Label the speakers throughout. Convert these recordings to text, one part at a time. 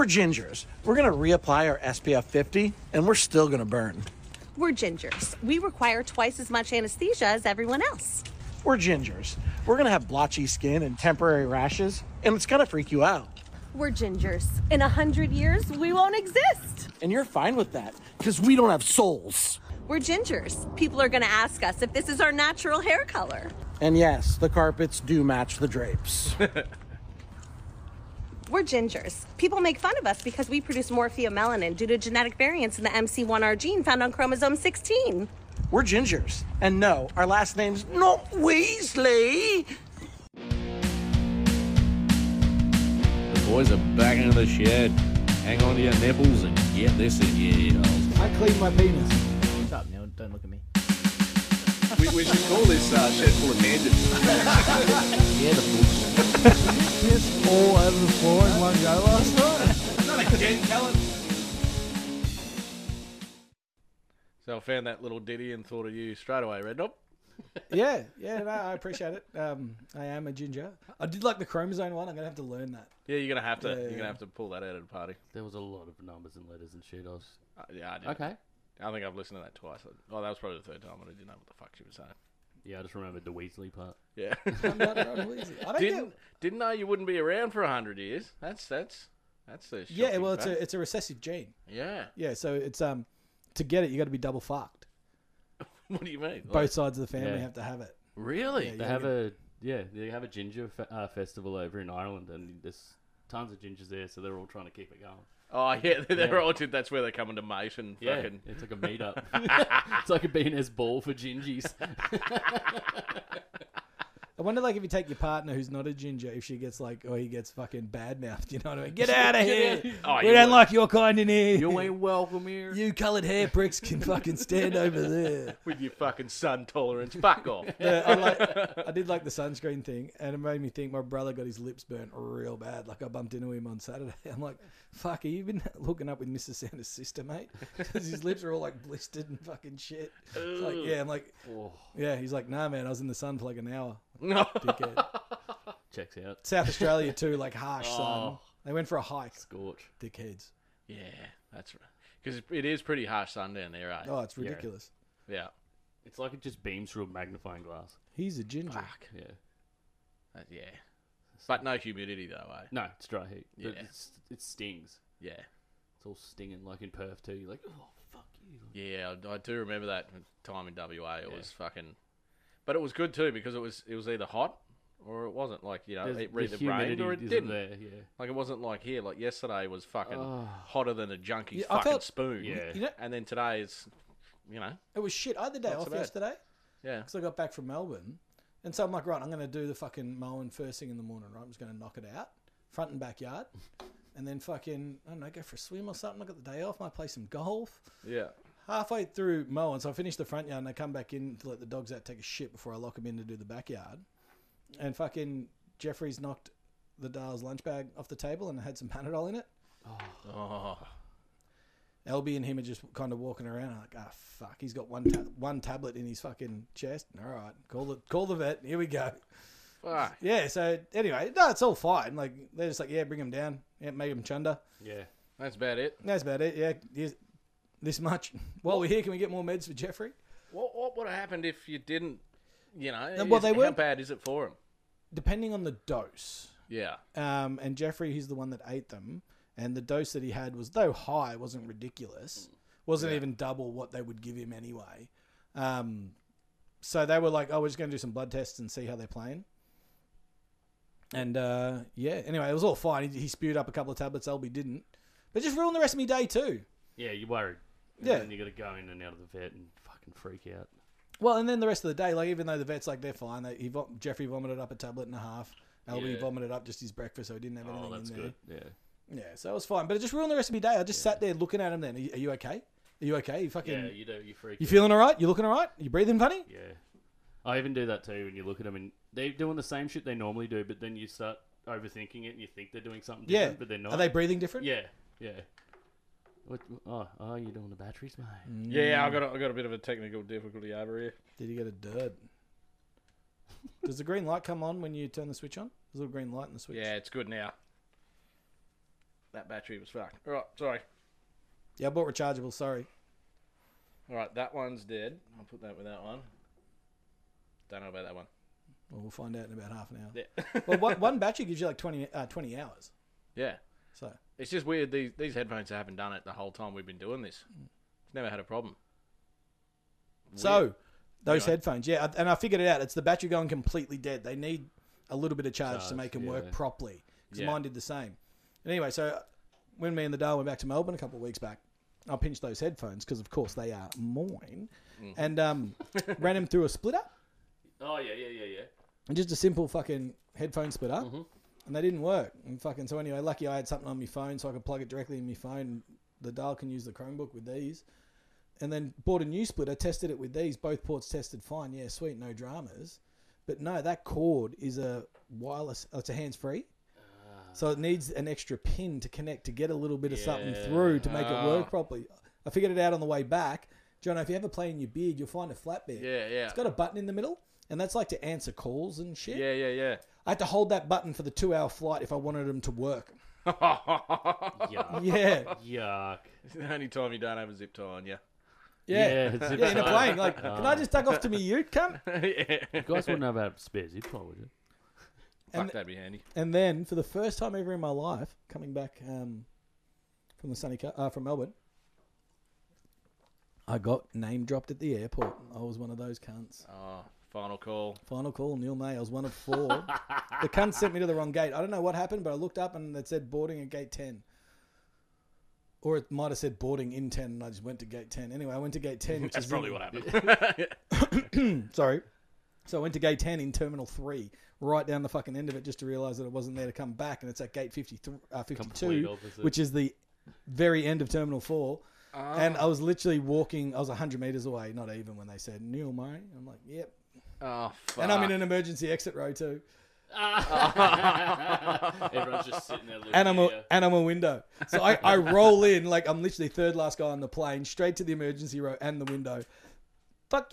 Speaker 1: gingers. We're going to reapply our SPF 50 and we're still going to burn.
Speaker 2: We're gingers. We require twice as much anesthesia as everyone else.
Speaker 1: We're gingers. We're going to have blotchy skin and temporary rashes, and it's going to freak you out.
Speaker 2: We're gingers. In a hundred years, we won't exist.
Speaker 1: And you're fine with that because we don't have souls.
Speaker 2: We're gingers. People are going to ask us if this is our natural hair color.
Speaker 1: And yes, the carpets do match the drapes.
Speaker 2: We're gingers. People make fun of us because we produce morphoemelanin due to genetic variants in the MC1R gene found on chromosome 16.
Speaker 1: We're gingers. And no, our last name's not Weasley.
Speaker 3: The boys are back into the shed. Hang on to your nipples and get this in your ears.
Speaker 4: I clean my penis.
Speaker 5: Stop, Neil. Don't look at me.
Speaker 6: we, we should call this uh, shed full of bandits.
Speaker 3: Yeah, the books.
Speaker 4: Piss all over the floor in one go last night.
Speaker 6: Not again, Kellen.
Speaker 3: So I found that little ditty and thought of you straight away, Red Knob.
Speaker 4: Yeah, yeah, no, I appreciate it. Um, I am a ginger. I did like the chromosome one. I'm gonna have to learn that.
Speaker 3: Yeah, you're gonna have to. you're
Speaker 4: yeah.
Speaker 3: gonna have to pull that out at a party.
Speaker 5: There was a lot of numbers and letters and shit. I was
Speaker 3: Uh, yeah, I did.
Speaker 5: okay.
Speaker 3: I think I've listened to that twice. Oh, that was probably the third time, and I didn't know what the fuck she was saying.
Speaker 5: Yeah, I just remembered the Weasley part.
Speaker 3: Yeah,
Speaker 4: I'm not, I'm lazy. I don't
Speaker 3: didn't
Speaker 4: get,
Speaker 3: didn't know you wouldn't be around for hundred years. That's that's that's the
Speaker 4: yeah, well, it's a it's a recessive gene.
Speaker 3: yeah.
Speaker 4: Yeah, so it's um to get it, you got to be double fucked.
Speaker 3: What do you mean?
Speaker 4: Both sides of the family
Speaker 5: Yeah.
Speaker 4: have to have it.
Speaker 3: really?
Speaker 5: They have a yeah, they have a ginger fe- uh, festival over in Ireland, and there's tons of gingers there, so they're all trying to keep it going.
Speaker 3: Oh yeah, they- they're
Speaker 5: Yeah.
Speaker 3: all did. That's where they come into mate and
Speaker 5: Yeah,
Speaker 3: fucking.
Speaker 5: it's like a meetup. it's like a B&S ball for gingies.
Speaker 4: I wonder, like, if you take your partner who's not a ginger, if she gets like, or he gets fucking bad mouthed. You know what I mean? Get out of here!
Speaker 3: Oh,
Speaker 4: we
Speaker 3: you
Speaker 4: don't
Speaker 3: would.
Speaker 4: like your kind in here. You,
Speaker 3: ain't welcome here
Speaker 4: coloured hair pricks can fucking stand over there.
Speaker 3: with your fucking sun tolerance. Fuck off.
Speaker 4: Uh, I, like, I did like the sunscreen thing, and it made me think my brother got his lips burnt real bad. Like I bumped into him on Saturday. I'm like, "Fuck, have you been hooking up with Mr. Sanders' sister, mate?" Because his lips are all like blistered and fucking shit. It's like, yeah, I'm like, yeah. He's like, "Nah, man, I was in the sun for like an hour."
Speaker 3: Oh. No.
Speaker 4: Dickhead.
Speaker 5: Checks out.
Speaker 4: South Australia too, like harsh
Speaker 3: Oh.
Speaker 4: sun. They went for a hike,
Speaker 5: Scorch.
Speaker 4: dickheads.
Speaker 3: Yeah, that's right. Because it is pretty harsh sun down there, eh? right?
Speaker 4: Oh, it's ridiculous.
Speaker 3: Yeah.
Speaker 5: It's like it just beams through a magnifying glass.
Speaker 4: He's a ginger.
Speaker 3: Fuck.
Speaker 5: Yeah.
Speaker 3: Uh, yeah. But no humidity though, eh?
Speaker 5: No, it's dry heat.
Speaker 3: Yeah.
Speaker 5: But it's, it stings.
Speaker 3: Yeah.
Speaker 5: It's all stinging, like in Perth too. You're like, oh fuck you.
Speaker 3: Yeah, I, I do remember that time in WA. It was fucking, but it was good too because it was it was either hot or it wasn't. Like you know,
Speaker 5: There's-
Speaker 3: it
Speaker 5: the
Speaker 3: either rained
Speaker 5: humidity
Speaker 3: or it
Speaker 5: isn't
Speaker 3: didn't.
Speaker 5: There, yeah.
Speaker 3: Like it wasn't like here. Like yesterday was fucking
Speaker 4: Oh.
Speaker 3: hotter than a junkie
Speaker 4: Uh, Yeah, I
Speaker 3: fucking
Speaker 4: felt-
Speaker 3: spoon.
Speaker 5: Yeah.
Speaker 4: You know-
Speaker 3: And then today is, you know,
Speaker 4: It was shit. I had the day
Speaker 3: Not
Speaker 4: off
Speaker 3: so bad.
Speaker 4: yesterday
Speaker 3: yeah,
Speaker 4: because I got back from Melbourne, and so I'm like, right, I'm going to do the fucking mowing first thing in the morning. Right, I'm just going to knock it out, front and backyard, and then fucking I don't know, go for a swim or something. I got the day off. Might play some golf.
Speaker 3: yeah.
Speaker 4: Halfway through mowing, so I finished the front yard and I come back in to let the dogs out take a shit before I lock them in to do the backyard. And fucking Jeffrey's knocked the Darl's lunch bag off the table and had some Panadol in it.
Speaker 3: Oh,
Speaker 4: LB and him are just kind of walking around. I'm like, ah, fuck. He's got one ta- one tablet in his fucking chest. All right, call the call the vet. Here we go.
Speaker 3: fuck.
Speaker 4: Yeah. So anyway, no, it's all fine. Like they're just like, yeah, bring him down. Yeah, make him chunder.
Speaker 5: Yeah.
Speaker 3: That's about it.
Speaker 4: That's about it. Yeah, here's this much. While we're here, can we get more meds for Jeffrey?
Speaker 3: What what would have happened if you didn't? You know,
Speaker 4: No, well,
Speaker 3: is-
Speaker 4: they
Speaker 3: how
Speaker 4: weren't-
Speaker 3: bad is it for him?
Speaker 4: Depending on the dose.
Speaker 3: Yeah.
Speaker 4: Um, and Jeffrey, he's the one that ate them. And the dose that he had was, though high, wasn't ridiculous. Wasn't even double what they would give him anyway. Um, so they were like, "Oh, we're just going to do some blood tests and see how they're playing." And uh, yeah, anyway, it was all fine. He, he spewed up a couple of tablets. LB didn't, but just ruined the rest of my day too.
Speaker 5: Yeah, you're worried. And
Speaker 4: Yeah.
Speaker 5: then you got to go in and out of the vet and fucking freak out.
Speaker 4: Well, and then the rest of the day, like even though the vet's like they're fine, they, he vom- Jeffrey vomited up a tablet and a half. LB
Speaker 3: Yeah.
Speaker 4: vomited up just his breakfast, so he didn't have anything
Speaker 5: Oh, that's
Speaker 4: in there.
Speaker 5: good. Yeah.
Speaker 4: Yeah, so it was fine, but it just ruined the rest of my day. I just sat there looking at him. Then, are you, are you okay? Are you okay? You fucking,
Speaker 5: Yeah,
Speaker 4: you,
Speaker 5: you do. You freak. out.
Speaker 4: feeling all right? You looking all right? You breathing funny?
Speaker 5: Yeah. I even do that too when you look at them and they're doing the same shit they normally do, but then you start overthinking it and you think they're doing something
Speaker 4: Yeah,
Speaker 5: different, but they're not.
Speaker 4: Are they breathing different?
Speaker 5: Yeah, yeah. What, oh, oh, you're doing the batteries, mate.
Speaker 3: Yeah,
Speaker 4: Mm.
Speaker 3: I got a, I got a bit of a technical difficulty over here.
Speaker 4: Did you get a dirt? Does the green light come on when you turn the switch on? There's a little green light in the switch.
Speaker 3: Yeah, it's good now. That battery was fucked. All right, sorry.
Speaker 4: Yeah, I bought rechargeable. Sorry.
Speaker 3: All right, that one's dead. I'll put that with that one. Don't know about that one.
Speaker 4: Well, we'll find out in about half an hour.
Speaker 3: Yeah.
Speaker 4: well, one, one battery gives you like 20, uh, 20 hours.
Speaker 3: yeah.
Speaker 4: So
Speaker 3: It's just weird. These these headphones haven't done it the whole time we've been doing this. It's never had a problem.
Speaker 4: So, those
Speaker 3: Anyway.
Speaker 4: headphones, yeah, and I figured it out. It's the battery going completely dead. They need a little bit of charge to
Speaker 5: Charge,
Speaker 4: make them work
Speaker 5: yeah.
Speaker 4: properly. Because
Speaker 3: Yeah.
Speaker 4: mine did the same. And anyway, so when me and the Dale went back to Melbourne a couple of weeks back, I pinched those headphones because, of course, they are mine, and um, ran them through a splitter,
Speaker 5: Oh yeah, yeah, yeah, yeah.
Speaker 4: and just a simple fucking headphone splitter,
Speaker 3: Mm-hmm.
Speaker 4: and they didn't work. And fucking so anyway, lucky I had something on my phone so I could plug it directly in my phone. The Dale can use the Chromebook with these and then bought a new splitter, tested it with these. Both ports tested fine. Yeah, sweet, no dramas. But no, that cord is a wireless. oh, It's a hands free,
Speaker 3: Ah.
Speaker 4: so it needs an extra pin to connect to get a little bit of something through to make it
Speaker 3: Ah.
Speaker 4: work properly. I figured it out on the way back, John. If you ever play in your beard, you'll find a flatbed.
Speaker 3: Yeah, yeah.
Speaker 4: It's got a button in the middle, and that's like to answer calls and shit.
Speaker 3: Yeah, yeah,
Speaker 4: I had to hold that button for the two-hour flight if I wanted them to work.
Speaker 3: yeah.
Speaker 5: Yuck.
Speaker 4: Yeah,
Speaker 5: Yuck.
Speaker 3: it's the only time you don't have a zip tie on you.
Speaker 4: yeah,
Speaker 5: Yeah,
Speaker 4: yeah.
Speaker 5: it's a
Speaker 4: in a
Speaker 5: tie.
Speaker 4: plane, like, can I just tuck off to me ute, come?
Speaker 3: yeah.
Speaker 5: You guys wouldn't have had spare zip tie, would you?
Speaker 3: Fuck, that'd be handy.
Speaker 4: And then, for the first time ever in my life, coming back um, from the sunny Co- uh, from Melbourne, I got name dropped at the airport. I was one of those cunts.
Speaker 3: Oh, final call.
Speaker 4: Final call, Neil May. I was one of four. the cunt sent me to the wrong gate. I don't know what happened, but I looked up and it said boarding at gate ten, or it might have said boarding in ten, and I just went to gate ten. Anyway, I went to gate ten. Which
Speaker 3: That's
Speaker 4: is in-
Speaker 3: probably what happened.
Speaker 4: Sorry. So I went to gate 10 in Terminal 3, right down the fucking end of it, just to realize that it wasn't there to come back. And it's at gate 53, uh, 52,
Speaker 5: Complete opposite.
Speaker 4: which is the very end of Terminal 4. And I was literally walking, I was 100 meters away, not even when they said Neil Murray. I'm like, yep.
Speaker 3: oh, fuck.
Speaker 4: And I'm in an emergency exit row too.
Speaker 5: Everyone's just sitting there looking
Speaker 4: And I'm, a,
Speaker 5: at you.
Speaker 4: and I'm a window. So I, I roll in, like, I'm literally third last guy on the plane, straight to the emergency row and the window. Fuck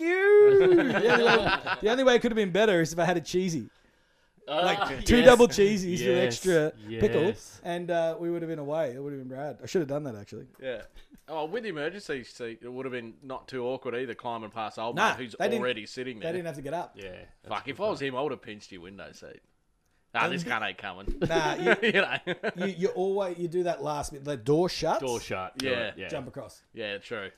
Speaker 4: you! the, only way, the only way it could have been better is if I had a cheesy.
Speaker 5: Ah,
Speaker 4: two
Speaker 5: yes.
Speaker 4: double cheesies with
Speaker 5: Yes,
Speaker 4: extra pickle,
Speaker 5: yes.
Speaker 4: and uh, we would have been away. It would have been Brad. I should have done that actually.
Speaker 3: Yeah. Oh, with the emergency seat, it would have been not too awkward either climbing past old
Speaker 4: Nah,
Speaker 3: man who's
Speaker 4: they didn't-
Speaker 3: already sitting
Speaker 4: They
Speaker 3: there.
Speaker 4: didn't have to get up.
Speaker 5: Yeah. that's
Speaker 3: Fuck,
Speaker 5: a
Speaker 3: if
Speaker 5: good
Speaker 3: I was him, I would have pinched your window seat. Nah, this cunt ain't coming.
Speaker 4: Nah, you,
Speaker 3: you know.
Speaker 4: you, you always you do that last bit. The door shuts.
Speaker 5: Door shut. do
Speaker 3: Yeah.
Speaker 5: it, Yeah.
Speaker 4: Jump across.
Speaker 3: Yeah, true.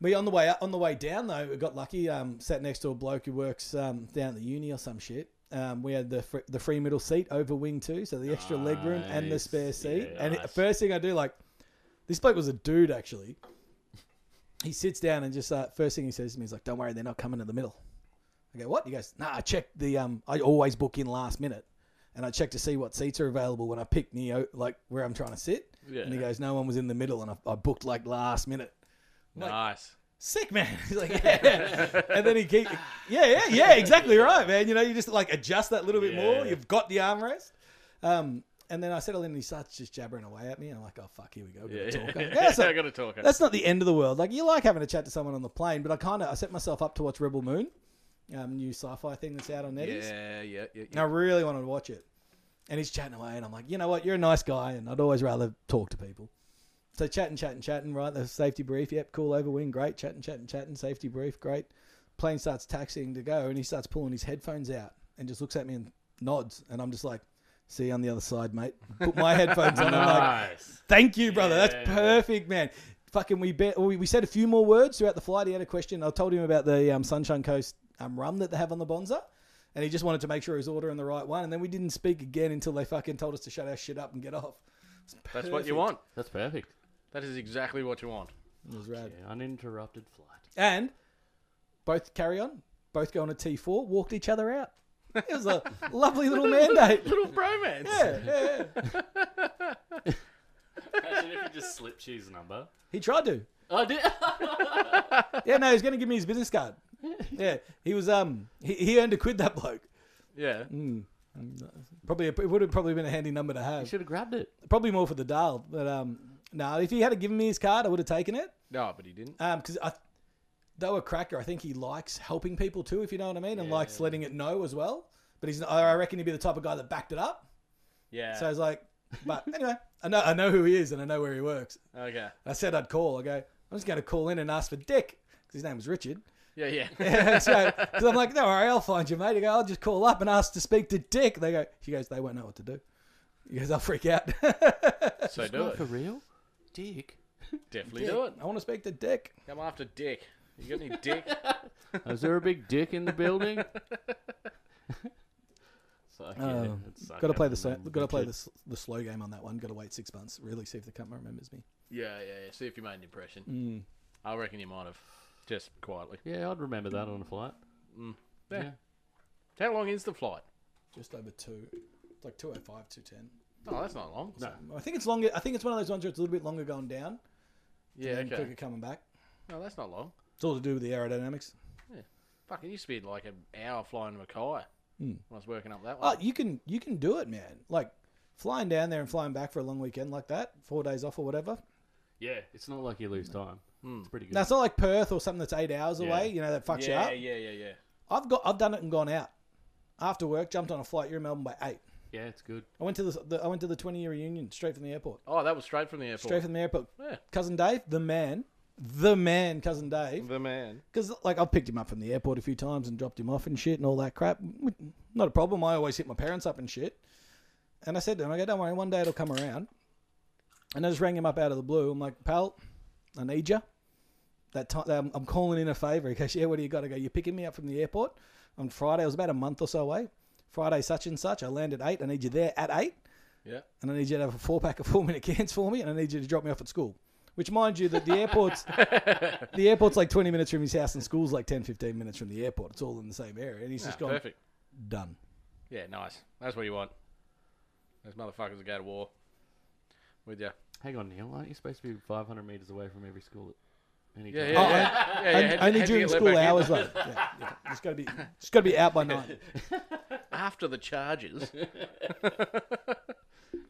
Speaker 4: We on the way on the way down though, we got lucky. Um, sat next to a bloke who works um, down at the uni or some shit. Um, we had the fr- the free middle seat over wing two, so the extra leg room and the
Speaker 5: Nice.
Speaker 4: spare seat.
Speaker 5: Yeah,
Speaker 4: and it-
Speaker 5: nice.
Speaker 4: first thing I do, like this bloke was a dude actually. He sits down and just uh, first thing he says to me is like, "Don't worry, they're not coming to the middle." I go, "What?" He goes, "Nah, I checked the um, I always book in last minute." And I check to see what seats are available when I pick Neo, like where I'm trying to sit. And he
Speaker 3: Yeah.
Speaker 4: goes, "No one was in the middle, and I, I booked like last minute."
Speaker 3: nice.
Speaker 4: sick man. He's like, yeah. and then he keep, yeah, yeah, yeah, exactly right, man. You know, you just like adjust that little bit more.
Speaker 5: Yeah.
Speaker 4: You've got the armrest. Um, and then I settle in, and he starts just jabbering away at me. And I'm like, oh fuck, here we go.
Speaker 3: Yeah,
Speaker 4: Gotta talk.
Speaker 3: yeah.
Speaker 4: that's,
Speaker 3: I
Speaker 4: not,
Speaker 3: got a talker.
Speaker 4: that's not the end of the world. Like you like having a chat to someone on the plane, but I kind of I set myself up to watch Rebel Moon, um, new sci-fi thing that's out on Netflix.
Speaker 3: Yeah, yeah, yeah.
Speaker 4: And I really wanted to watch it. And he's chatting away, and I'm like, you know what? You're a nice guy, and I'd always rather talk to people. So chatting, chatting, chatting, right? The safety brief, yep, cool over wing, great. Chatting, chatting, chatting, safety brief, great. Plane starts taxiing to go, and he starts pulling his headphones out and just looks at me and nods. And I'm just like, see you on the other side, mate. Put my headphones on. I'm like,
Speaker 5: Nice.
Speaker 4: Thank you, brother. That's
Speaker 5: Yeah.
Speaker 4: perfect, man. Fucking, we bet. We, we said a few more words throughout the flight. He had a question. I told him about the um, Sunshine Coast um, rum that they have on the Bonza, and he just wanted to make sure he was ordering the right one. And then we didn't speak again until they fucking told us to shut our shit up and get off.
Speaker 3: That's what you want.
Speaker 5: That's perfect.
Speaker 3: That is exactly what you want.
Speaker 4: It was rad.
Speaker 5: Yeah, uninterrupted flight.
Speaker 4: And both carry on, both go on a T four, walked each other out. It was a lovely little mandate.
Speaker 3: Little bromance.
Speaker 4: Yeah, yeah, yeah.
Speaker 5: Imagine if you just slipped his number.
Speaker 4: He tried to.
Speaker 5: I did.
Speaker 4: Yeah, no, he was going to give me his business card. Yeah, he was. Um, he, he earned a quid that bloke.
Speaker 3: Yeah.
Speaker 4: Probably it would have probably been a handy number to
Speaker 5: you
Speaker 4: have.
Speaker 5: should have grabbed it.
Speaker 4: Probably more for the dial, but um, no. if he had given me his card, I would have taken it.
Speaker 3: No, but he didn't.
Speaker 4: Um, because I, though a cracker, I think he likes helping people too, if you know what I mean, and likes letting it know as well. But he's, I reckon he'd be the type of guy that backed it up.
Speaker 3: Yeah.
Speaker 4: So I was like, But anyway, I know I know who he is and I know where he works.
Speaker 3: Okay.
Speaker 4: I said I'd call. I go, I'm just going to call in and ask for Dick because his name was Richard.
Speaker 3: Yeah, yeah.
Speaker 4: so because I'm like, no, worry, I'll find you, mate. I go, I'll just call up and ask to speak to Dick. They go, she goes, they won't know what to do. He goes, I'll freak out.
Speaker 3: so do it.
Speaker 5: For real? Dick.
Speaker 3: Definitely do it.
Speaker 4: I want to speak to Dick.
Speaker 3: Come after Dick. You got any dick?
Speaker 5: Is there a big dick in the building? Uh, Fuck yeah,
Speaker 4: Um,
Speaker 5: that sucked
Speaker 4: Got to
Speaker 5: up
Speaker 4: play
Speaker 5: and
Speaker 4: the so,
Speaker 5: then
Speaker 4: got to
Speaker 5: the
Speaker 4: play
Speaker 5: kid-
Speaker 4: the, s- the slow game on that one. Got to wait six months. Really see if the customer remembers me.
Speaker 3: yeah, yeah, yeah. See if you made an impression. I reckon you might have. Just quietly.
Speaker 5: Yeah, I'd remember that on a flight.
Speaker 3: Mm. Yeah.
Speaker 5: Yeah.
Speaker 3: How long is the flight?
Speaker 4: Just over two, it's like two oh five, two ten.
Speaker 3: Oh, that's not long. No.
Speaker 4: I think it's longer. I think it's one of those ones where it's a little bit longer going down
Speaker 3: Yeah,
Speaker 4: and
Speaker 3: okay.
Speaker 4: quicker coming back.
Speaker 3: No, that's not long.
Speaker 4: It's all to do with the aerodynamics.
Speaker 3: Fuck, it used to be like an hour flying to Mackay when I was working up that way.
Speaker 4: Oh, you can you can do it, man. Like flying down there and flying back for a long weekend like that, four days off or whatever.
Speaker 5: Yeah, it's not like you lose time.
Speaker 3: Mm.
Speaker 5: It's pretty good.
Speaker 4: Now it's not like Perth or something that's eight hours away. You know that fucks
Speaker 3: yeah,
Speaker 4: you up.
Speaker 3: yeah, yeah, yeah.
Speaker 4: I've got I've done it and gone out after work. Jumped on a flight. You're in Melbourne by eight.
Speaker 5: yeah, it's good.
Speaker 4: I went to the, the I went to the twenty year reunion straight from the airport.
Speaker 3: Oh, that was straight from the airport.
Speaker 4: Straight from the airport.
Speaker 3: Yeah.
Speaker 4: Cousin Dave, the man, the man, cousin Dave.
Speaker 3: the man.
Speaker 4: Because like I've picked him up from the airport a few times and dropped him off and shit and all that crap. Not a problem. I always hit my parents up and shit. And I said to him, I go, don't worry, one day it'll come around. And I just rang him up out of the blue. I'm like, pal, I need you. That time I'm, I'm calling in a favor. He goes, yeah, what do you got? I go, you're picking me up from the airport on Friday. It was about a month or so away. Friday, such and such. I land at eight. I need you there at eight
Speaker 3: Yeah.
Speaker 4: and I need you to have a four pack of four minute cans for me, and I need you to drop me off at school. Which, mind you, that the airport's the airport's like twenty minutes from his house, and school's like 10, 15 minutes from the airport. It's all in the same area, and he's
Speaker 3: Ah,
Speaker 4: just gone
Speaker 3: perfect.
Speaker 4: done.
Speaker 3: Yeah, nice. That's what you want. Those motherfuckers that go to war with you.
Speaker 5: Hang on, Neil. Aren't you supposed to be 500 meters away from every school at any
Speaker 3: Yeah,
Speaker 5: time?
Speaker 3: yeah, yeah. yeah, yeah.
Speaker 4: Oh, And
Speaker 3: Had-
Speaker 4: only
Speaker 3: had to
Speaker 4: during
Speaker 3: get let
Speaker 4: school
Speaker 3: back in.
Speaker 4: hours, though. Yeah, yeah. Just got to be, just got to be out by nine.
Speaker 3: After the charges.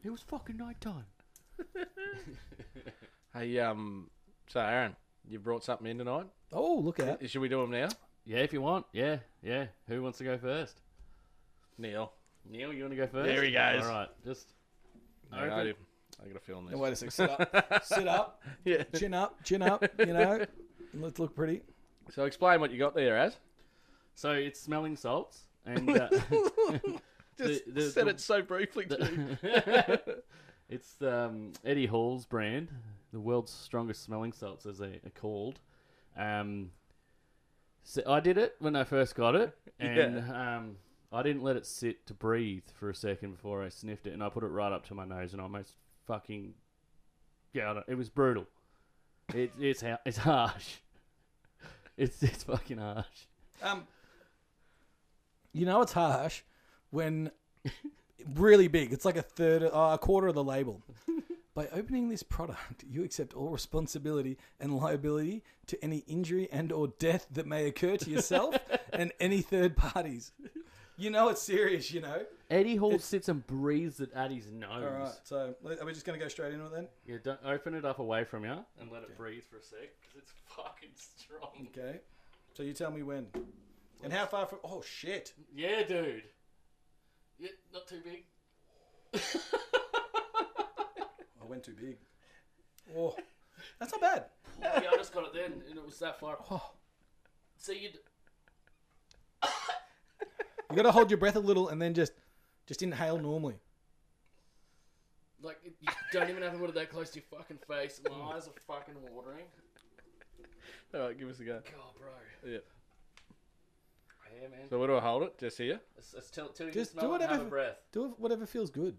Speaker 5: It was fucking night time.
Speaker 3: hey, um, so Aaron, you brought something in tonight.
Speaker 4: Oh, look out!
Speaker 3: Should we do them now?
Speaker 5: Yeah, if you want. Yeah, yeah. Who wants to go first?
Speaker 3: Neil.
Speaker 5: Neil, you want to go first?
Speaker 3: There he goes.
Speaker 5: All right, just
Speaker 3: No, I,
Speaker 5: Okay.
Speaker 3: do. I got a feeling
Speaker 4: Now,
Speaker 3: this.
Speaker 4: wait a sec. Sit up, sit up,
Speaker 3: Yeah.
Speaker 4: chin up, chin up. You know, let's look pretty.
Speaker 3: So explain what you got there, as.
Speaker 5: so it's smelling salts and uh,
Speaker 3: Just
Speaker 5: The- the-
Speaker 3: said
Speaker 5: the-
Speaker 3: it so briefly. too.
Speaker 5: it's um, Eddie Hall's brand, the world's strongest smelling salts, as they are called. Um, so I did it when I first got it, and um, I didn't let it sit to breathe for a second before I sniffed it, and I put it right up to my nose, and I almost fucking yeah, I don't- it was brutal. It, it's ha- it's harsh. It's it's fucking harsh.
Speaker 4: Um, you know it's harsh when really big. It's like a third, uh, a quarter of the label. By opening this product, you accept all responsibility and liability to any injury and/or death that may occur to yourself and any third parties. You know it's serious. You know.
Speaker 5: Eddie Hall sits and breathes it at his nose.
Speaker 4: All right. So are we just going to go straight into it then?
Speaker 5: Yeah, don't open it up away from you and let it breathe for a sec because it's fucking strong.
Speaker 4: Okay. So you tell me when and how far from. Oh shit!
Speaker 5: Yeah, dude. Yeah, not too big.
Speaker 4: I went too big. Oh, that's not bad.
Speaker 5: yeah, I just got it then, and it was that far.
Speaker 4: Oh.
Speaker 5: So you.
Speaker 4: You got to hold your breath a little and then just just inhale normally.
Speaker 5: Like you don't even have to put it that close to your fucking face.
Speaker 4: Mm.
Speaker 5: My eyes are fucking watering.
Speaker 3: All right, give us a go.
Speaker 5: God, bro.
Speaker 3: Yeah.
Speaker 5: Yeah, man.
Speaker 3: So where do I hold it? Just here.
Speaker 5: It's, it's till, till you
Speaker 4: Just
Speaker 5: smell
Speaker 4: do
Speaker 5: it and have
Speaker 4: whatever-
Speaker 5: a breath.
Speaker 4: Do it- whatever feels good.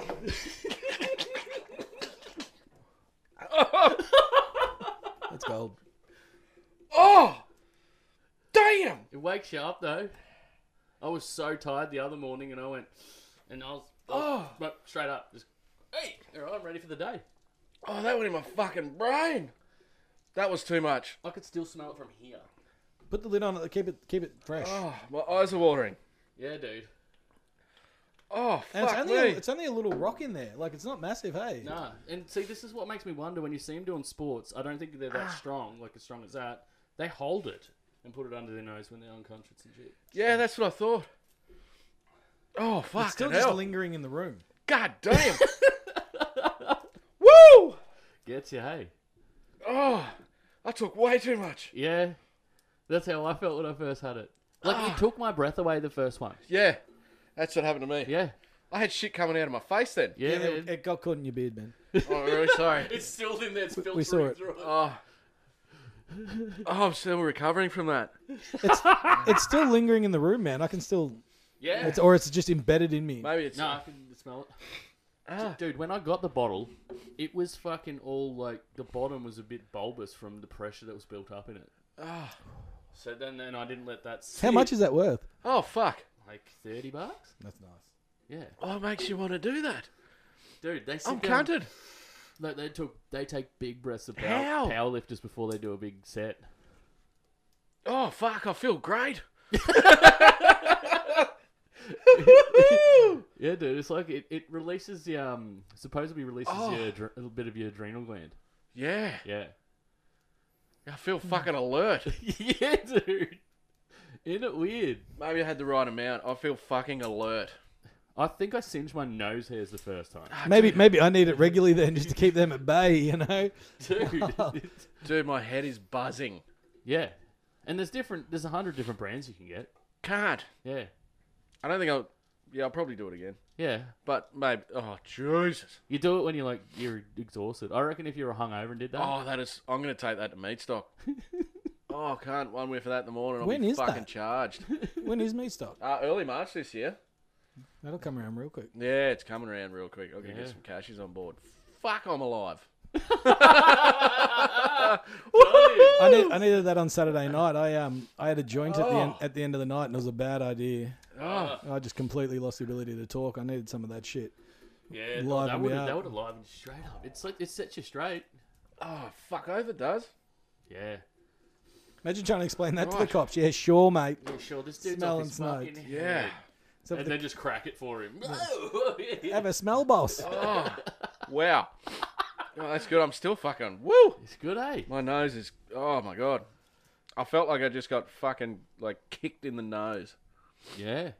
Speaker 4: That's gold.
Speaker 3: Damn.
Speaker 5: It wakes you up though. I was so tired the other morning, and I went, and I was, I was oh. straight up, just hey, all right, I'm ready for the day.
Speaker 3: Oh, that went in my fucking brain. That was too much.
Speaker 5: I could still smell it from here.
Speaker 4: Put the lid on it. Keep it keep it fresh.
Speaker 3: Oh, my eyes are watering.
Speaker 5: Yeah, dude.
Speaker 3: Oh,
Speaker 4: and it's
Speaker 3: fuck
Speaker 4: only
Speaker 3: me.
Speaker 4: a, it's only a little rock in there. Like it's not massive. Hey,
Speaker 5: Nah, and see, this is what makes me wonder when you see them doing sports. I don't think they're that strong, like as strong as that. They hold it and put it under their nose when they're unconscious and shit.
Speaker 3: yeah, that's what I thought. Oh, fuck.
Speaker 4: it's still just lingering in the room.
Speaker 3: God damn. Woo!
Speaker 5: Gets you, hey.
Speaker 3: Oh, I took way too much.
Speaker 5: Yeah. That's how I felt when I first had it. Like, it took my breath away the first one.
Speaker 3: Yeah, that's what happened to me.
Speaker 5: Yeah.
Speaker 3: I had shit coming out of my face then.
Speaker 5: Yeah.
Speaker 4: Yeah,
Speaker 5: man.
Speaker 4: it, it got caught in your beard, man.
Speaker 3: Oh, I'm really sorry.
Speaker 5: it's still in there. It's filtering
Speaker 4: we saw it.
Speaker 5: through it.
Speaker 3: Oh. oh, I'm still recovering from that.
Speaker 4: It's still lingering in the room, man. I can still,
Speaker 5: Yeah.
Speaker 4: it's, or it's just embedded in me.
Speaker 3: Maybe it's
Speaker 5: No, I can smell it. Dude, when I got the bottle, it was fucking all like the bottom was a bit bulbous from the pressure that was built up in it. So then, then I didn't let that. Sit.
Speaker 4: How much is that worth?
Speaker 3: Oh fuck!
Speaker 5: Like thirty bucks?
Speaker 4: That's nice.
Speaker 5: Yeah,
Speaker 3: Oh, makes you want to do that.
Speaker 5: dude. They sit
Speaker 3: I'm
Speaker 5: down-
Speaker 3: counted.
Speaker 5: Like they took, they take big breaths of
Speaker 3: How?
Speaker 5: power, power lifters before they do a big set.
Speaker 3: Oh fuck! I feel great.
Speaker 5: Yeah, dude. It's like it, it releases the um supposedly releases
Speaker 3: Oh.
Speaker 5: your adre- a little bit of your adrenal gland.
Speaker 3: Yeah,
Speaker 5: Yeah.
Speaker 3: I feel fucking alert.
Speaker 5: yeah, dude. Isn't it weird?
Speaker 3: Maybe I had the right amount. I feel fucking alert.
Speaker 5: I think I singed my nose hairs the first time.
Speaker 4: Maybe maybe I need it regularly then just to keep them at bay, you know?
Speaker 5: Dude. it's-
Speaker 3: Dude, my head is buzzing.
Speaker 5: yeah. And there's different there's a hundred different brands you can get.
Speaker 3: Can't.
Speaker 5: Yeah.
Speaker 3: I don't think I'll. Yeah, I'll probably do it again.
Speaker 5: Yeah.
Speaker 3: But maybe. Oh Jesus.
Speaker 5: You do it when you're like you're exhausted. I reckon if you were hungover and did that.
Speaker 3: Oh, that is. I'm gonna take that to meat stock. oh, I can't one whiff of that in the morning. I'll
Speaker 4: When
Speaker 3: be
Speaker 4: is
Speaker 3: fucking
Speaker 4: that?
Speaker 3: charged.
Speaker 4: When is meat stock?
Speaker 3: Uh, early March this year.
Speaker 4: That'll come around real quick.
Speaker 3: Yeah, it's coming around real quick. I'm gonna
Speaker 5: Yeah.
Speaker 3: get some cashies on board. Fuck, I'm alive.
Speaker 4: I, need, I needed that on Saturday night. I um I had a joint at the end, at the end of the night and it was a bad idea.
Speaker 3: Oh,
Speaker 4: I just completely lost the ability to talk. I needed some of that shit.
Speaker 5: yeah.
Speaker 4: livened
Speaker 5: That
Speaker 4: me
Speaker 5: would
Speaker 4: up.
Speaker 5: that would have livened you straight up. It's like it sets you straight.
Speaker 3: oh, fuck over does.
Speaker 5: Yeah.
Speaker 4: Imagine trying to explain that to the
Speaker 3: Right.
Speaker 4: cops. Yeah, sure, mate.
Speaker 5: Yeah, sure, this dude's off
Speaker 4: Smell and
Speaker 5: his
Speaker 4: smoke.
Speaker 5: fucking head.
Speaker 3: Yeah.
Speaker 4: It's up
Speaker 5: And
Speaker 4: to-
Speaker 5: then just crack it for him.
Speaker 4: have a smell, boss.
Speaker 3: Oh. Wow. Oh, that's good. I'm still fucking woo.
Speaker 5: it's good, eh?
Speaker 3: My nose is. Oh my god. I felt like I just got fucking like kicked in the nose.
Speaker 5: Yeah.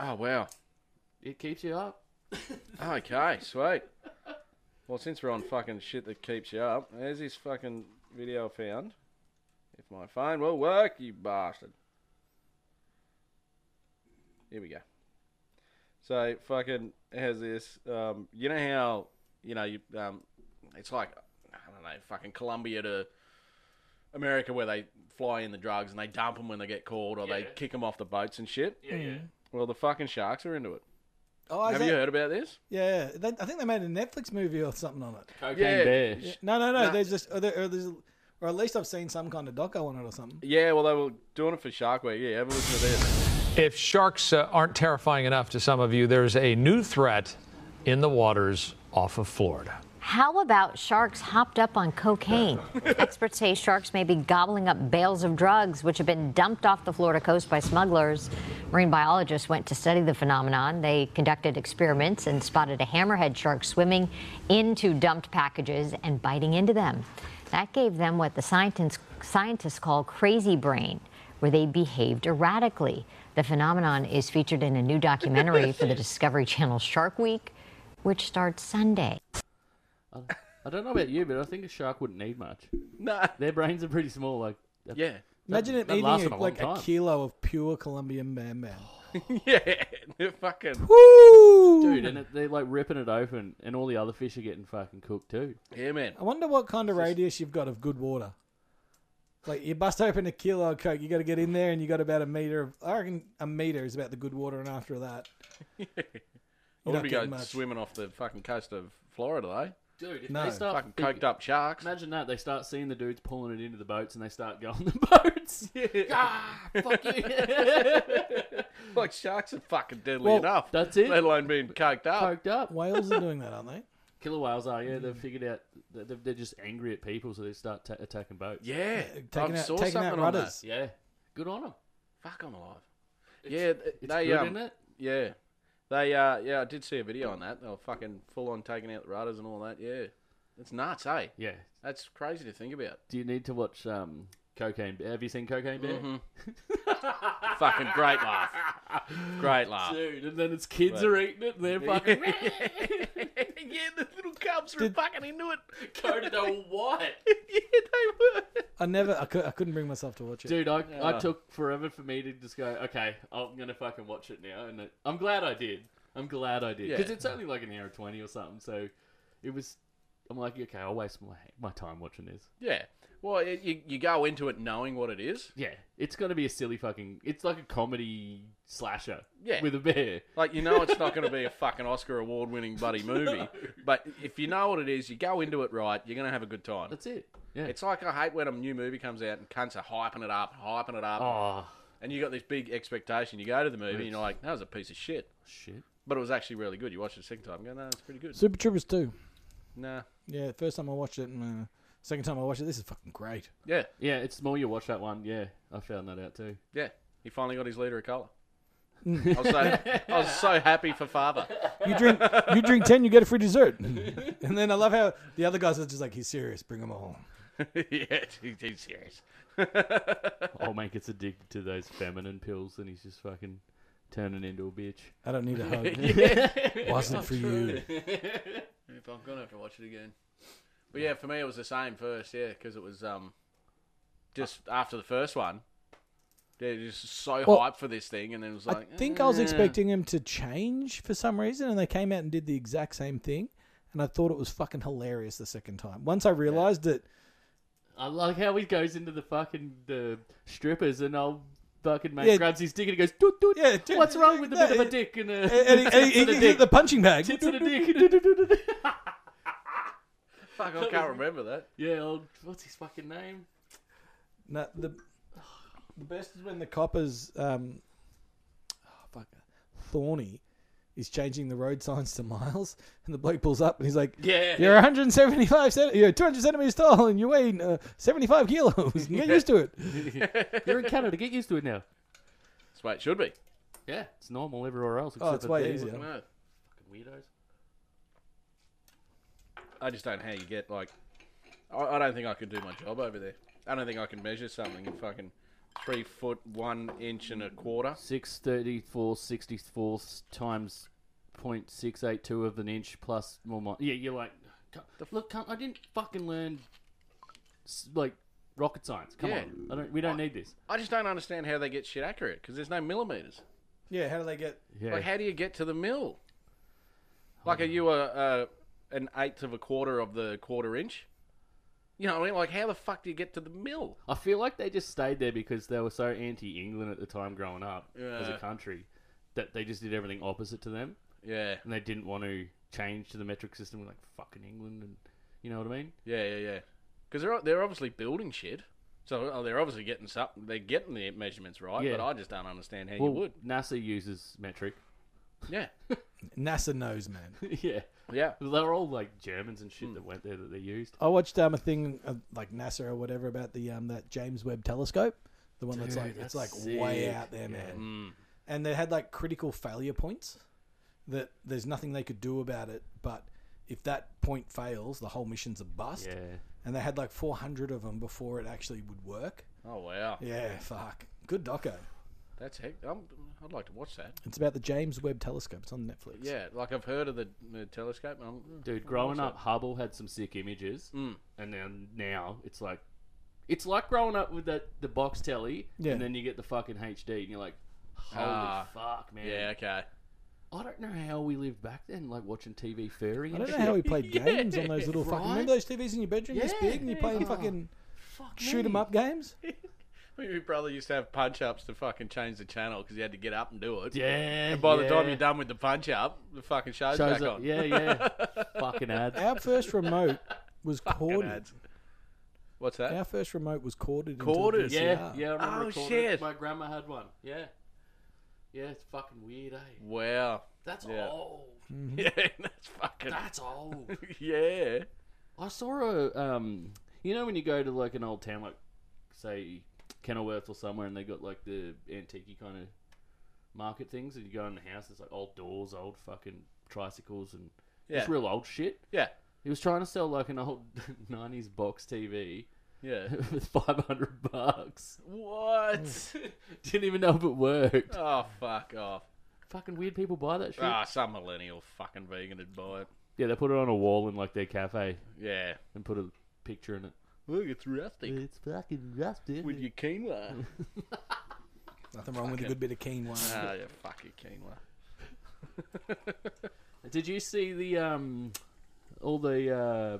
Speaker 3: Oh wow.
Speaker 5: It keeps you up.
Speaker 3: Okay, sweet. Well, since we're on fucking shit that keeps you up, there's this fucking video I found. If my phone will work, you bastard. Here we go. So fucking has this. Um, you know how you know you. Um, it's like I don't know, fucking Colombia to America, where they fly in the drugs and they dump them when they get caught, or they
Speaker 5: Yeah.
Speaker 3: kick them off the boats and shit.
Speaker 5: Yeah, yeah.
Speaker 3: Well, the fucking sharks are into it.
Speaker 4: Oh, is
Speaker 3: Have
Speaker 4: that-
Speaker 3: you heard about this?
Speaker 4: Yeah, they, I think they made a Netflix movie or something on it.
Speaker 5: Cocaine
Speaker 3: Yeah.
Speaker 5: bear.
Speaker 3: Yeah.
Speaker 4: No, no, no.
Speaker 3: Nah.
Speaker 4: There's just or, there, or, there's, or at least I've seen some kind of doco on it or something.
Speaker 3: Yeah, well, they were doing it for Shark Week. Yeah, have a listen to this.
Speaker 7: If sharks uh, aren't terrifying enough to some of you, there's a new threat in the waters off of Florida.
Speaker 8: How about sharks hopped up on cocaine? Experts say sharks may be gobbling up bales of drugs which have been dumped off the Florida coast by smugglers. Marine biologists went to study the phenomenon. They conducted experiments and spotted a hammerhead shark swimming into dumped packages and biting into them. That gave them what the scientists, scientists call crazy brain, where they behaved erratically. The phenomenon is featured in a new documentary for the Discovery Channel Shark Week, which starts Sunday.
Speaker 5: I don't know about you, but I think a shark wouldn't need much.
Speaker 3: No.
Speaker 5: Their brains are pretty small. Like,
Speaker 3: Yeah.
Speaker 4: Imagine it
Speaker 5: that
Speaker 4: eating
Speaker 5: lasted a
Speaker 4: a-
Speaker 5: long
Speaker 4: like a
Speaker 5: time.
Speaker 4: kilo of pure Colombian man man.
Speaker 3: Yeah. They're fucking.
Speaker 4: Woo!
Speaker 5: dude, and it, they're like ripping it open, and all the other fish are getting fucking cooked too.
Speaker 3: Yeah, man.
Speaker 4: I wonder what kind of radius you've got of good water. Like you bust open a kilo of coke, you got to get in there, and you got about a meter of. I reckon a meter is about the good water, and after that,
Speaker 3: I
Speaker 4: you're
Speaker 3: want
Speaker 4: not
Speaker 3: to
Speaker 4: getting
Speaker 3: go
Speaker 4: much.
Speaker 3: swimming off the fucking coast of Florida,
Speaker 5: Dude, if
Speaker 4: No.
Speaker 5: they
Speaker 4: they
Speaker 3: though.
Speaker 5: start
Speaker 3: Fucking coked up sharks.
Speaker 5: Imagine that they start seeing the dudes pulling it into the boats, and they start going the boats. ah, fuck you.
Speaker 3: Like, sharks are fucking deadly
Speaker 4: Well,
Speaker 3: enough.
Speaker 5: that's it.
Speaker 3: Let alone being coked up.
Speaker 5: Coked up.
Speaker 4: Whales are doing that, aren't they?
Speaker 5: Killer whales are yeah. They've figured out that they're- they're just angry at people, so they start ta attacking boats.
Speaker 3: Yeah.
Speaker 4: Taking
Speaker 3: I
Speaker 4: out,
Speaker 3: saw
Speaker 4: taking
Speaker 3: something
Speaker 4: out
Speaker 3: on that.
Speaker 4: rudders.
Speaker 5: Yeah. Good on them.
Speaker 3: Fuck, I'm alive. yeah. th-
Speaker 5: It's
Speaker 3: they,
Speaker 5: good,
Speaker 3: um,
Speaker 5: isn't it?
Speaker 3: Yeah. They, uh, yeah, I did see a video on that. They were fucking full on taking out the rudders and all that. Yeah. It's nuts, eh?
Speaker 5: Yeah.
Speaker 3: That's crazy to think about. Mm-hmm.
Speaker 5: Do you need to watch um, Cocaine Bear? Have you seen Cocaine Bear?
Speaker 3: Fucking great laugh. Great laugh.
Speaker 5: Dude, and then its kids are eating it. And they're fucking
Speaker 3: yeah, the little cubs were fucking into it.
Speaker 5: coated all white.
Speaker 3: yeah, they were.
Speaker 4: I never, I, cou- I couldn't bring myself to watch it.
Speaker 5: Dude, I, I took forever for me to just go. Okay, I'm gonna fucking watch it now, and it, I'm glad I did. I'm glad I did because
Speaker 3: Yeah.
Speaker 5: it's only like an hour twenty or something. So it was. I'm like, okay, I'll waste my my time watching this.
Speaker 3: Yeah. Well, it, you, you go into it knowing what it is.
Speaker 5: Yeah, it's gonna be a silly fucking. It's like a comedy slasher.
Speaker 3: Yeah.
Speaker 5: with a bear.
Speaker 3: Like, you know it's not going to be a fucking Oscar award winning buddy movie. But if you know what it is, you go into it right, you're going to have a good time.
Speaker 5: That's it. Yeah.
Speaker 3: It's like I hate when a new movie comes out and cunts are hyping it up, hyping it up.
Speaker 5: oh
Speaker 3: And you got this big expectation. You go to the movie and you're like, that was a piece of shit.
Speaker 5: shit.
Speaker 3: But it was actually really good. You watch it a second time and go, no, it's pretty good.
Speaker 4: Super Troopers 2.
Speaker 3: Nah.
Speaker 4: Yeah, first time I watched it, and uh, second time I watched it, this is fucking great.
Speaker 3: Yeah.
Speaker 5: Yeah, it's the more you watch that one. Yeah, I found that out too.
Speaker 3: Yeah. He finally got his leader of colour. I was, so, I was so happy for father.
Speaker 4: You drink, you drink 10, you get a free dessert. and then I love how the other guys are just like, he's serious, bring him all.
Speaker 3: yeah, he's he's serious.
Speaker 5: Old man gets addicted to those feminine pills, and he's just fucking turning into a bitch.
Speaker 4: I don't need a hug. Wasn't for you.
Speaker 3: If I'm gonna have to watch it again. But yeah, for me it was the same first, yeah, because it was um, just after the first one. They're just so
Speaker 4: Well,
Speaker 3: hyped for this thing, and then it was
Speaker 4: I
Speaker 3: like,
Speaker 4: think I was
Speaker 3: "Eh."
Speaker 4: expecting him to change for some reason, and they came out and did the exact same thing. And I thought it was fucking hilarious the second time. Once I realized that
Speaker 5: I like how he goes into the fucking the strippers and old fucking mate
Speaker 4: Yeah.
Speaker 5: grabs his dick and he goes, doot, doot.
Speaker 4: Yeah, doot,
Speaker 5: what's wrong with a
Speaker 4: no,
Speaker 5: bit of a
Speaker 4: it-
Speaker 5: dick and a,
Speaker 4: and he,
Speaker 5: tits
Speaker 4: and he-
Speaker 5: and a
Speaker 4: he-
Speaker 5: dick?
Speaker 4: the punching bag.
Speaker 5: Tits and a dick. Doot, doot, doot, doot.
Speaker 3: "Fuck, I can't remember that."
Speaker 5: yeah, old, what's his fucking name?
Speaker 4: No, the, the best is when the coppers, um, oh, fuck, Thorny, is changing the road signs to miles, and the bloke pulls up and he's like,
Speaker 3: Yeah.
Speaker 4: you're 175 cent- you're 200 centimeters tall, and you weigh uh, 75 kilos. Get used to it."
Speaker 5: You're in Canada. Get used to it now.
Speaker 3: That's the way it should be.
Speaker 5: Yeah, it's normal everywhere else. Except
Speaker 4: Oh, it's
Speaker 5: for there.
Speaker 4: way easier.
Speaker 3: No,
Speaker 5: Fucking weirdos.
Speaker 3: I just don't know how you get like. I, I don't think I could do my job over there. I don't think I can measure something in fucking three foot one inch and a quarter.
Speaker 5: Six thirty four sixty four times point six eight two of an inch plus more. mi- yeah, you're like, "Cunt- look, cunt, I didn't fucking learn s- like rocket science. Come
Speaker 3: Yeah.
Speaker 5: on, I don't. We don't need this.
Speaker 3: I just don't understand how they get shit accurate because there's no millimeters.
Speaker 4: Yeah, how do they get?
Speaker 5: Yeah,
Speaker 3: Like, how do you get to the mill? Like, are you a, a an eighth of a quarter of the quarter inch? You know what I mean? Like, how the fuck do you get to the mill?
Speaker 5: I feel like they just stayed there because they were so anti England at the time growing up as a
Speaker 3: Yeah.
Speaker 5: country that they just did everything opposite to them
Speaker 3: Yeah,
Speaker 5: and they didn't want to change to the metric system like fucking England and you know what I mean?
Speaker 3: yeah, yeah, yeah. Because they're they're obviously building shit, so oh, they're obviously getting something. They're getting the measurements right,
Speaker 5: Yeah.
Speaker 3: but I just don't understand how
Speaker 5: Well,
Speaker 3: you would.
Speaker 5: NASA uses metric.
Speaker 3: Yeah,
Speaker 4: NASA knows, man.
Speaker 5: yeah.
Speaker 3: yeah. Hmm.
Speaker 5: They were all like Germans and shit that went there that they used.
Speaker 4: I watched um a thing uh, like NASA or whatever about the um that James Webb Telescope, the one that's like it's like
Speaker 5: that's
Speaker 4: way
Speaker 5: sick. Mm.
Speaker 4: out there, man. And they had like critical failure points that there's nothing they could do about it, but if that point fails, the whole mission's a bust.
Speaker 5: Yeah.
Speaker 4: And they had like 400 of them before it actually would work.
Speaker 3: Oh wow,
Speaker 4: Yeah, fuck. Good doco.
Speaker 3: that's heck. I'm, I'd like to watch that.
Speaker 4: It's about the James Webb Telescope. It's on Netflix.
Speaker 3: Yeah, like I've heard of the, the telescope. And I'm,
Speaker 5: Dude, growing up, Hubble had some sick images,
Speaker 3: Hmm.
Speaker 5: mm. and then now it's like, it's like growing up with that the box telly,
Speaker 4: Yeah.
Speaker 5: and then you get the fucking HD, and you're like, holy
Speaker 3: Ah.
Speaker 5: fuck, man!
Speaker 3: yeah, okay.
Speaker 5: I don't know how we lived back then, like watching TV furry.
Speaker 4: I
Speaker 5: And
Speaker 4: don't know
Speaker 5: shit.
Speaker 4: how we played games on those little fucking.
Speaker 5: Right?
Speaker 4: Remember those TVs in your bedroom, this
Speaker 5: Yeah.
Speaker 4: big, and you play
Speaker 5: Yeah.
Speaker 4: fucking
Speaker 5: Fuck
Speaker 4: shoot 'em
Speaker 5: me.
Speaker 4: up games.
Speaker 3: Your brother used to have punch ups to fucking change the channel because you had to get up and do it.
Speaker 5: Yeah.
Speaker 3: And by the time
Speaker 5: yeah.
Speaker 3: you're done with the punch up, the fucking show's
Speaker 5: Shows
Speaker 3: back
Speaker 5: up-
Speaker 3: on.
Speaker 5: Yeah, yeah. fucking ads.
Speaker 4: Our first remote was
Speaker 3: Fucking
Speaker 4: corded.
Speaker 3: ads. What's that?
Speaker 4: Our first remote was corded.
Speaker 3: Corded?
Speaker 4: Into the
Speaker 5: Yeah,
Speaker 4: VCR.
Speaker 5: yeah. I remember
Speaker 3: Oh,
Speaker 5: recording it.
Speaker 3: shit.
Speaker 5: My grandma had one. Yeah. Yeah, it's fucking weird, eh?
Speaker 3: Wow.
Speaker 5: That's
Speaker 3: Yeah.
Speaker 5: old.
Speaker 3: Yeah, that's fucking.
Speaker 5: That's old.
Speaker 3: yeah.
Speaker 5: I saw a um, you know when you go to like an old town like say Kenilworth or somewhere and they got like the antique kind of market things and you go in the house it's like old doors, old fucking tricycles and just
Speaker 3: Yeah.
Speaker 5: real old shit.
Speaker 3: Yeah.
Speaker 5: He was trying to sell like an old 90s box TV Yeah, with 500 bucks.
Speaker 3: What?
Speaker 5: Didn't even know if it worked.
Speaker 3: oh, fuck off.
Speaker 5: Fucking weird people buy that shit.
Speaker 3: Ah, some millennial fucking vegan would buy it.
Speaker 5: Yeah, they put it on a wall in like their cafe
Speaker 3: Yeah.
Speaker 5: and put a picture in it.
Speaker 3: Look, it's rustic
Speaker 5: It's fucking rusty.
Speaker 3: with your quinoa.
Speaker 4: Nothing wrong with a good bit of quinoa.
Speaker 3: Ah, yeah, fuck your quinoa.
Speaker 5: Did you see the um, all the uh,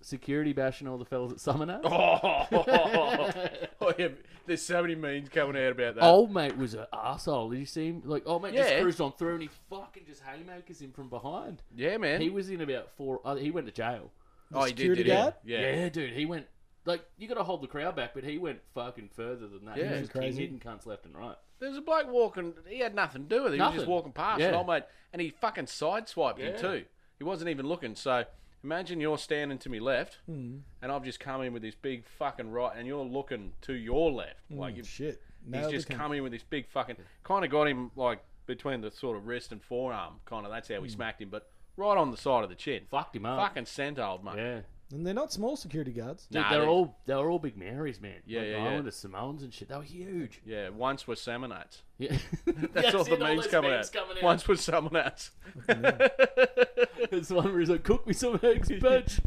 Speaker 5: security bashing all the fellas at Summoner?
Speaker 3: Oh, yeah, there's so many memes coming out about that.
Speaker 5: Old mate was an asshole. Did you see him? Like, old mate just
Speaker 3: Yeah.
Speaker 5: cruised on through and he fucking just haymakers him from behind.
Speaker 3: yeah, man.
Speaker 5: He was in about four. Other, he went to jail.
Speaker 3: oh, he did,
Speaker 4: security
Speaker 3: did he?
Speaker 4: guard?
Speaker 3: Yeah.
Speaker 5: Yeah, dude, he went like you got to hold the crowd back, but he went fucking further than that.
Speaker 3: Yeah.
Speaker 5: he was
Speaker 4: Crazy.
Speaker 5: crazy. hitting cunts left and right.
Speaker 3: There was a bloke walking. He had nothing to do with it. He was just
Speaker 5: Nothing.
Speaker 3: walking past
Speaker 5: Yeah.
Speaker 3: an old mate, and he fucking sideswiped him
Speaker 5: Yeah.
Speaker 3: too. He wasn't even looking. So imagine you're standing to me left, and I've just come in with this big fucking right, and you're looking to your left. Like you've,
Speaker 4: Shit.
Speaker 3: he's
Speaker 4: Nailed
Speaker 3: just
Speaker 4: the cunt.
Speaker 3: come in with this big fucking. Kind of got him like between the sort of wrist and forearm. Kind of that's how we smacked him, but right on the side of the chin.
Speaker 5: Hmm. Fucked him up.
Speaker 3: Fucking sent old mate.
Speaker 5: Yeah.
Speaker 4: And they're not small security guards.
Speaker 5: Dude,
Speaker 3: Nah,
Speaker 5: they're
Speaker 3: dude.
Speaker 5: all they were all big Marys, man.
Speaker 3: Yeah,
Speaker 5: like
Speaker 3: yeah, yeah.
Speaker 5: Islanders, Samoans, and shit. They were huge.
Speaker 3: Yeah, once we're salmonates.
Speaker 5: Yeah,
Speaker 3: That's all the
Speaker 5: it,
Speaker 3: memes
Speaker 5: those
Speaker 3: coming,
Speaker 5: memes
Speaker 3: out.
Speaker 5: coming
Speaker 3: Once we're salmonates.
Speaker 5: There's one where he's like, "Cook me some eggs, bitch."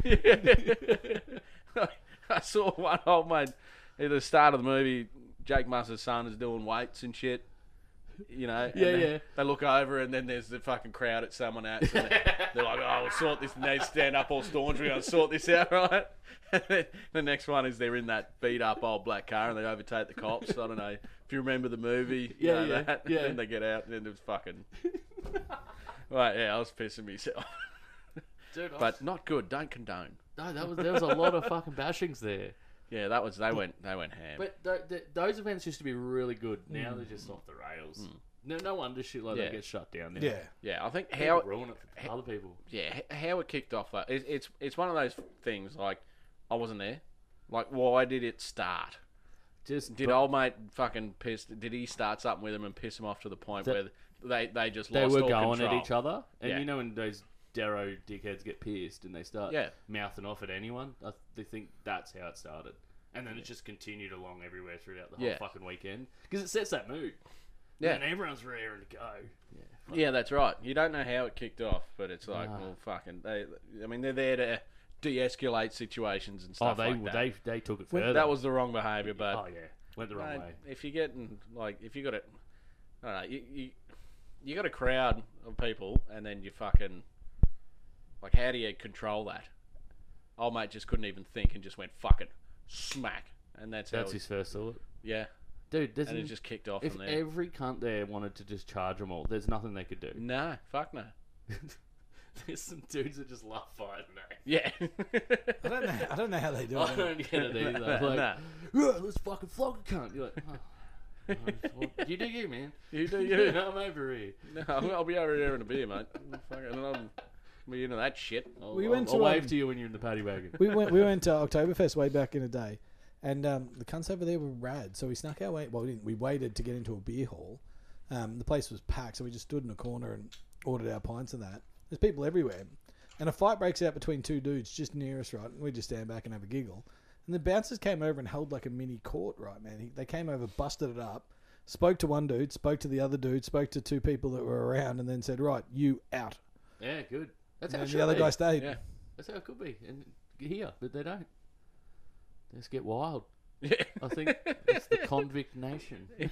Speaker 3: I saw one old mate at the start of the movie. Jake Musser's son is doing weights and shit. You know, and
Speaker 5: Yeah,
Speaker 3: they,
Speaker 5: yeah.
Speaker 3: They look over and then there's the fucking crowd at someone else. And they- they're like, "Oh, we'll sort this." And they stand up all staunchly, "I'll sort this out, right?" And then the next one is they're in that beat up old black car and they overtake the cops. I don't know if you remember the movie. you
Speaker 5: Yeah,
Speaker 3: know
Speaker 5: yeah,
Speaker 3: that.
Speaker 5: yeah.
Speaker 3: And then they get out and then there's fucking. right, yeah, I was pissing myself,
Speaker 5: Dude, I-
Speaker 3: but not good. Don't condone.
Speaker 5: no, that was there was a lot of fucking bashings there.
Speaker 3: Yeah, that was they went they went ham.
Speaker 5: But th- th- those events used to be really good. Now they're just off the rails. No, no wonder shit like
Speaker 3: Yeah.
Speaker 5: that gets shut down now.
Speaker 4: Yeah.
Speaker 3: yeah, I think
Speaker 5: People
Speaker 3: how
Speaker 5: ruin it for other people.
Speaker 3: yeah h- how it kicked off. Like, it, it's it's one of those things like I wasn't there. Like why did it start?
Speaker 5: Just
Speaker 3: Did old mate fucking piss? Did he start something with him and piss him off to the point
Speaker 5: That-
Speaker 3: where they they just
Speaker 5: they
Speaker 3: lost
Speaker 5: were
Speaker 3: all
Speaker 5: going
Speaker 3: control?
Speaker 5: at each other, and
Speaker 3: Yeah.
Speaker 5: you know when those Darrow dickheads get pierced and they start
Speaker 3: Yeah.
Speaker 5: mouthing off at anyone, I, they think that's how it started, and then it just continued along everywhere throughout the whole
Speaker 3: Yeah.
Speaker 5: fucking weekend because it sets that mood.
Speaker 3: Yeah.
Speaker 5: and then everyone's raring to go. Yeah, fuck.
Speaker 3: Yeah, that's right. You don't know how it kicked off, but it's like well fucking they. I mean they're there to de-escalate situations and
Speaker 5: oh,
Speaker 3: stuff
Speaker 5: they
Speaker 3: like that.
Speaker 5: they they took it further.
Speaker 3: that was the wrong behaviour, but
Speaker 5: oh yeah, went the wrong
Speaker 3: Mate,
Speaker 5: way.
Speaker 3: If you're getting like, if you got it, I don't know, you, you you got a crowd of people, and then you fucking like, how do you control that? Old mate just couldn't even think and just went fucking smack, and that's how
Speaker 5: That's
Speaker 3: it-
Speaker 5: his first thought,
Speaker 3: yeah,
Speaker 5: dude. There's
Speaker 3: and it just kicked off
Speaker 5: if
Speaker 3: from there.
Speaker 5: every cunt there wanted to just charge them all, there's nothing they could do.
Speaker 3: no, fuck no,
Speaker 5: there's some dudes that just love fighting. eh?
Speaker 3: yeah,
Speaker 4: I don't know. I don't know how they do
Speaker 5: I
Speaker 4: it.
Speaker 5: don't get it either.
Speaker 3: nah,
Speaker 5: like,
Speaker 3: nah.
Speaker 5: "Right, let's fucking flog a cunt. You're like, oh, you do you, man.
Speaker 3: you do you.
Speaker 5: I'm over here.
Speaker 3: no, I'll I'll be over here in a beer, mate. Fucking, I'm be into that shit.
Speaker 5: I'll,
Speaker 4: We
Speaker 5: I'll-
Speaker 4: went
Speaker 5: I'll
Speaker 4: to,
Speaker 5: wave
Speaker 4: um,
Speaker 5: to you when you're in the paddy wagon.
Speaker 4: We went. We went to Oktoberfest way back in the day, and um, the cunts over there were rad. So we snuck our way. Well, we didn't. We waited to get into a beer hall. Um, the place was packed, so we just stood in a corner and ordered our pints and that. There's people everywhere, and a fight breaks out between two dudes just near us, right? And we just stand back and have a giggle. And the bouncers came over and held like a mini court, right, man? He, they came over, busted it up, spoke to one dude, spoke to the other dude, spoke to two people that were around, and then said, "Right, you out."
Speaker 5: Yeah, good. That's how it
Speaker 4: And
Speaker 5: should
Speaker 4: the other
Speaker 5: be.
Speaker 4: guy stayed.
Speaker 3: Yeah.
Speaker 5: That's how it could be. And here, but they don't. They just get wild.
Speaker 3: Yeah.
Speaker 5: I think it's the convict nation. we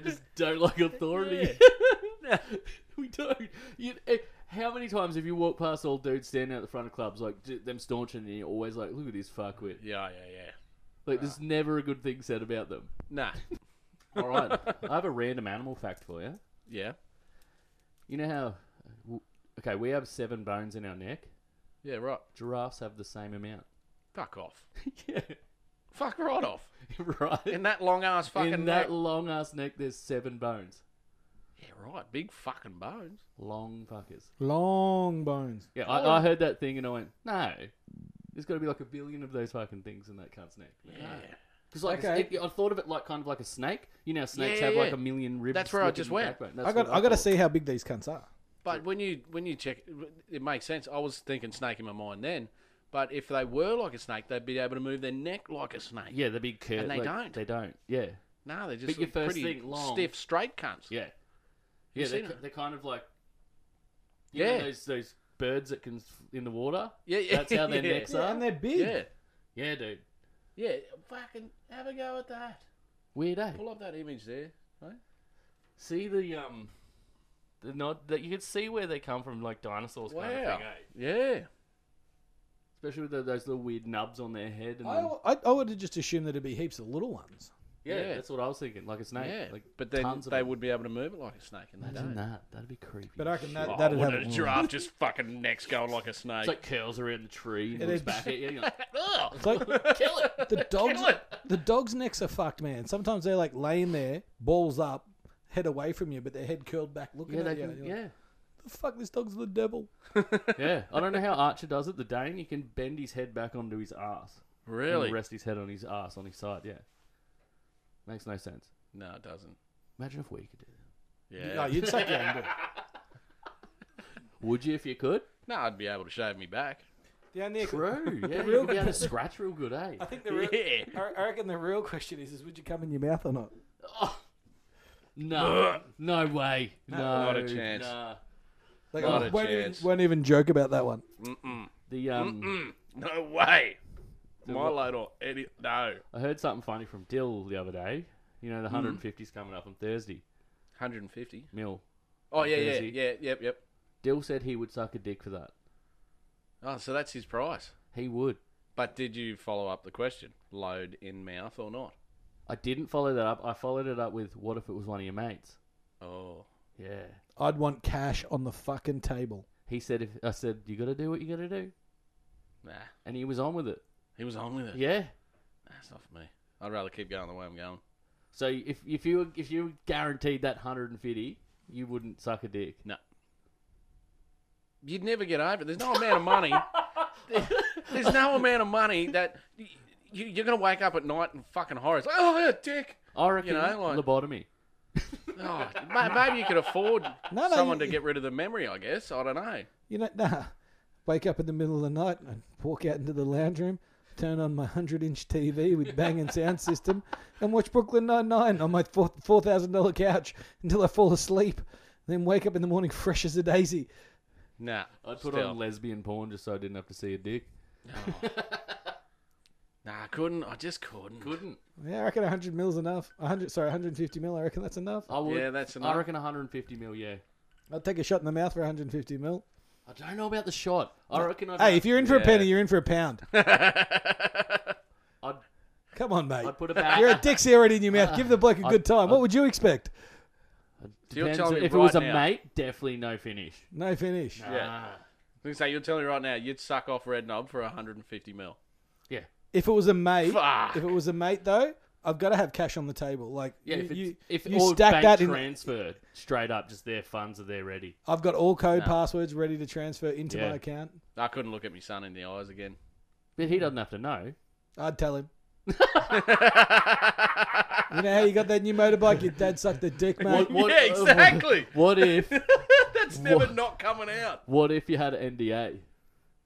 Speaker 5: just don't like authority. we don't. You, eh, how many times have you walked past old dudes standing out the front of clubs, like d- them staunching, and you're always like, look at this fuckwit.
Speaker 3: Yeah, yeah, yeah.
Speaker 5: Like, there's never a good thing said about them.
Speaker 3: Nah.
Speaker 5: All right. I have a random animal fact for you.
Speaker 3: Yeah.
Speaker 5: You know how. w- Okay, we have seven bones in our neck.
Speaker 3: Yeah, right.
Speaker 5: Giraffes have the same amount.
Speaker 3: Fuck off.
Speaker 5: yeah.
Speaker 3: Fuck right off.
Speaker 5: Right?
Speaker 3: In that long ass fucking
Speaker 5: In
Speaker 3: neck.
Speaker 5: that long ass neck, there's seven bones.
Speaker 3: yeah, right. Big fucking bones.
Speaker 5: Long fuckers.
Speaker 4: Long bones.
Speaker 5: Yeah,
Speaker 3: Oh.
Speaker 5: I, I heard that thing and I went, no. There's got to be like a billion of those fucking things in that cunt's neck. Yeah. Because like a
Speaker 4: Okay.
Speaker 5: snake- I thought of it like kind of like a snake. You know, how snakes
Speaker 3: Yeah,
Speaker 5: have
Speaker 3: yeah,
Speaker 5: like
Speaker 3: yeah.
Speaker 5: a million ribs.
Speaker 3: That's where I
Speaker 5: sticking
Speaker 3: just
Speaker 5: in the
Speaker 3: went.
Speaker 5: backbone.
Speaker 4: I
Speaker 5: That's
Speaker 4: got.
Speaker 5: what
Speaker 4: I got to
Speaker 5: thought.
Speaker 4: see how big these cunts are.
Speaker 3: But when you when you check, it makes sense. I was thinking snake in my mind then, But if they were like a snake, they'd be able to move their neck like a snake.
Speaker 5: Yeah, the big curve.
Speaker 3: And they don't.
Speaker 5: They don't. Yeah.
Speaker 3: No, they're just
Speaker 5: But your first
Speaker 3: pretty
Speaker 5: thing, long.
Speaker 3: stiff, straight cunts.
Speaker 5: Yeah. Yeah,
Speaker 3: seen
Speaker 5: they're,
Speaker 3: it?
Speaker 5: they're kind of like you know
Speaker 3: Yeah.
Speaker 5: those those birds that can f- in the water.
Speaker 3: Yeah, yeah,
Speaker 5: That's how their
Speaker 3: yeah.
Speaker 5: necks
Speaker 4: Yeah,
Speaker 5: are.
Speaker 4: and they're big.
Speaker 3: Yeah.
Speaker 5: Yeah, dude.
Speaker 3: Yeah. Fucking have a go at that.
Speaker 5: Weird, eh?
Speaker 3: Pull up that image there. Right?
Speaker 5: See the um, the nod that you could see where they come from, like dinosaurs
Speaker 3: Wow.
Speaker 5: kind of thing, eh?
Speaker 3: Yeah.
Speaker 5: Especially with the, those little weird nubs on their head. And
Speaker 4: I,
Speaker 5: then,
Speaker 4: I, I would have just assumed there'd be heaps of little ones.
Speaker 5: yeah,
Speaker 3: yeah.
Speaker 5: that's what I was thinking. Like a snake.
Speaker 3: Yeah.
Speaker 5: Like
Speaker 3: but then
Speaker 5: tons of
Speaker 3: they
Speaker 5: them.
Speaker 3: would be able to move it like a snake, and they
Speaker 5: Imagine
Speaker 3: don't.
Speaker 5: that. That'd be creepy.
Speaker 4: But I reckon that,
Speaker 3: Oh,
Speaker 4: that'd
Speaker 3: wouldn't
Speaker 4: have
Speaker 3: a giraffe just fucking necks going like a snake.
Speaker 5: It's like curls around the tree and
Speaker 4: It
Speaker 5: looks
Speaker 4: is.
Speaker 5: back at you. And you're like,
Speaker 3: Ugh.
Speaker 4: It's like
Speaker 5: kill it.
Speaker 4: the dogs.
Speaker 3: Kill it.
Speaker 4: The dogs' necks are fucked, man. Sometimes they're like laying there, balls up, head away from you, but their head curled back, looking
Speaker 5: Yeah,
Speaker 4: at
Speaker 5: they
Speaker 4: you.
Speaker 5: can,
Speaker 4: You're like,
Speaker 5: yeah.
Speaker 4: The fuck, this dog's the devil.
Speaker 5: Yeah, I don't know how Archer does it. The Dane, he can bend his head back onto his ass.
Speaker 3: Really?
Speaker 5: And rest his head on his ass on his side. Yeah, makes no sense.
Speaker 3: No, it doesn't.
Speaker 5: Imagine if we could do that.
Speaker 4: No,
Speaker 3: Yeah.
Speaker 4: you'd suck your hand.
Speaker 5: Would you if you could?
Speaker 3: No, I'd be able to shave me back.
Speaker 4: The only
Speaker 5: True. Yeah, you'd be able to scratch real good, eh?
Speaker 4: I think the real,
Speaker 3: Yeah.
Speaker 4: I I reckon the real question is: is would you come in your mouth or not?
Speaker 5: No, no way. No,
Speaker 3: Not a chance.
Speaker 5: nah.
Speaker 4: Like,
Speaker 3: Not a
Speaker 4: won't, even,
Speaker 3: chance.
Speaker 4: won't even joke about that one.
Speaker 5: The um,
Speaker 3: No way. Milo or Eddie? No.
Speaker 5: I heard something funny from Dill the other day. You know, the
Speaker 3: Hmm.
Speaker 5: 150's coming up on Thursday.
Speaker 3: 150.
Speaker 5: Mill.
Speaker 3: Oh yeah, yeah,
Speaker 5: Jersey.
Speaker 3: yeah, yep, yep.
Speaker 5: Dill said he would suck a dick for that.
Speaker 3: Oh, so that's his price.
Speaker 5: He would.
Speaker 3: But did you follow up the question? Load in mouth or not?
Speaker 5: I didn't follow that up. I followed it up with, "What if it was one of your mates?"
Speaker 3: Oh,
Speaker 5: Yeah.
Speaker 4: I'd want cash on the fucking table.
Speaker 5: He said, "If I said you got to do what you got to do,"
Speaker 3: nah.
Speaker 5: and he was on with it.
Speaker 3: He was on with it.
Speaker 5: Yeah.
Speaker 3: That's not for me. I'd rather keep going the way I'm going.
Speaker 5: So if if you were- if you were guaranteed that hundred and fifty, you wouldn't suck a dick.
Speaker 3: No. You'd never get over it. There's no amount of money. There's no amount of money that you, you're going to wake up at night and fucking horrors. Like, oh, yeah, dick.
Speaker 5: I reckon
Speaker 3: know, like-
Speaker 5: lobotomy.
Speaker 3: Oh, ma- maybe you could afford
Speaker 4: No, no,
Speaker 3: someone
Speaker 4: you-
Speaker 3: to get rid of the memory, I guess. I don't know.
Speaker 4: You know, nah. Wake up in the middle of the night and walk out into the lounge room, turn on my hundred-inch TV with banging sound system, and watch Brooklyn Nine-Nine on my four four thousand dollar couch until I fall asleep. Then wake up in the morning fresh as a daisy.
Speaker 3: Nah.
Speaker 5: I'd put
Speaker 3: still.
Speaker 5: on lesbian porn just so I didn't have to see a dick.
Speaker 3: Nah, I couldn't. I just couldn't.
Speaker 5: Couldn't.
Speaker 4: Yeah, I reckon hundred mil's enough. hundred, sorry, hundred and fifty mil. I reckon that's enough.
Speaker 5: I would.
Speaker 3: Yeah, that's
Speaker 5: I
Speaker 3: enough.
Speaker 5: reckon one hundred and fifty mil. Yeah.
Speaker 4: I'd take a shot in the mouth for hundred and fifty mil.
Speaker 5: I don't know about the shot. I reckon I'd.
Speaker 4: Hey, if you're in for a penny,
Speaker 3: Yeah.
Speaker 4: you're in for a pound.
Speaker 5: I'd,
Speaker 4: Come on, mate.
Speaker 5: I'd put about.
Speaker 4: You're a dick's already in your mouth. Give the bloke a
Speaker 5: I-
Speaker 4: good time. What would you expect?
Speaker 3: So you're
Speaker 5: depends
Speaker 3: telling
Speaker 5: if
Speaker 3: me
Speaker 5: it was
Speaker 3: right
Speaker 5: a
Speaker 3: now-
Speaker 5: mate, definitely no finish.
Speaker 4: No finish.
Speaker 3: Yeah. So you're telling me right now, you'd suck off Red Knob for 150 mil.
Speaker 5: Yeah.
Speaker 4: If it was a mate,
Speaker 3: Fuck.
Speaker 4: if it was a mate though, I've got to have cash on the table. Like
Speaker 5: Yeah,
Speaker 4: you,
Speaker 5: if, it's,
Speaker 4: you,
Speaker 5: if
Speaker 4: you
Speaker 5: all
Speaker 4: stack
Speaker 5: bank
Speaker 4: that in.
Speaker 5: transferred straight up, just their funds are there ready.
Speaker 4: I've got all code passwords ready to transfer into
Speaker 5: Yeah.
Speaker 4: my account.
Speaker 3: I couldn't look at my son in the eyes again.
Speaker 5: But he doesn't have to know.
Speaker 4: I'd tell him. you know how you got that new motorbike? Your dad sucked the dick, mate.
Speaker 5: What-
Speaker 3: yeah, exactly.
Speaker 5: What if?
Speaker 3: That's never not coming out.
Speaker 5: what if you had an NDA,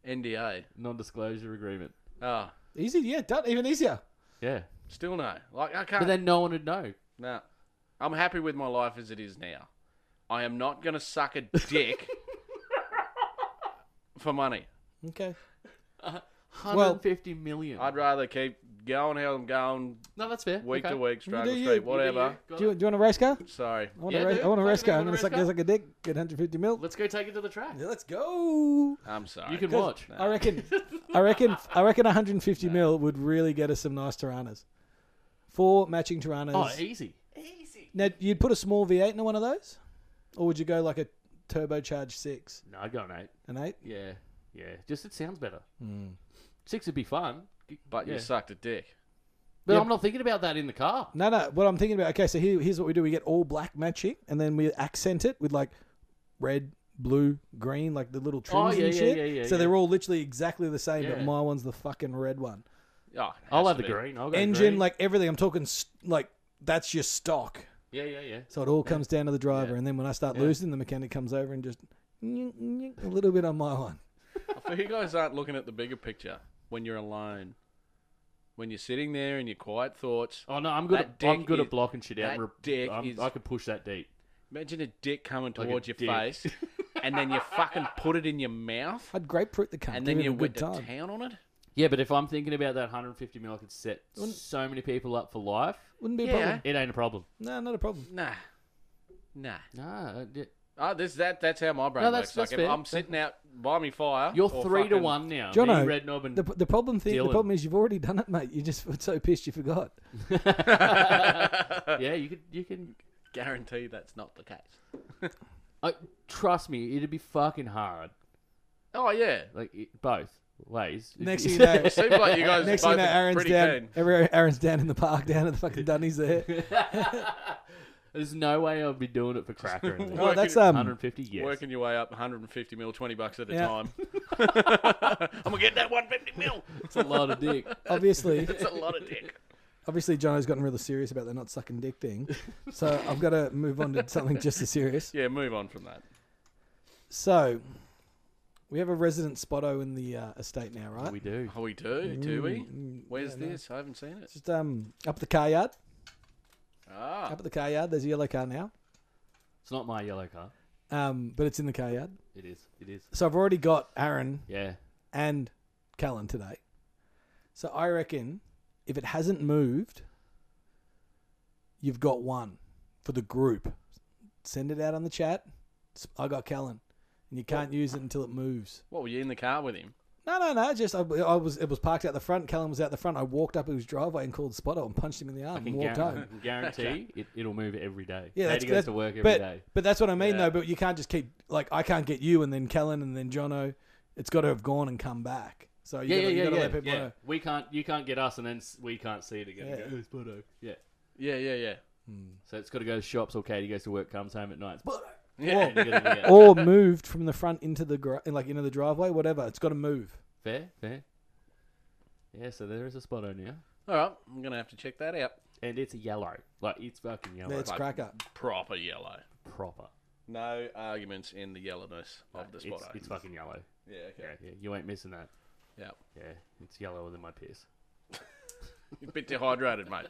Speaker 3: NDA.
Speaker 5: non-disclosure agreement?
Speaker 3: Oh,
Speaker 4: Easy, yeah, done. Even easier.
Speaker 5: Yeah.
Speaker 3: still no. Like, I
Speaker 5: But
Speaker 3: can't.
Speaker 5: then no one would know.
Speaker 3: no. I'm happy with my life as it is now. I am not going to suck a dick for money.
Speaker 4: Okay. Well-
Speaker 5: 150 million.
Speaker 3: I'd rather keep going how I'm going,
Speaker 5: no, that's fair.
Speaker 3: week
Speaker 5: Okay.
Speaker 3: to week, straight
Speaker 4: do
Speaker 3: to
Speaker 4: you.
Speaker 3: street,
Speaker 4: You do
Speaker 3: whatever.
Speaker 4: Do you, do you want a race car?
Speaker 3: Sorry.
Speaker 4: I want
Speaker 5: Yeah,
Speaker 4: a race.
Speaker 5: dude.
Speaker 4: I want a
Speaker 5: Fucking
Speaker 4: race car.
Speaker 5: want
Speaker 4: I'm
Speaker 5: a
Speaker 4: gonna
Speaker 5: race
Speaker 4: suck
Speaker 5: car.
Speaker 4: this like a dick. Get 150 mil.
Speaker 5: Let's go take it to the track.
Speaker 4: Yeah, let's go.
Speaker 3: I'm sorry.
Speaker 5: You can watch.
Speaker 4: I reckon. I reckon. I reckon 150 mil would really get us some nice Tiranas. Four matching Tiranas.
Speaker 5: Oh, easy.
Speaker 4: Now, you'd put a small V8 into one of those, or would you go like a turbocharged six,
Speaker 5: No, I'd go an eight.
Speaker 4: an eight?
Speaker 5: Yeah. Yeah. Just it sounds better. Six would be fun.
Speaker 3: Hmm. But you
Speaker 5: Yeah.
Speaker 3: sucked a dick.
Speaker 5: But I'm not thinking about that in the car.
Speaker 4: No, no. What I'm thinking about. Okay, so here, here's what we do: we get all black matching, and then we accent it with like red, blue, green, like the little
Speaker 5: Oh,
Speaker 4: trims
Speaker 5: yeah,
Speaker 4: and
Speaker 5: yeah,
Speaker 4: shit.
Speaker 5: yeah, yeah,
Speaker 4: so
Speaker 5: yeah.
Speaker 4: they're all literally exactly the same, but
Speaker 5: Yeah.
Speaker 4: my one's the fucking red one.
Speaker 3: Oh, it
Speaker 5: I'll have
Speaker 3: has to
Speaker 5: the
Speaker 3: be.
Speaker 5: green. I'll go
Speaker 4: Engine,
Speaker 5: green.
Speaker 4: like everything. I'm talking s- like that's your stock.
Speaker 5: Yeah, yeah, yeah.
Speaker 4: So it all comes down to the driver, and then when I start losing, the mechanic comes over and just a little bit on my one.
Speaker 3: For you guys aren't looking at the bigger picture when you're alone, when you're sitting there in your quiet thoughts.
Speaker 5: Oh no, I'm good.
Speaker 3: That
Speaker 5: At, I'm
Speaker 3: dick
Speaker 5: good
Speaker 3: is-
Speaker 5: at blocking shit out.
Speaker 3: that
Speaker 5: and re-
Speaker 3: dick
Speaker 5: I'm-
Speaker 3: is-
Speaker 5: I could push that deep.
Speaker 3: Imagine a dick coming
Speaker 5: Like a
Speaker 3: towards your
Speaker 5: dick.
Speaker 3: face, and then you fucking put it in your mouth,
Speaker 4: I'd grapefruit the cunt.
Speaker 3: and then you
Speaker 4: good
Speaker 3: went to
Speaker 4: time.
Speaker 3: town on it.
Speaker 5: Yeah, but if I'm thinking about that 150 mil, I could set so many people up for life.
Speaker 4: Wouldn't be a
Speaker 3: Yeah.
Speaker 4: problem.
Speaker 5: It ain't a problem.
Speaker 4: No, not a problem.
Speaker 3: Nah, nah.
Speaker 5: Nah, uh,
Speaker 3: Oh, this that that's how my brain
Speaker 5: No, that's- that's
Speaker 3: works. like
Speaker 5: fair.
Speaker 3: if I'm sitting out by me fire,
Speaker 5: you're
Speaker 3: or
Speaker 5: three to
Speaker 3: fucking-
Speaker 5: one now.
Speaker 4: Jono,
Speaker 5: me, Red Knob, and
Speaker 4: The, the problem thing, the
Speaker 5: Dylan.
Speaker 4: problem is you've already done it, mate. You just were so pissed you forgot.
Speaker 5: yeah, you could. You can.
Speaker 3: Guarantee that's not the case.
Speaker 5: Uh, trust me, it'd be fucking hard.
Speaker 3: Oh yeah.
Speaker 5: Like it, both ways.
Speaker 4: Next thing you know,
Speaker 3: Seems like you guys
Speaker 4: next thing
Speaker 3: are
Speaker 4: you
Speaker 3: both
Speaker 4: know, Aaron's
Speaker 3: pretty
Speaker 4: down.
Speaker 3: keen.
Speaker 4: every- Aaron's down in the park, down at the fucking Dunnies there.
Speaker 5: There's no way I'd be doing it for cracker. and
Speaker 4: Oh,
Speaker 3: Working-
Speaker 4: that's um.
Speaker 5: 150 yes.
Speaker 3: Working your way up 150 mil, 20 bucks at a
Speaker 4: Yeah.
Speaker 3: time. I'm gonna get that 150 mil.
Speaker 5: It's a lot of dick.
Speaker 4: Obviously,
Speaker 3: It's a lot of dick.
Speaker 4: obviously, Jono's gotten really serious about the not sucking dick thing. So I've got to move on to something just as serious.
Speaker 3: Yeah, move on from that.
Speaker 4: So we have a resident spotto in the uh, estate now, right?
Speaker 5: We do.
Speaker 3: Oh, we do,
Speaker 5: Mm,
Speaker 3: do we? Where's this? I haven't seen it.
Speaker 4: Just um up at the car yard.
Speaker 3: Ah,
Speaker 4: Up at the car yard. There's a yellow car now.
Speaker 5: It's not my yellow car.
Speaker 4: Um, but it's in the car yard.
Speaker 5: It is. It is.
Speaker 4: So I've already got Aaron
Speaker 5: Yeah.
Speaker 4: and Callan today. So I reckon if it hasn't moved, you've got one for the group. Send it out on the chat. S- I got Callan, and you can't use it until it moves.
Speaker 3: what were you in the car with him?
Speaker 4: No, no, no. Just I, I was it was parked out the front. Callan was out the front. I walked up his driveway and called Spotto and punched him in the arm and walked home.
Speaker 5: guarantee it, it'll move every day.
Speaker 4: Yeah, that's,
Speaker 5: Daddy goes
Speaker 4: that's
Speaker 5: to work every day.
Speaker 4: but, But that's what I mean,
Speaker 3: Yeah.
Speaker 4: though. But you can't just keep like I can't get you and then Kellen and then Jono. It's got to have gone and come back. So
Speaker 5: Yeah,
Speaker 4: you
Speaker 5: yeah,
Speaker 4: gotta, you
Speaker 5: yeah,
Speaker 4: gotta
Speaker 5: yeah,
Speaker 4: let people
Speaker 5: yeah.
Speaker 4: know.
Speaker 5: We can't, you can't get us, and then s- we can't see it again.
Speaker 4: Yeah.
Speaker 5: Yeah, Go, "Oh, it's Bodo." yeah.
Speaker 3: Yeah, yeah, yeah.
Speaker 5: So it's got to go to shops. Or Katie goes to work, comes home at night. It's Bodo.
Speaker 3: Yeah.
Speaker 5: You gotta do that.
Speaker 4: or moved from the front into the gar- like into the driveway, whatever. It's got to move.
Speaker 5: fair, fair. Yeah, so there is a spot on now,
Speaker 3: All right, I'm gonna have to check that out.
Speaker 5: and it's a yellow. Like it's fucking yellow,
Speaker 4: It's cracker.
Speaker 3: Proper yellow.
Speaker 5: proper.
Speaker 3: No arguments in the yellowness of the spot.
Speaker 5: It's, it's fucking yellow.
Speaker 3: yeah, okay.
Speaker 5: Yeah, yeah, you ain't missing that.
Speaker 3: Yeah.
Speaker 5: Yeah, it's yellower than my piss.
Speaker 3: You're a bit dehydrated, mate.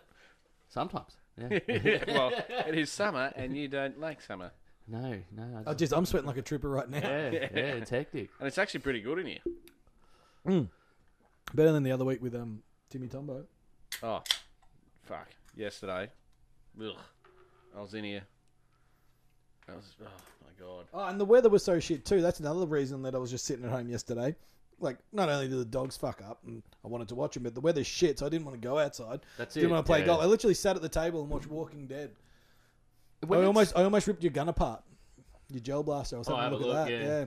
Speaker 5: Sometimes. Yeah.
Speaker 3: yeah, well, it is summer, and you don't like summer,
Speaker 5: no, no. I
Speaker 4: Oh,
Speaker 5: just,
Speaker 4: jeez, I'm sweating like a trooper right now.
Speaker 5: yeah, yeah, it's hectic.
Speaker 3: and it's actually pretty good in here.
Speaker 4: Better than the other week with um Timmy Tombo.
Speaker 3: Oh, fuck! Yesterday, ugh, I was in here. I was, oh my god.
Speaker 4: Oh, and the weather was so shit too. That's another reason that I was just sitting at home yesterday. Like, not only did the dogs fuck up, and I wanted to watch them, but the weather's shit, so I didn't want to go outside.
Speaker 5: That's
Speaker 4: Didn't
Speaker 5: it,
Speaker 4: want to play
Speaker 5: yeah.
Speaker 4: golf. I literally sat at the table and watched Walking Dead.
Speaker 5: When
Speaker 4: I
Speaker 5: it's-
Speaker 4: almost, I almost ripped your gun apart, your gel blaster. I was
Speaker 5: Oh,
Speaker 4: having a
Speaker 5: have a
Speaker 4: look, at
Speaker 5: look,
Speaker 4: that.
Speaker 5: yeah.
Speaker 4: Yeah.
Speaker 3: Hey,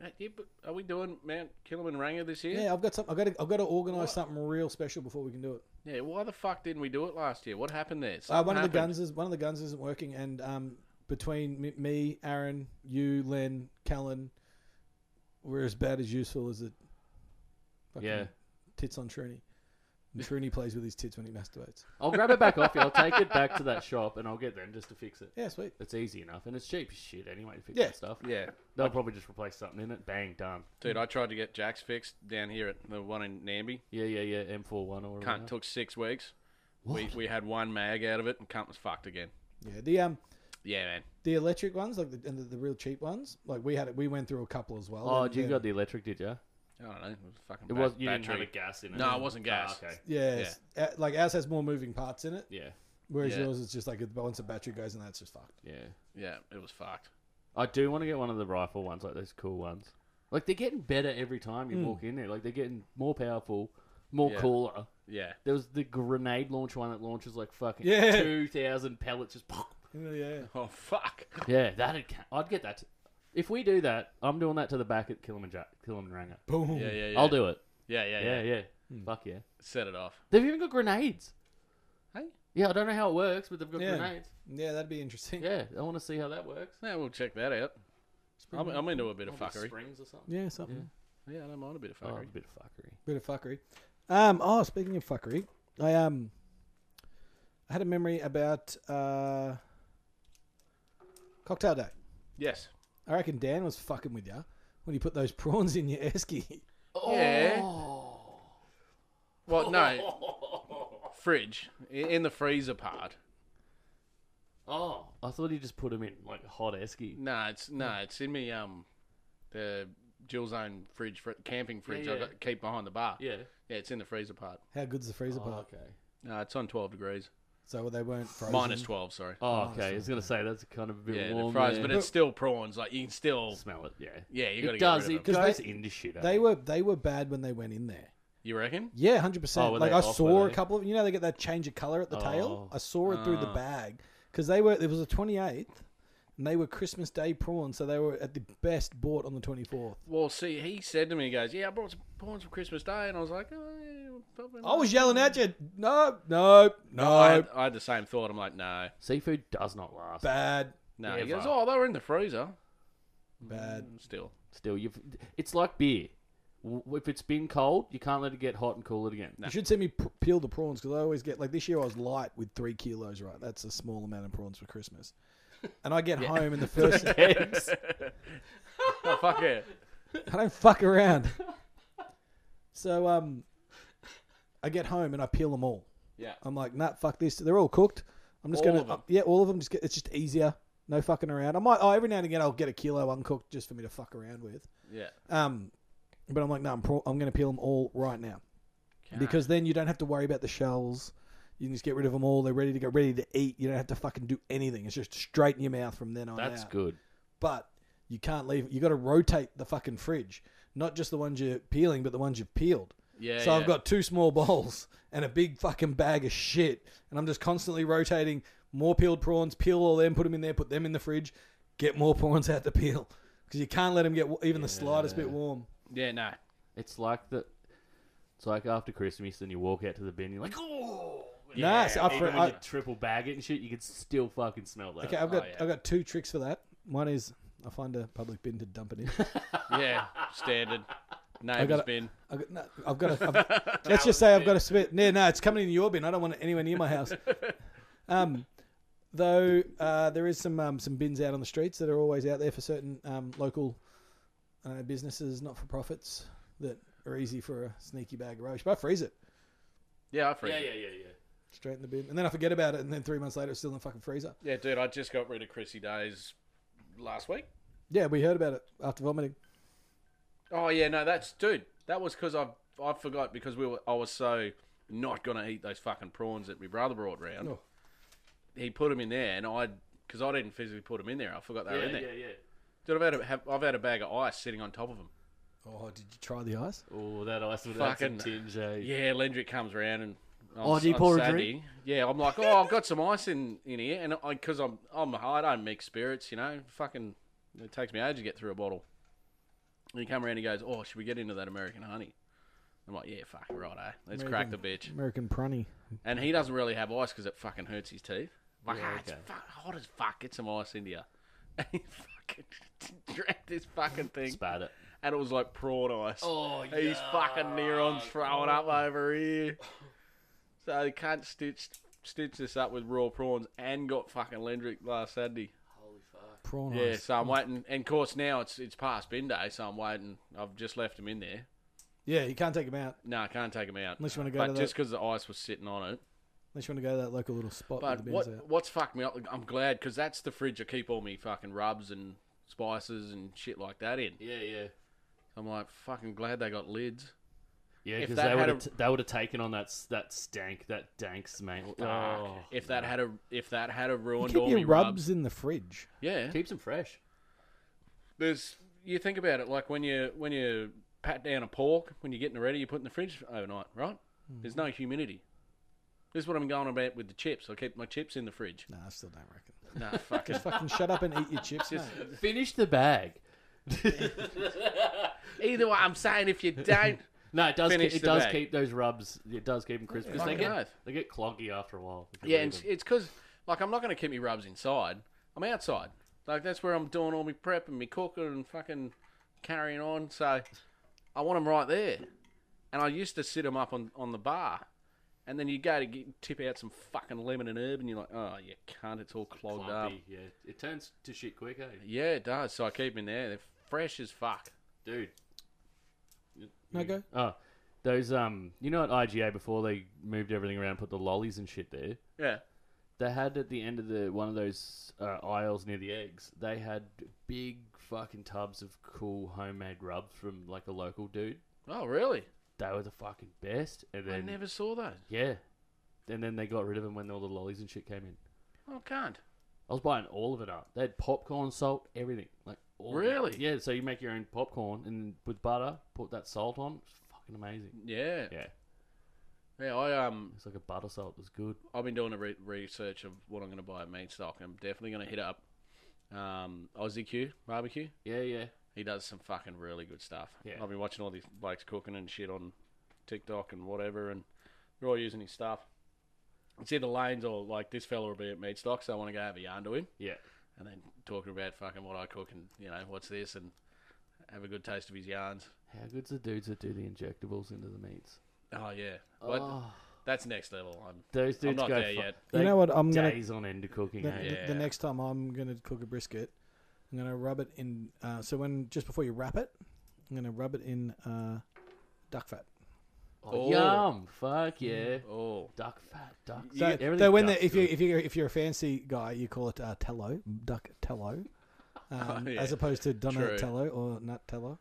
Speaker 3: Uh, yeah, but Are we doing Mount Kilimanjaro this
Speaker 4: yeah,
Speaker 3: year?
Speaker 4: I've got some. I've got to, I've got to organise something real special before we can do it.
Speaker 3: Yeah, why the fuck didn't we do it last year? What happened there?
Speaker 4: Uh,
Speaker 3: Something
Speaker 4: one of the
Speaker 3: happened.
Speaker 4: guns is one of the guns isn't working, and um, between me, me, Aaron, you, Len, Callan, we're as bad as useful as it. fucking
Speaker 5: Yeah.
Speaker 4: tits on Trini. And Trini plays with his tits when he masturbates.
Speaker 5: I'll grab it back off you. I'll take it back to that shop and I'll get them just to fix it.
Speaker 4: Yeah, sweet.
Speaker 5: It's easy enough and it's cheap as shit anyway to fix
Speaker 4: Yeah.
Speaker 5: that stuff.
Speaker 3: Yeah,
Speaker 5: They'll probably just replace something in it. Bang, done.
Speaker 3: dude, I tried to get Jack's fixed down here at the one in Namby.
Speaker 5: Yeah, yeah, yeah. M41 or whatever.
Speaker 3: Cunt took six weeks. We we had one mag out of it, and cunt was fucked again.
Speaker 4: Yeah, the um
Speaker 3: Yeah, man.
Speaker 4: the electric ones, like the, and the, the real cheap ones, like we had it. We went through a couple as well.
Speaker 5: Oh,
Speaker 4: and
Speaker 5: you
Speaker 4: the-
Speaker 5: got the electric, did you?
Speaker 3: I don't know. It was fucking.
Speaker 5: It
Speaker 3: ba-
Speaker 5: was. You didn't
Speaker 3: battery.
Speaker 5: have a gas in it.
Speaker 3: No, it wasn't
Speaker 5: Oh,
Speaker 3: gas.
Speaker 5: okay.
Speaker 4: Yes, yeah. like ours has more moving parts in it,
Speaker 5: Yeah,
Speaker 4: whereas
Speaker 3: Yeah.
Speaker 4: yours is just like once a battery goes and that's just fucked.
Speaker 5: yeah.
Speaker 3: Yeah, it was fucked.
Speaker 5: I do want to get one of the rifle ones, like those cool ones. Like they're getting better every time you walk in there. Like they're getting more powerful, more
Speaker 3: Yeah.
Speaker 5: cooler.
Speaker 3: Yeah.
Speaker 5: There was the grenade launch one that launches like fucking
Speaker 4: Yeah.
Speaker 5: two thousand pellets. Just pop.
Speaker 4: Yeah, yeah.
Speaker 3: Oh fuck.
Speaker 5: yeah, that'd. ca- I'd get that. If we do that, I'm doing that to the back at Kilimanjaro. Kilimanjaro.
Speaker 4: boom.
Speaker 3: Yeah, yeah, yeah.
Speaker 5: I'll do it.
Speaker 3: Oh. Yeah, yeah, yeah.
Speaker 5: Yeah, yeah.
Speaker 4: Hmm.
Speaker 5: Fuck yeah.
Speaker 3: Set it off.
Speaker 5: They've even got grenades.
Speaker 3: Hey?
Speaker 5: Yeah, I don't know how it works, but they've got
Speaker 4: Yeah.
Speaker 5: grenades.
Speaker 4: Yeah, that'd be interesting.
Speaker 5: Yeah, I want to see how that works.
Speaker 3: Yeah, we'll check that out. I'm, I'm into a bit of fuckery.
Speaker 5: Springs or something.
Speaker 4: Yeah, something.
Speaker 3: Yeah, I don't mind a bit of
Speaker 5: Oh,
Speaker 3: fuckery.
Speaker 5: a bit of fuckery.
Speaker 4: Bit of fuckery. Um. Oh, speaking of fuckery, I um, I had a memory about uh, cocktail day.
Speaker 3: yes.
Speaker 4: I reckon Dan was fucking with you when you put those prawns in your esky.
Speaker 5: Oh.
Speaker 3: Yeah. Well, no. Fridge I- in the freezer part.
Speaker 5: Oh, I thought he just put him in like hot esky.
Speaker 3: No, it's no, it's in me um the Jill's own fridge, fr- camping fridge.
Speaker 5: yeah.
Speaker 3: I got- keep behind the bar.
Speaker 5: Yeah.
Speaker 3: yeah, it's in the freezer part.
Speaker 4: How good's the freezer
Speaker 5: Oh,
Speaker 4: part?
Speaker 5: okay.
Speaker 3: No, it's on twelve degrees,
Speaker 4: So they weren't frozen.
Speaker 3: minus twelve. Sorry.
Speaker 5: Oh, okay. I was gonna say that's kind of a bit
Speaker 3: yeah, the
Speaker 5: warm.
Speaker 3: fries,
Speaker 5: there.
Speaker 3: but it's still prawns. Like you can still
Speaker 5: smell it. Yeah.
Speaker 3: Yeah, you
Speaker 5: it
Speaker 3: gotta get
Speaker 5: does.
Speaker 3: rid of
Speaker 5: it
Speaker 4: 'em. 'Cause
Speaker 5: goes
Speaker 4: they-
Speaker 5: into shit. eh?
Speaker 4: They were they were bad when they went in there.
Speaker 3: You reckon?
Speaker 4: Yeah, hundred percent.
Speaker 5: Oh, were
Speaker 4: Like
Speaker 5: they
Speaker 4: I
Speaker 5: off,
Speaker 4: saw
Speaker 5: were
Speaker 4: a
Speaker 5: they?
Speaker 4: couple of you know they get that change of color at the tail.
Speaker 5: Oh.
Speaker 4: I saw it through the bag because they were it was the twenty eighth, and they were Christmas Day prawns, so they were at the best bought on the twenty fourth.
Speaker 3: Well, see, he said to me, he goes, "Yeah, I brought some prawns for Christmas Day," and I was like, oh, yeah, probably
Speaker 4: I
Speaker 3: not."
Speaker 4: was yelling at you. No, no, no,
Speaker 3: I had, I had the same thought. I'm like, no,
Speaker 5: Seafood does not last.
Speaker 4: bad,
Speaker 3: no. He
Speaker 5: Never.
Speaker 3: goes, "Oh, they were in the freezer."
Speaker 4: bad.
Speaker 3: Still,
Speaker 5: Still, you've. It's like beer. W- If it's been cold, you can't let it get hot and cool it again.
Speaker 4: You should send me p- peel the prawns because I always get like this year I was light with three kilos. Right, that's a small amount of prawns for Christmas. And I get home and the first I
Speaker 5: Eggs.
Speaker 3: oh, fuck it.
Speaker 4: don't fuck around. So um, I get home and I peel them all.
Speaker 3: Yeah.
Speaker 4: I'm like, nah, fuck this. They're all cooked. I'm just
Speaker 3: All
Speaker 4: gonna,
Speaker 3: of 'em?
Speaker 4: yeah, all of them. Just get, it's just easier. No fucking around. I might, oh, every now and again, I'll get a kilo uncooked just for me to fuck around with.
Speaker 3: Yeah.
Speaker 4: Um, but I'm like, no, I'm, pro- I'm gonna peel them all right now, because then you don't have to worry about the shells. You can just get rid of them all. They're ready to go, ready to eat. You don't have to fucking do anything. It's just straight in your mouth from then on.
Speaker 5: That's
Speaker 4: out.
Speaker 5: good.
Speaker 4: But you can't leave. You got to rotate the fucking fridge, not just the ones you're peeling, but the ones you've peeled.
Speaker 3: Yeah,
Speaker 4: So I've
Speaker 3: yeah.
Speaker 4: got two small bowls and a big fucking bag of shit, and I'm just constantly rotating more peeled prawns. Peel all them, put them in there, put them in the fridge, get more prawns out to peel because you can't let them get wa- even the slightest bit warm.
Speaker 3: Yeah, no.
Speaker 5: It's like the. It's like after Christmas, and you walk out to the bin, you're like, oh.
Speaker 4: Nice. I,
Speaker 5: Even
Speaker 4: fr-
Speaker 5: when
Speaker 4: I-
Speaker 5: you triple bag it and shit, you can still fucking smell that.
Speaker 4: okay, I've got
Speaker 3: Oh, yeah.
Speaker 4: I've got two tricks for that. One is I find a public bin to dump it in.
Speaker 3: Yeah, standard.
Speaker 4: I
Speaker 3: Neighbour's
Speaker 4: got a-
Speaker 3: bin.
Speaker 4: I've got, no, I've got a, I've, let's just say I've got a spit. No, no, it's coming in your bin. I don't want it anywhere near my house. Um, though uh, there is some um, some bins out on the streets that are always out there for certain um, local uh, businesses, not for profits, that are easy for a sneaky bag of rubbish. But I freeze it
Speaker 3: Yeah, I freeze.
Speaker 5: Yeah,
Speaker 3: it.
Speaker 5: yeah, yeah, yeah.
Speaker 4: straight in the bin, and then I forget about it, and then three months later, it's still in the fucking freezer.
Speaker 3: yeah, dude, I just got rid of Chrissy Days last week.
Speaker 4: Yeah, we heard about it after vomiting.
Speaker 3: Oh yeah, no, that's dude. That was because I I forgot because we were I was so not gonna eat those fucking prawns that my brother brought round.
Speaker 4: Oh.
Speaker 3: He put them in there, and I because I didn't physically put them in there. I forgot they were in
Speaker 5: Yeah,
Speaker 3: there.
Speaker 5: Oh, yeah, yeah.
Speaker 3: Dude, I've had a, have, I've had a bag of ice sitting on top of them.
Speaker 4: Oh, did you try the ice?
Speaker 5: Oh, that ice would have some
Speaker 3: Fucking-
Speaker 5: tinge, eh?
Speaker 3: Yeah, Lendrick comes around and. on-
Speaker 5: Oh, do you
Speaker 3: on
Speaker 5: pour a
Speaker 3: Saturday-
Speaker 5: drink?
Speaker 3: Yeah, I'm like, oh, I've got some ice in, in here, and because I'm I'm hard, I don't mix spirits, you know. Fucking, it takes me ages to get through a bottle. And he come around, he goes, oh, should we get into that American honey? I'm like, yeah, fuck, right, eh? Let's crack the bitch.
Speaker 4: American prunny.
Speaker 3: And he doesn't really have ice because it fucking hurts his teeth. I'm Like,
Speaker 5: Yeah,
Speaker 3: ah, it's
Speaker 5: okay.
Speaker 3: fuck, hot as fuck. Get some ice in here. And he fucking drank this fucking thing
Speaker 5: Spat it.
Speaker 3: and it was like prawn ice.
Speaker 5: Oh,
Speaker 3: He's fucking near on throwing up over here. So they can't stitch stitch this up with raw prawns and got fucking Lendrick last Saturday.
Speaker 4: Prawn
Speaker 3: Yeah,
Speaker 4: ice.
Speaker 3: so I'm waiting. And of course now it's it's past bin day, so I'm waiting. I've just left him in there.
Speaker 4: Yeah, you can't take them out
Speaker 3: No, I can't take him out.
Speaker 4: Unless you wanna go
Speaker 3: But
Speaker 4: to that-
Speaker 3: just because the ice was sitting on it.
Speaker 4: unless you want to go to that local little spot. with
Speaker 3: But
Speaker 4: the bins out.
Speaker 3: what what's fucked me up? I'm glad because that's the fridge I keep all me fucking rubs and spices and shit like that in.
Speaker 5: Yeah, yeah.
Speaker 3: I'm like fucking glad they got lids.
Speaker 5: Yeah,
Speaker 3: If
Speaker 5: because
Speaker 3: that
Speaker 5: they
Speaker 3: had
Speaker 5: would
Speaker 3: a-
Speaker 5: have t- they would have taken on that s- that stank that dank smell. Oh,
Speaker 3: If that had a if that had a ruined
Speaker 4: Keep
Speaker 3: all me
Speaker 4: your
Speaker 3: rubs,
Speaker 4: rubs in the fridge.
Speaker 3: yeah.
Speaker 5: keeps them fresh.
Speaker 3: There's you think about it like when you when you pat down a pork when you're getting it ready, you put it in the fridge overnight, right? There's no humidity. This is what I'm going about with the chips. I keep my chips in the fridge.
Speaker 4: Nah, I still don't reckon.
Speaker 3: Nah, fuck it.
Speaker 4: Just fucking shut up and eat your chips. mate.
Speaker 5: Finish the bag.
Speaker 3: Either way, I'm saying if you don't,
Speaker 5: No, it does.
Speaker 3: Finish
Speaker 5: Keep, it
Speaker 3: the
Speaker 5: does
Speaker 3: bag.
Speaker 5: keep those rubs. It does keep them crisp because they
Speaker 3: Fucking
Speaker 5: get
Speaker 3: oath.
Speaker 5: they get cloggy after a while. if you
Speaker 3: yeah,
Speaker 5: leave
Speaker 3: and it's-
Speaker 5: them.
Speaker 3: it's because like I'm not going to keep my rubs inside. I'm outside. Like that's where I'm doing all my prep and my cooking and fucking carrying on. So I want them right there. And I used to sit them up on, on the bar. And then you go to get, tip out some fucking lemon and herb, and you're like, oh, you can't. It's all clogged up.
Speaker 5: Clumpy, yeah, it turns to shit quick. Eh?
Speaker 3: Yeah, it does. So I keep them in there. They're fresh as fuck.
Speaker 5: dude.
Speaker 4: No go.
Speaker 5: Oh, those um, you know at IGA before they moved everything around, put the lollies and shit there.
Speaker 3: Yeah.
Speaker 5: They had at the end of the one of those uh, aisles near the eggs. They had big fucking tubs of cool homemade rubs from like a local dude.
Speaker 3: Oh, really?
Speaker 5: They were the fucking best. And
Speaker 3: I
Speaker 5: then
Speaker 3: never saw those.
Speaker 5: yeah, and then they got rid of them when all the lollies and shit came in.
Speaker 3: Oh, can't.
Speaker 5: I was buying all of it up. They had popcorn, salt, everything. Like all of it.
Speaker 3: Really?
Speaker 5: Yeah. So you make your own popcorn and with butter, put that salt on. It's fucking amazing.
Speaker 3: Yeah. yeah.
Speaker 5: Yeah,
Speaker 3: I um,
Speaker 5: it's like a butter salt. It was good.
Speaker 3: I've been doing a re- research of what I'm going to buy at meat stock. I'm definitely going to hit up um Aussie Q barbecue.
Speaker 5: Yeah, yeah.
Speaker 3: He does some fucking really good stuff.
Speaker 5: Yeah.
Speaker 3: I've been watching all these blokes cooking and shit on TikTok and whatever, and they're all using his stuff. It's either lanes or like this fella will be at meat stock, so I want to go have a yarn to him.
Speaker 5: Yeah.
Speaker 3: and then talking about fucking what I cook and you know what's this and have a good taste of his yarns.
Speaker 5: How good's the dudes that do the injectables into the meats?
Speaker 3: Oh yeah, but
Speaker 5: Oh.
Speaker 3: that's next level. I'm
Speaker 5: Those dudes
Speaker 3: not
Speaker 5: go
Speaker 3: there
Speaker 5: fu-
Speaker 3: yet.
Speaker 5: they
Speaker 4: You know what? I'm gonna-
Speaker 5: days on end of cooking.
Speaker 4: The,
Speaker 5: eh?
Speaker 4: the- the next time I'm gonna cook a brisket, I'm gonna rub it in. Uh, so when just before you wrap it, I'm gonna rub it in uh, duck fat.
Speaker 5: Oh,
Speaker 3: Oh.
Speaker 5: Yum! Fuck yeah!
Speaker 3: oh
Speaker 5: Duck fat, duck.
Speaker 4: So,
Speaker 5: fat, everything
Speaker 4: so when
Speaker 5: duck's
Speaker 4: the, if you
Speaker 5: good.
Speaker 4: if you if you're a fancy guy, you call it uh, tello, duck tello, um,
Speaker 3: yeah.
Speaker 4: as opposed to
Speaker 3: True.
Speaker 4: donatello or nut tello.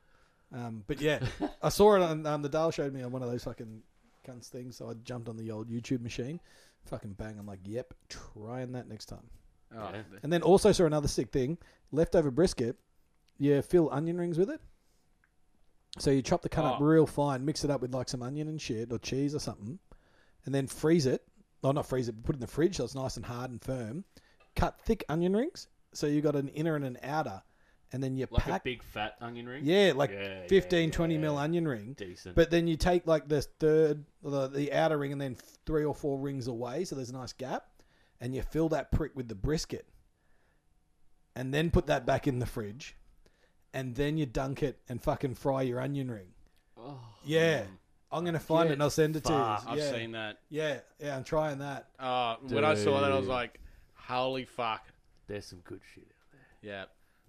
Speaker 4: Um, but yeah, I saw it on um, the Dale showed me on one of those fucking cunts things. So I jumped on the old YouTube machine, fucking bang. I'm like, yep, trying that next time.
Speaker 3: oh
Speaker 4: And then also saw another sick thing: leftover brisket. You fill onion rings with it. So you chop the cut up
Speaker 3: Oh.
Speaker 4: real fine, mix it up with like some onion and shit or cheese or something, and then freeze it. Oh, not freeze it, but put it in the fridge so it's nice and hard and firm. Cut thick onion rings, so you got an inner and an outer, and then you
Speaker 5: like
Speaker 4: pack.
Speaker 5: a big fat onion ring.
Speaker 4: yeah, like
Speaker 5: Yeah, yeah,
Speaker 4: fifteen twenty 15, 20
Speaker 5: yeah.
Speaker 4: mil onion ring.
Speaker 5: Decent.
Speaker 4: But then you take like the third, the, the outer ring, and then three or four rings away, so there's a nice gap, and you fill that prick with the brisket, and then put that back in the fridge, and then you dunk it and fucking fry your onion ring. yeah, I'm gonna find it and I'll send it to
Speaker 3: I've
Speaker 4: you. Yeah,
Speaker 3: seen that.
Speaker 4: yeah, yeah, I'm trying that.
Speaker 3: Uh, when I saw that, I was
Speaker 5: Dude.
Speaker 3: like, holy fuck!
Speaker 5: There's some good shit out there.
Speaker 3: Yeah,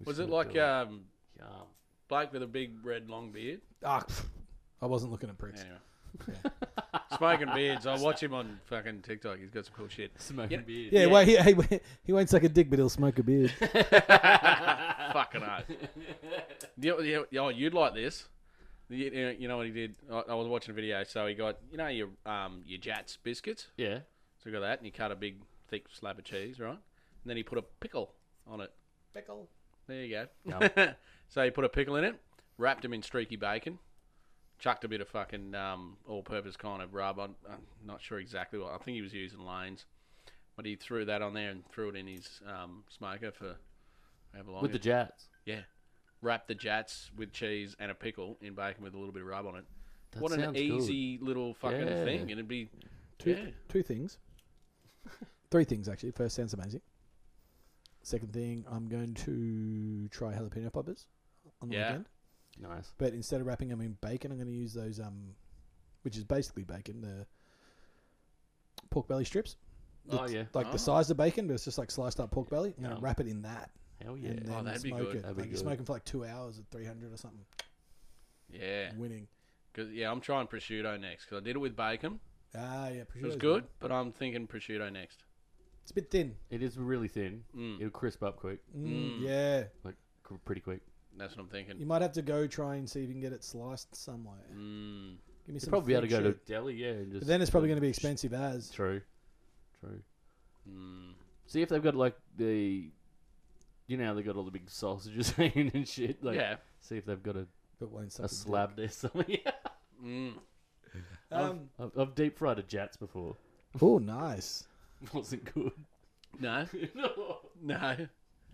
Speaker 3: was it
Speaker 5: gonna
Speaker 3: like
Speaker 5: do it?
Speaker 3: um
Speaker 5: Yum.
Speaker 3: bloke with a big red long beard?
Speaker 4: Ah, pff, I wasn't looking at pricks.
Speaker 3: Anyway. Smoking beards. I watch him on fucking TikTok. He's got some cool shit.
Speaker 5: Smoking
Speaker 3: Yeah.
Speaker 5: beer.
Speaker 4: Yeah, well, he, he, he won't suck a dick, but he'll smoke a beard.
Speaker 3: Fucking oath. you, you, you- oh, you'd like this. You, you know- you know what he did? I, I was watching a video. So he got, you know, your um, your Jats biscuits.
Speaker 5: Yeah.
Speaker 3: So he got that, and he cut a big, thick slab of cheese, right? And then he put a pickle on it.
Speaker 4: Pickle.
Speaker 3: There you go. so he put a pickle in it, wrapped him in streaky bacon, chucked a bit of fucking um, all-purpose kind of rub. I'm, I'm not sure exactly what. I think he was using lanes, but he threw that on there and threw it in his um, smoker for however long.
Speaker 5: With the
Speaker 3: it-
Speaker 5: jats.
Speaker 3: yeah. Wrap the jats with cheese and a pickle in bacon with a little bit of rub on it.
Speaker 5: That
Speaker 3: what an
Speaker 5: sounds good.
Speaker 3: easy little fucking
Speaker 5: Yeah.
Speaker 3: thing. And it'd be.
Speaker 4: Two,
Speaker 3: Yeah.
Speaker 4: two things. Three things, actually. First sounds amazing. Second thing, I'm going to try jalapeno poppers on the
Speaker 3: Yeah.
Speaker 4: weekend.
Speaker 5: Nice.
Speaker 4: But instead of wrapping them in bacon, I'm going to use those, um, which is basically bacon, the pork belly strips.
Speaker 5: Oh,
Speaker 4: It's
Speaker 5: yeah.
Speaker 4: Like
Speaker 3: Oh.
Speaker 4: the size of bacon, but it's just like sliced up pork belly. I'm going
Speaker 5: Yum.
Speaker 4: to wrap it in that.
Speaker 5: Hell yeah.
Speaker 4: And then
Speaker 3: Oh, that'd be
Speaker 4: smoke
Speaker 3: good.
Speaker 4: it.
Speaker 5: That'd be
Speaker 4: like you
Speaker 5: good.
Speaker 4: smoke them for like two hours at 300 or something.
Speaker 3: Yeah.
Speaker 4: Winning.
Speaker 3: Cause, yeah, I'm trying prosciutto next because I did it with bacon.
Speaker 4: Ah, yeah.
Speaker 3: It was
Speaker 4: prosciutto's
Speaker 3: good, but I'm thinking prosciutto next.
Speaker 4: It's a bit thin.
Speaker 5: It is really thin. It'll crisp up quick,
Speaker 4: Mm, Yeah.
Speaker 5: like cr- pretty quick.
Speaker 3: That's what I'm
Speaker 4: You
Speaker 3: thinking.
Speaker 4: might have to go try and see if you can get it sliced somewhere.
Speaker 3: Mm.
Speaker 4: Give me
Speaker 5: You'd
Speaker 4: some
Speaker 5: probably be able to
Speaker 4: thick
Speaker 5: go to
Speaker 4: shit.
Speaker 5: Delhi, yeah. And just
Speaker 4: But then it's probably going to be expensive as.
Speaker 5: True. True.
Speaker 3: Mm.
Speaker 5: See if they've got like the, you know, how they got all the big sausages hanging and shit. Like,
Speaker 3: Yeah.
Speaker 5: See if they've got a,
Speaker 4: But won't suck
Speaker 5: a slab there somewhere.
Speaker 3: Mm.
Speaker 4: Um,
Speaker 5: I've, I've deep fried a jats before.
Speaker 4: oh, nice.
Speaker 5: Wasn't good.
Speaker 3: No. no.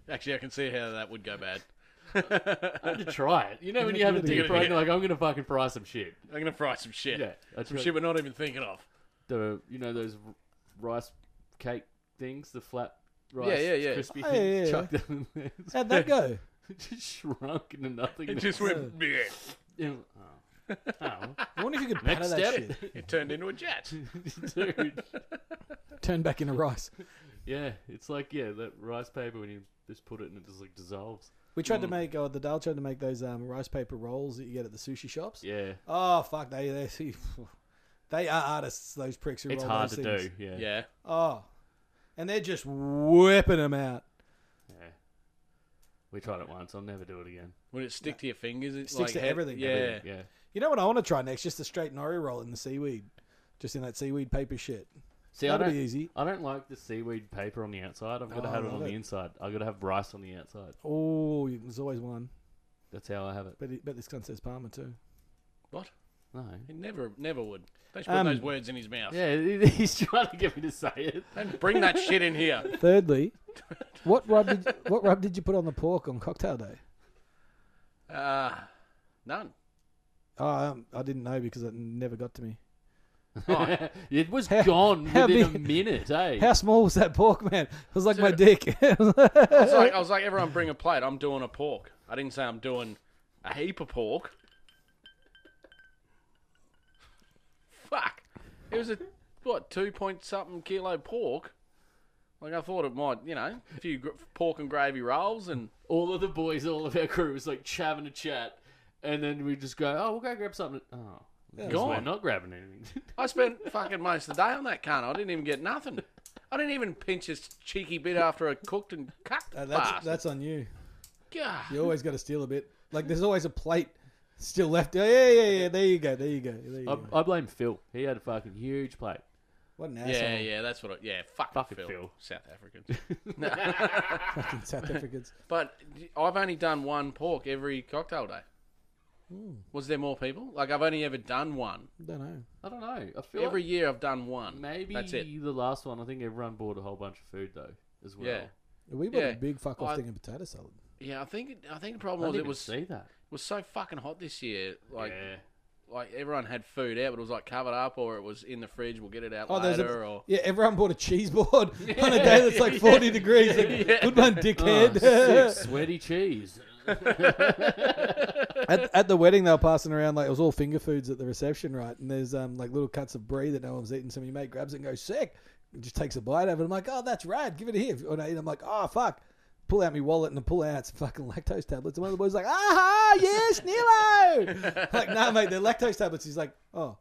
Speaker 3: Actually, I can see how that would go bad.
Speaker 5: I had to try it. You know when you have a deep fried, you're like, I'm gonna fucking fry some shit.
Speaker 3: I'm going to fry some shit.
Speaker 5: Yeah, that's
Speaker 3: some
Speaker 5: right.
Speaker 3: shit we're not even thinking of.
Speaker 5: The you know those r- rice cake things, the flat rice,
Speaker 3: yeah, yeah.
Speaker 5: crispy
Speaker 4: Oh, yeah,
Speaker 5: things.
Speaker 4: yeah,
Speaker 5: Chuck them in there.
Speaker 4: How'd that go?
Speaker 5: It just shrunk into nothing.
Speaker 3: It just went. bleh.
Speaker 5: Yeah. Oh. Oh.
Speaker 4: I wonder if you could
Speaker 5: Next
Speaker 4: batter that
Speaker 5: step.
Speaker 4: shit.
Speaker 3: It turned into a jet.
Speaker 5: Dude.
Speaker 4: Turn back into rice.
Speaker 5: Yeah, it's like yeah, that rice paper when you just put it and it just like dissolves.
Speaker 4: We tried to make, oh, the Dale tried to make those um, rice paper rolls that you get at the sushi shops.
Speaker 5: Yeah.
Speaker 4: Oh fuck, they they they are artists. Those pricks who
Speaker 5: It's
Speaker 4: roll
Speaker 5: hard
Speaker 4: those
Speaker 5: to
Speaker 4: things.
Speaker 5: do. Yeah.
Speaker 3: Yeah.
Speaker 4: Oh, and they're just whipping them out.
Speaker 5: Yeah. We tried it once. I'll never do it again.
Speaker 3: Would it stick to your fingers? It's
Speaker 4: sticks
Speaker 3: like
Speaker 4: to
Speaker 3: head-
Speaker 4: everything.
Speaker 3: Yeah.
Speaker 5: Yeah. yeah.
Speaker 4: You know what I want to try next? Just a straight nori roll in the seaweed, just in that seaweed paper shit.
Speaker 5: See, I
Speaker 4: That'll
Speaker 5: don't,
Speaker 4: be easy.
Speaker 5: I don't like the seaweed paper on the outside. I've got to
Speaker 4: Oh, I
Speaker 5: have it
Speaker 4: love
Speaker 5: on the
Speaker 4: it.
Speaker 5: inside. I've got to have rice on the outside.
Speaker 4: Oh, you- there's always one.
Speaker 5: That's how I have it.
Speaker 4: But it, but this gun says Palmer too.
Speaker 3: What?
Speaker 5: No.
Speaker 3: He never, never would. Don't put
Speaker 4: Um,
Speaker 3: those words in his mouth.
Speaker 5: Yeah, he- he's trying to get me to say it.
Speaker 3: Don't bring that shit in here.
Speaker 4: Thirdly, what rub did what rub did you put on the pork on cocktail day?
Speaker 3: Uh, none.
Speaker 4: Oh, um, I didn't know because it never got to me.
Speaker 5: it was
Speaker 4: Oh. How-
Speaker 5: gone
Speaker 4: how
Speaker 5: within a
Speaker 4: big-
Speaker 5: minute, eh?
Speaker 4: How small was that pork, man? It was like my dick.
Speaker 3: I was like, I was like, everyone bring a plate. I'm doing a pork. I didn't say I'm doing a heap of pork. Fuck. It was a what two point something kilo pork. Like I thought it might, you know, eh? a few gr- pork and gravy rolls and
Speaker 5: all of the boys, all of our crew was like having a chat, and then we just go, "Oh, we'll go grab something." Oh, yeah, we're
Speaker 3: gone.
Speaker 5: not grabbing anything.
Speaker 3: I spent fucking most of the day on that cunt. I didn't even get nothing. I didn't even pinch his cheeky bit after I cooked and cut.
Speaker 4: Uh,
Speaker 3: the
Speaker 4: that's
Speaker 3: bastard.
Speaker 4: that's on you.
Speaker 3: God.
Speaker 4: You always got to steal a bit. Like there's always a plate still left. Oh, Yeah, yeah, yeah. yeah. There you go. There you go. There you
Speaker 5: I,
Speaker 4: go.
Speaker 5: I blame Phil. He had a fucking huge plate.
Speaker 4: What an asshole!
Speaker 3: Um, Yeah, yeah, that's what. I, yeah, fuck
Speaker 5: Fucking
Speaker 3: Phil.
Speaker 5: Phil.
Speaker 3: South Africans.
Speaker 4: Fucking South Africans.
Speaker 3: But I've only done one pork every cocktail day. Was there more people? Like I've only ever done one.
Speaker 4: Don't know.
Speaker 5: I don't know. I feel
Speaker 3: Every
Speaker 5: like
Speaker 3: year I've done one.
Speaker 5: maybe
Speaker 3: that's it.
Speaker 5: the last one. I think everyone bought a whole bunch of food though, as well.
Speaker 3: Yeah.
Speaker 4: We bought
Speaker 3: Yeah.
Speaker 4: a big fuck off
Speaker 3: I-
Speaker 4: thing in potato salad.
Speaker 3: Yeah, I think I think the
Speaker 5: I
Speaker 3: problem
Speaker 5: didn't
Speaker 3: was it
Speaker 5: even see
Speaker 3: was
Speaker 5: that.
Speaker 3: was so fucking hot this year. Like
Speaker 5: yeah.
Speaker 3: like everyone had food out, but it was like covered up or it was in the fridge. We'll get it out
Speaker 4: Oh, there's
Speaker 3: later.
Speaker 4: a,
Speaker 3: Or
Speaker 4: yeah. Everyone bought a cheese board on a day that's like 40 degrees. Like, Good one, dickhead.
Speaker 5: Oh, sick, sweaty cheese.
Speaker 4: at, at the wedding, they were passing around like it was all finger foods at the reception, right? And there's um like little cuts of brie that no one's eaten. So my mate grabs it and goes sick, and just takes a bite of it. I'm like, oh, that's rad. Give it here. And I eat, I'm like, oh fuck. Pull out my wallet and I pull out some fucking lactose tablets. And one of the boys like, aha, yes, Nilo. like, no, mate, they're lactose tablets. He's like, oh,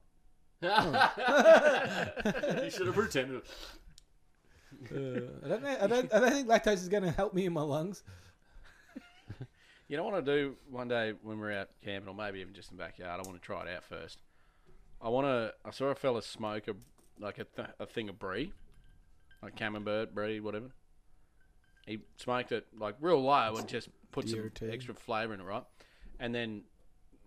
Speaker 5: you should have pretended. it.
Speaker 4: uh, I don't know. I don't, I don't think lactose is going to help me in my lungs.
Speaker 3: you know what I do one day when we're out camping, or maybe even just in the backyard. I want to try it out first. I want to. I saw a fella smoke a like a, th- a thing of brie, like camembert brie, whatever. He smoked it like real low and just put some
Speaker 4: DRT.
Speaker 3: extra flavour in it, right? And then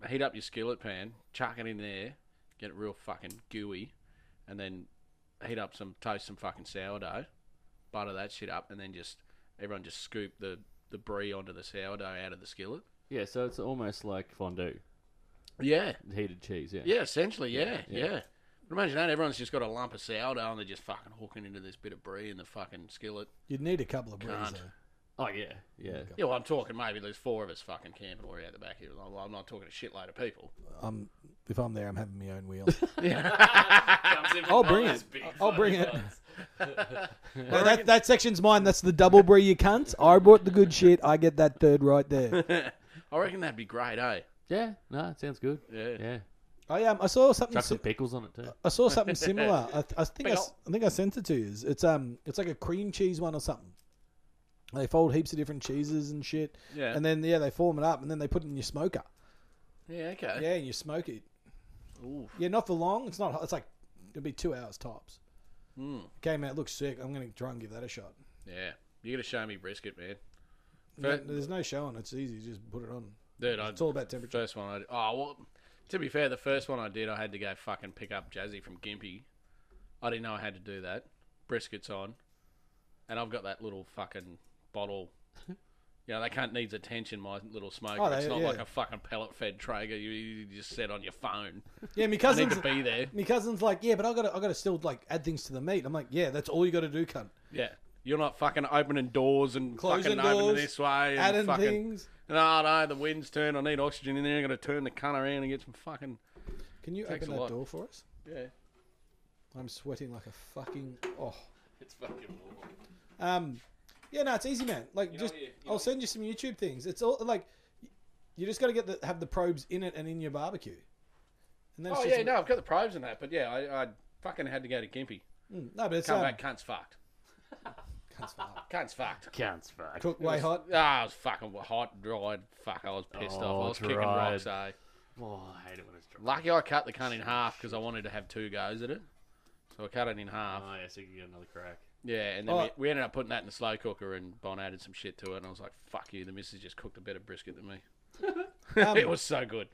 Speaker 3: heat up your skillet pan, chuck it in there, get it real fucking gooey, and then heat up some toast, some fucking sourdough, butter that shit up, and then just everyone just scoop the the brie onto the sourdough out of the skillet.
Speaker 5: Yeah, so it's almost like fondue,
Speaker 3: Yeah,
Speaker 5: heated cheese. Yeah.
Speaker 3: yeah, essentially, yeah, yeah. But imagine that everyone's just got a lump of sourdough and they're just fucking hooking into this bit of brie in the fucking skillet.
Speaker 4: You'd need a couple of bries.
Speaker 3: Can't.
Speaker 4: though.
Speaker 5: Oh yeah, yeah.
Speaker 3: Yeah, well, I'm talking maybe there's four of us fucking camping or out the back here. Well, I'm not talking a shitload of people.
Speaker 4: I'm, if I'm there, I'm having my own wheel.
Speaker 5: I'll
Speaker 4: bring it. I'll bring it. No, that, that section's mine. That's the double brie, you cunts. I bought the good shit. I get that third right there.
Speaker 3: I reckon that'd be great, eh?
Speaker 5: Yeah, no, it sounds good.
Speaker 3: Yeah.
Speaker 5: yeah.
Speaker 4: I um, I saw something.
Speaker 5: Chuck some
Speaker 4: Si-
Speaker 5: pickles on it too.
Speaker 4: I saw something similar. I, I think I, s-
Speaker 3: Pickle.
Speaker 4: I think I sent it to you. It's um, it's like a cream cheese one or something. They fold heaps of different cheeses and shit.
Speaker 3: Yeah.
Speaker 4: And then yeah, they form it up and then they put it in your smoker.
Speaker 3: Yeah, okay.
Speaker 4: Yeah, and you smoke it.
Speaker 3: Oof.
Speaker 4: Yeah, not for long. It's not. hot. It's like it'll be two hours tops.
Speaker 3: Hmm.
Speaker 4: Came out looks sick. I'm gonna try and give that a shot.
Speaker 3: Yeah. You gotta show me brisket, man.
Speaker 4: No,
Speaker 3: Fair-
Speaker 4: there's no showing. It's easy. Just put it on.
Speaker 3: Dude, I,
Speaker 4: It's all about temperature.
Speaker 3: First one I did. Oh, well, to be fair, the first one I did, I had to go fucking pick up Jazzy from Gimpy. I didn't know I had to do that. Brisket's on. And I've got that little fucking bottle. You know, that cunt needs attention, my little smoker.
Speaker 4: Oh, they-
Speaker 3: it's not
Speaker 4: yeah.
Speaker 3: like a fucking pellet fed Traeger you, you just set on your phone.
Speaker 4: Yeah, my
Speaker 3: I need
Speaker 4: cousin's
Speaker 3: to be there.
Speaker 4: My cousin's like, yeah, but I got to, I got to still like add things to the meat. I'm like, yeah, that's all you got to do, cunt.
Speaker 3: Yeah. You're not fucking opening doors and
Speaker 4: Closing
Speaker 3: fucking opening
Speaker 4: doors,
Speaker 3: this way and
Speaker 4: Adding
Speaker 3: fucking.
Speaker 4: things.
Speaker 3: No, no, the wind's turned. I need oxygen in there. I'm going to turn the cunt around and get some fucking.
Speaker 4: Can you
Speaker 3: Takes
Speaker 4: open
Speaker 3: a
Speaker 4: that
Speaker 3: lot.
Speaker 4: door for us?
Speaker 3: Yeah.
Speaker 4: I'm sweating like a fucking oh.
Speaker 5: It's fucking
Speaker 4: Um, Yeah, no, it's easy, man. Like, just
Speaker 3: what you- you know
Speaker 4: I'll send you some YouTube things. It's all like you just got to get the have the probes in it and in your barbecue. And then
Speaker 3: Oh
Speaker 4: it's just,
Speaker 3: yeah, no, I've got the probes and that, but yeah, I, I fucking had to go to Gimpy.
Speaker 4: no, but it's
Speaker 3: Come
Speaker 4: um,
Speaker 3: back, cunt's fucked. cunt's fucked.
Speaker 5: Counts fuck.
Speaker 4: cooked way hot.
Speaker 3: Ah, I was fucking hot, dried. Fuck, I was pissed off. I
Speaker 5: Oh,
Speaker 3: was kicking
Speaker 5: dried.
Speaker 3: rocks. Eh?
Speaker 5: Oh, I hate it when it's dry.
Speaker 3: Lucky I cut the cunt in half because I wanted to have two goes at it. So I cut it in half.
Speaker 5: Oh yeah, so you can get another crack.
Speaker 3: Yeah, and then
Speaker 4: Oh.
Speaker 3: we, we ended up putting that in the slow cooker, and Bon added some shit to it, and I was like, "Fuck you!" The missus just cooked a better brisket than me. it was so good.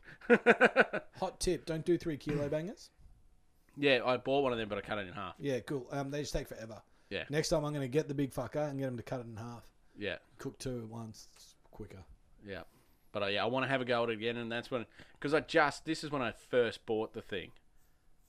Speaker 4: Hot tip: don't do three kilo bangers.
Speaker 3: Yeah, I bought one of them, but I cut it in half.
Speaker 4: Yeah, cool. Um, they just take forever.
Speaker 3: Yeah.
Speaker 4: Next time, I'm going to get the big fucker and get him to cut it in half.
Speaker 3: Yeah,
Speaker 4: Cook two at once. It's quicker.
Speaker 3: yeah. But uh, yeah, I want to have a go at it again, and that's when because I just this is when I first bought the thing.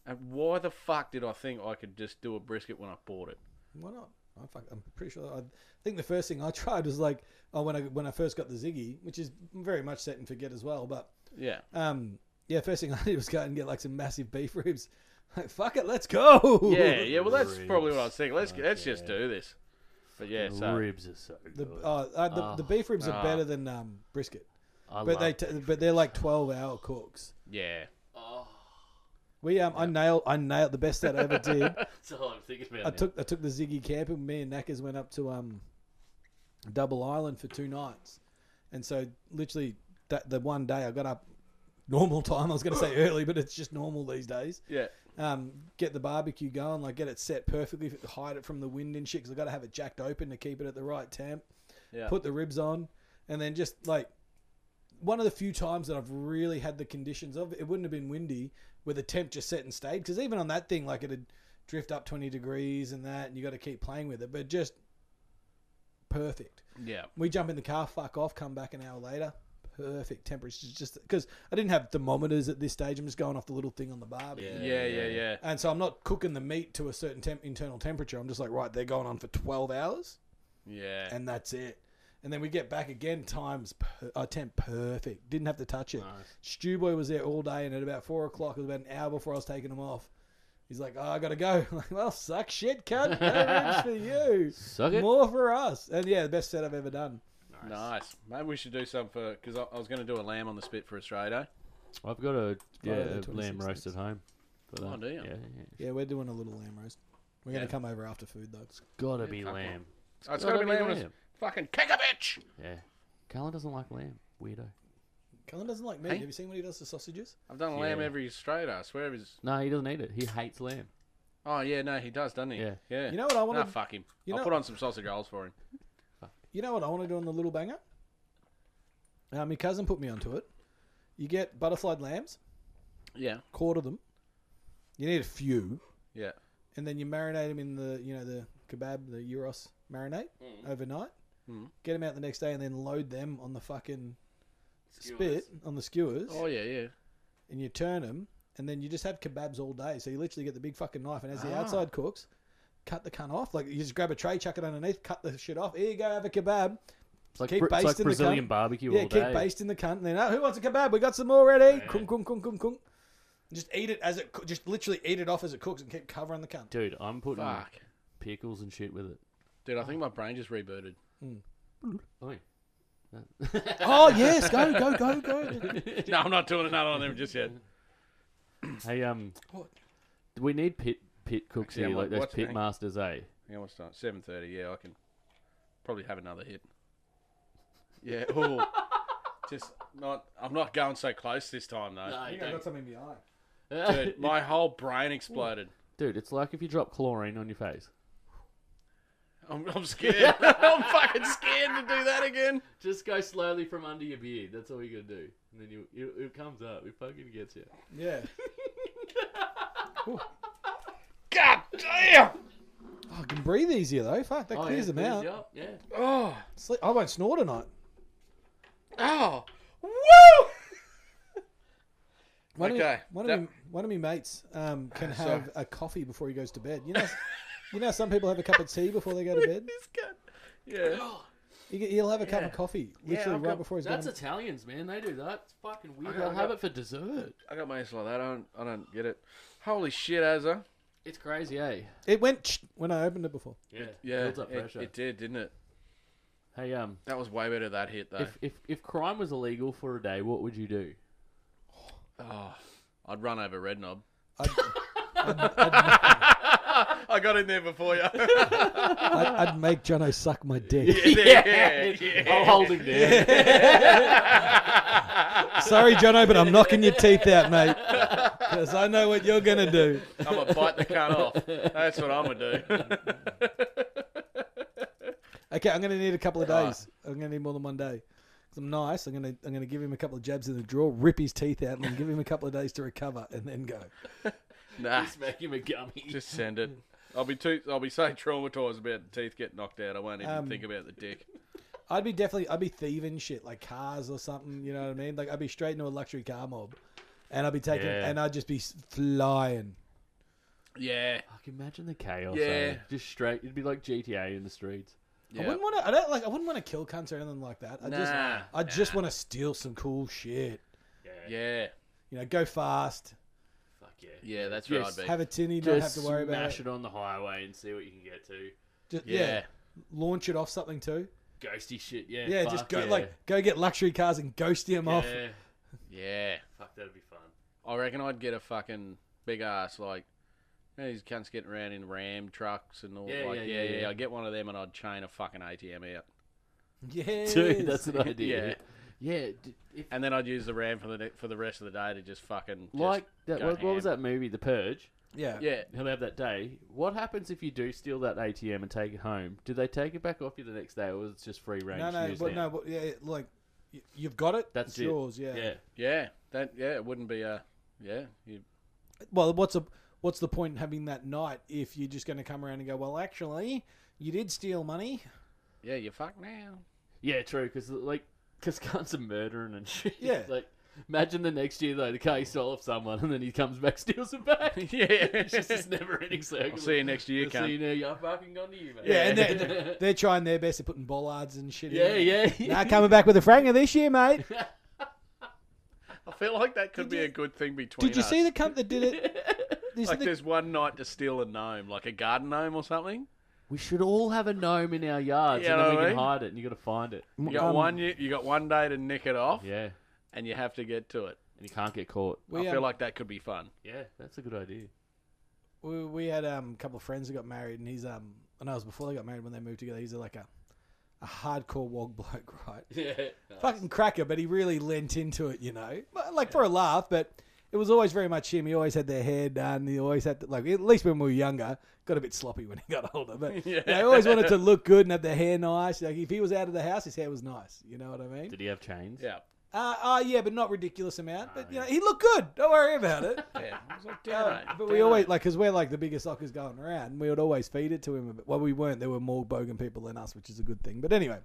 Speaker 3: And why the fuck did I think I could just do a brisket when I bought it?
Speaker 4: Why not? I fuck, I'm pretty sure. I think the first thing I tried was like, oh, when I when I first got the Ziggy, which is very much set and forget as well. But
Speaker 3: Yeah,
Speaker 4: um, yeah, first thing I did was go out and get like some massive beef ribs. Like, fuck it, let's go.
Speaker 3: yeah, yeah. Well, that's probably what I was thinking. Let's let's just do this. But yeah, so
Speaker 5: Ribs are so good.
Speaker 4: The, oh, uh, the, the beef ribs are better than um, brisket,
Speaker 5: I
Speaker 4: but they
Speaker 5: love-
Speaker 4: t- but they're like twelve hour cooks.
Speaker 3: yeah,
Speaker 4: We um, I nailed I nailed the best that I ever did.
Speaker 5: That's all I'm thinking about.
Speaker 4: I
Speaker 5: now.
Speaker 4: took I took the Ziggy camp and me and Knackers went up to um Double Island for two nights, and so literally that the one day I got up normal time. I was going to say early, but it's just normal these days.
Speaker 3: yeah.
Speaker 4: Um, get the barbecue going, like get it set perfectly, hide it from the wind and shit. Because I got to have it jacked open to keep it at the right temp.
Speaker 3: Yeah.
Speaker 4: Put the ribs on, and then just like one of the few times that I've really had the conditions of it wouldn't have been windy where the temp just set and stayed because even on that thing like it'd drift up 20 degrees and that and you got to keep playing with it but just perfect
Speaker 3: Yeah.
Speaker 4: we jump in the car fuck off come back an hour later perfect temperatures just because I didn't have thermometers at this stage I'm just going off the little thing on the barbecue
Speaker 3: Yeah, yeah, yeah.
Speaker 4: and so I'm not cooking the meat to a certain temp- internal temperature I'm just like right they're going on for 12 hours
Speaker 3: Yeah.
Speaker 4: and that's it. And then we get back again, times per, uh, temp perfect. Didn't have to touch it. Stew Boy was there all day, and at about four o'clock, it was about an hour before I was taking him off. He's like, "Oh, I gotta go." I'm like, well, suck shit, cunt. No ribs for you.
Speaker 5: Suck it.
Speaker 4: More for us. And yeah, the best set I've ever done.
Speaker 3: Nice. Maybe we should do some for because I, I was going to do a lamb on the spit for Australia.
Speaker 5: I've got a yeah,
Speaker 4: they're
Speaker 5: a
Speaker 4: 26
Speaker 5: lamb roast at
Speaker 4: cents.
Speaker 5: home. For that.
Speaker 3: Oh, do you?
Speaker 5: Yeah, yeah.
Speaker 4: Yeah, we're doing a little lamb roast. We're gonna
Speaker 3: Yeah.
Speaker 4: come over after food though.
Speaker 5: Gotta be lamb.
Speaker 3: Oh, it's got to be
Speaker 5: gotta
Speaker 3: lamb.
Speaker 5: be
Speaker 3: on a s-
Speaker 5: lamb.
Speaker 3: Fucking kick a bitch.
Speaker 5: Yeah. Carlin doesn't like lamb. Weirdo.
Speaker 4: Cullen doesn't like meat. Have you seen what he does to sausages?
Speaker 3: I've done a lamb every straight. I swear he's.
Speaker 5: No, he doesn't eat it. He hates lamb.
Speaker 3: Oh yeah, no, he does, doesn't he?
Speaker 5: Yeah.
Speaker 3: yeah.
Speaker 4: You know what I wanna-
Speaker 3: Nah, fuck him.
Speaker 4: you
Speaker 3: I'll
Speaker 4: know-
Speaker 3: put on some sausage rolls for him.
Speaker 4: You know what I want to do on the little banger? Um, my cousin put me onto it. You get butterflied lambs.
Speaker 3: Yeah,
Speaker 4: quarter them. You need a few,
Speaker 3: yeah,
Speaker 4: and then you marinate them in the you know the kebab, the euros marinade overnight. Mm. Get them out the next day, and then load them on the fucking spit on the skewers,
Speaker 3: oh yeah, yeah.
Speaker 4: and you turn them, and then you just have kebabs all day. So you literally get the big fucking knife, and as the outside cooks, cut the cunt off. Like you just grab a tray, chuck it underneath, cut the shit off. Here you go, have a kebab.
Speaker 5: It's like, Bra-
Speaker 4: Keep
Speaker 5: it's
Speaker 4: basting
Speaker 5: like
Speaker 4: the
Speaker 5: Brazilian
Speaker 4: cunt.
Speaker 5: barbecue
Speaker 4: yeah,
Speaker 5: all
Speaker 4: keep
Speaker 5: day.
Speaker 4: based in the cunt. And then oh, who wants a kebab? We got some more already. Kung kung kung kung kung. Just eat it as it, coo- just literally eat it off as it cooks, and keep covering the cunt.
Speaker 5: Dude, I'm putting
Speaker 3: Fuck,
Speaker 5: pickles and shit with it.
Speaker 3: dude, I think my brain just rebooted.
Speaker 5: Oi.
Speaker 4: Oh yes, go go go go.
Speaker 3: no, I'm not doing another on them just yet.
Speaker 5: Hey, um,
Speaker 4: What?
Speaker 5: we need pit pit cooks
Speaker 3: Actually, I'm
Speaker 5: here, like
Speaker 3: like,
Speaker 5: those
Speaker 3: what's
Speaker 5: pit
Speaker 3: name?
Speaker 5: masters, eh?
Speaker 3: Yeah, what's time? Seven thirty. Yeah, I can probably have another hit. Yeah. Oh, just not. I'm not going so close this time though.
Speaker 4: I got something in the eye.
Speaker 3: Dude, my whole brain exploded.
Speaker 5: Dude, it's like if you drop chlorine on your face.
Speaker 3: I'm, I'm scared. I'm fucking scared to do that again.
Speaker 5: Just go slowly from under your beard. That's all you gotta do, and then you it, it comes up. It fucking gets you.
Speaker 4: Yeah.
Speaker 3: God damn.
Speaker 4: Oh, I can breathe easier though. Fuck, that clears them out.
Speaker 5: Yeah.
Speaker 3: Oh.
Speaker 4: Sleep- I won't snore tonight.
Speaker 3: Oh. Woo.
Speaker 4: One Of,
Speaker 3: Okay,
Speaker 4: me- one,
Speaker 3: that-
Speaker 4: of me, one of me mates um, can have a coffee before he goes to bed. You know, you know, how some people have a cup of tea before they go to bed.
Speaker 3: This gun.
Speaker 4: Oh.
Speaker 3: Yeah.
Speaker 4: He, he'll have a cup of coffee literally
Speaker 3: I've
Speaker 4: right
Speaker 3: got-
Speaker 4: before he's
Speaker 5: That's
Speaker 4: going.
Speaker 5: Italians, man. They do that. It's fucking weird.
Speaker 3: I got-
Speaker 5: They'll have it for dessert.
Speaker 3: I got my answer like that. I don't. I don't get it. Holy shit, Azza.
Speaker 5: It's crazy, eh?
Speaker 4: It went when I opened it before.
Speaker 5: Yeah.
Speaker 3: Yeah.
Speaker 5: Builds up
Speaker 3: it-
Speaker 5: pressure.
Speaker 3: It, did, didn't it?
Speaker 5: Hey, um,
Speaker 3: That was way better that hit though.
Speaker 5: if, if if crime was illegal for a day, what would you do?
Speaker 3: I'd run over Red Knob.
Speaker 4: I'd,
Speaker 3: I got in there before you.
Speaker 9: I'd, I'd make Jono suck my dick.
Speaker 3: yeah,
Speaker 5: I'll hold him down.
Speaker 9: Sorry, Jono, but I'm knocking your teeth out, mate.
Speaker 4: because I know what you're gonna do.
Speaker 3: I'm gonna bite the cunt off. That's what I'm gonna do.
Speaker 4: Okay, I'm gonna need a couple of days. I'm gonna need more than one day. 'Cause I'm nice. I'm gonna I'm gonna give him a couple of jabs in the drawer, rip his teeth out, and then give him a couple of days to recover, and then go.
Speaker 3: Nah,
Speaker 5: Smack him a gummy.
Speaker 3: just send it. I'll be too. I'll be so traumatized about the teeth getting knocked out. I won't even
Speaker 4: Um,
Speaker 3: think about the dick.
Speaker 4: I'd be definitely I'd be thieving shit like cars or something. You know what I mean? Like I'd be straight into a luxury car mob, and I'd be taking
Speaker 5: Yeah.
Speaker 4: and I'd just be s- flying.
Speaker 3: Yeah,
Speaker 5: Fuck, imagine the chaos.
Speaker 3: Yeah.
Speaker 5: eh? Just straight. It'd be like GTA in the streets.
Speaker 4: I
Speaker 3: yeah.
Speaker 4: wouldn't want to. I don't like. I wouldn't want to kill cunts or anything like that. I just
Speaker 3: Nah.
Speaker 4: I just want to steal some cool shit.
Speaker 3: Yeah,
Speaker 4: You know, go fast,
Speaker 5: Fuck yeah.
Speaker 3: yeah. That's where
Speaker 5: Yes.
Speaker 3: I'd be.
Speaker 4: have a tinny, don't have
Speaker 5: Just
Speaker 4: to worry about
Speaker 5: smash
Speaker 4: it.
Speaker 5: it on the highway and see what you can get to.
Speaker 4: Just-
Speaker 3: yeah.
Speaker 4: yeah, launch it off something too.
Speaker 5: Ghosty shit. Yeah.
Speaker 4: Yeah,
Speaker 5: fuck
Speaker 4: just go
Speaker 5: yeah.
Speaker 4: like go get luxury cars and ghost him off.
Speaker 5: Yeah.
Speaker 3: yeah.
Speaker 5: Fuck, that'd be fun.
Speaker 3: I reckon I'd get a fucking big ass like. You know, these cunts getting around in Ram trucks and all.
Speaker 5: Yeah,
Speaker 3: like,
Speaker 5: yeah,
Speaker 3: yeah,
Speaker 5: yeah,
Speaker 3: yeah,
Speaker 5: yeah.
Speaker 3: I'd get one of them and I'd chain a fucking ATM out,
Speaker 4: Yes.
Speaker 5: Dude, that's an idea.
Speaker 3: Yeah.
Speaker 5: yeah. d- if-
Speaker 3: and then I'd use the Ram for the ne- for the rest of the day to just fucking just
Speaker 5: like that.
Speaker 3: go
Speaker 5: What, what was
Speaker 3: ham.
Speaker 5: that movie, The Purge?
Speaker 4: yeah.
Speaker 3: Yeah,
Speaker 5: He'll have that day. What happens if you do steal that ATM and take it home? Do they take it back off you the next day, or it's just free range?
Speaker 4: No, no,
Speaker 5: use
Speaker 4: but
Speaker 5: now?
Speaker 4: no, but yeah, like y- you've got it.
Speaker 5: That's
Speaker 4: it's
Speaker 5: it.
Speaker 4: yours. Yeah.
Speaker 5: Yeah.
Speaker 3: yeah. That yeah, it wouldn't be a yeah. You,
Speaker 4: Well, what's a what's the point in having that night if you're just going to come around and go? Well, actually, you did steal money.
Speaker 3: yeah, you fuck now.
Speaker 5: Yeah, true. Because like, because cunts are murdering and shit.
Speaker 4: Yeah.
Speaker 5: Like, imagine the next year though, the car you stole off someone, and then he comes back, steals it back.
Speaker 3: Yeah.
Speaker 5: it's just this never-ending circle.
Speaker 3: I'll see you next year,
Speaker 5: I'll
Speaker 3: cunt.
Speaker 5: See you now. You're fucking gone to you, mate.
Speaker 4: Yeah, and they're, they're trying their best at putting bollards and shit.
Speaker 5: yeah,
Speaker 4: in.
Speaker 5: yeah. yeah.
Speaker 4: Now coming back with a franger this year, mate.
Speaker 3: I feel like that could be a good thing between.
Speaker 4: Did you
Speaker 3: us.
Speaker 4: see the cunt that did it? This
Speaker 3: Like,
Speaker 4: the-
Speaker 3: there's one night to steal a gnome, like a garden gnome or something.
Speaker 5: We should all have a gnome in our yards,
Speaker 3: Yeah,
Speaker 5: and
Speaker 3: know
Speaker 5: then we
Speaker 3: what I
Speaker 5: can
Speaker 3: mean?
Speaker 5: hide it, and you got to find it.
Speaker 3: You got
Speaker 4: Um,
Speaker 3: one. You, you got one day to nick it off,
Speaker 5: Yeah, and
Speaker 3: and you have to get to it.
Speaker 5: you can't get caught.
Speaker 4: we,
Speaker 3: I
Speaker 4: um,
Speaker 3: feel like that could be fun.
Speaker 5: Yeah, that's a good idea.
Speaker 4: we, we had um, a couple of friends that got married, and he's um, and I was before they got married when they moved together. He's like a, a hardcore wog bloke, right?
Speaker 5: Yeah.
Speaker 4: Fucking cracker, but he really lent into it, you know, But, like for a laugh. But it was always very much him. He always had their hair done. He always had to, like at least when we were younger, got a bit sloppy when he got older, but yeah. they always wanted to look good and have their hair nice. Like if he was out of the house, his hair was nice. You know what I mean?
Speaker 5: Did he have chains?
Speaker 3: Yeah.
Speaker 4: Uh, uh yeah, but not ridiculous amount. But you know, he looked good. Don't worry about it.
Speaker 3: Yeah. I was like,
Speaker 4: Uh,
Speaker 3: damn right.
Speaker 4: but we always like because we're like the biggest suckers going around. and We would always feed it to him. A bit. Well, we weren't. There were more bogan people than us, which is a good thing. But anyway,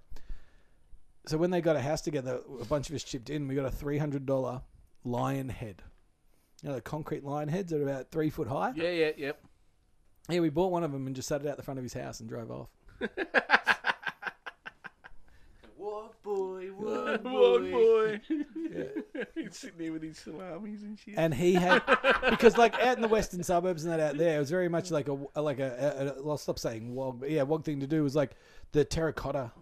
Speaker 4: so when they got a house together, a bunch of us chipped in. We got a three hundred dollar lion head. You know, the concrete lion heads are about three foot high.
Speaker 3: Yeah. Yeah. Yep.
Speaker 4: Yeah, we bought one of them and just sat it out the front of his house and drove off.
Speaker 5: What boy? What
Speaker 3: One boy. He's sitting there with his salamis and shit.
Speaker 4: and he had because like out in the western suburbs and that out there, it was very much like a like a, a, a I'll stop saying wog, but yeah, wog thing to do was like the terracotta,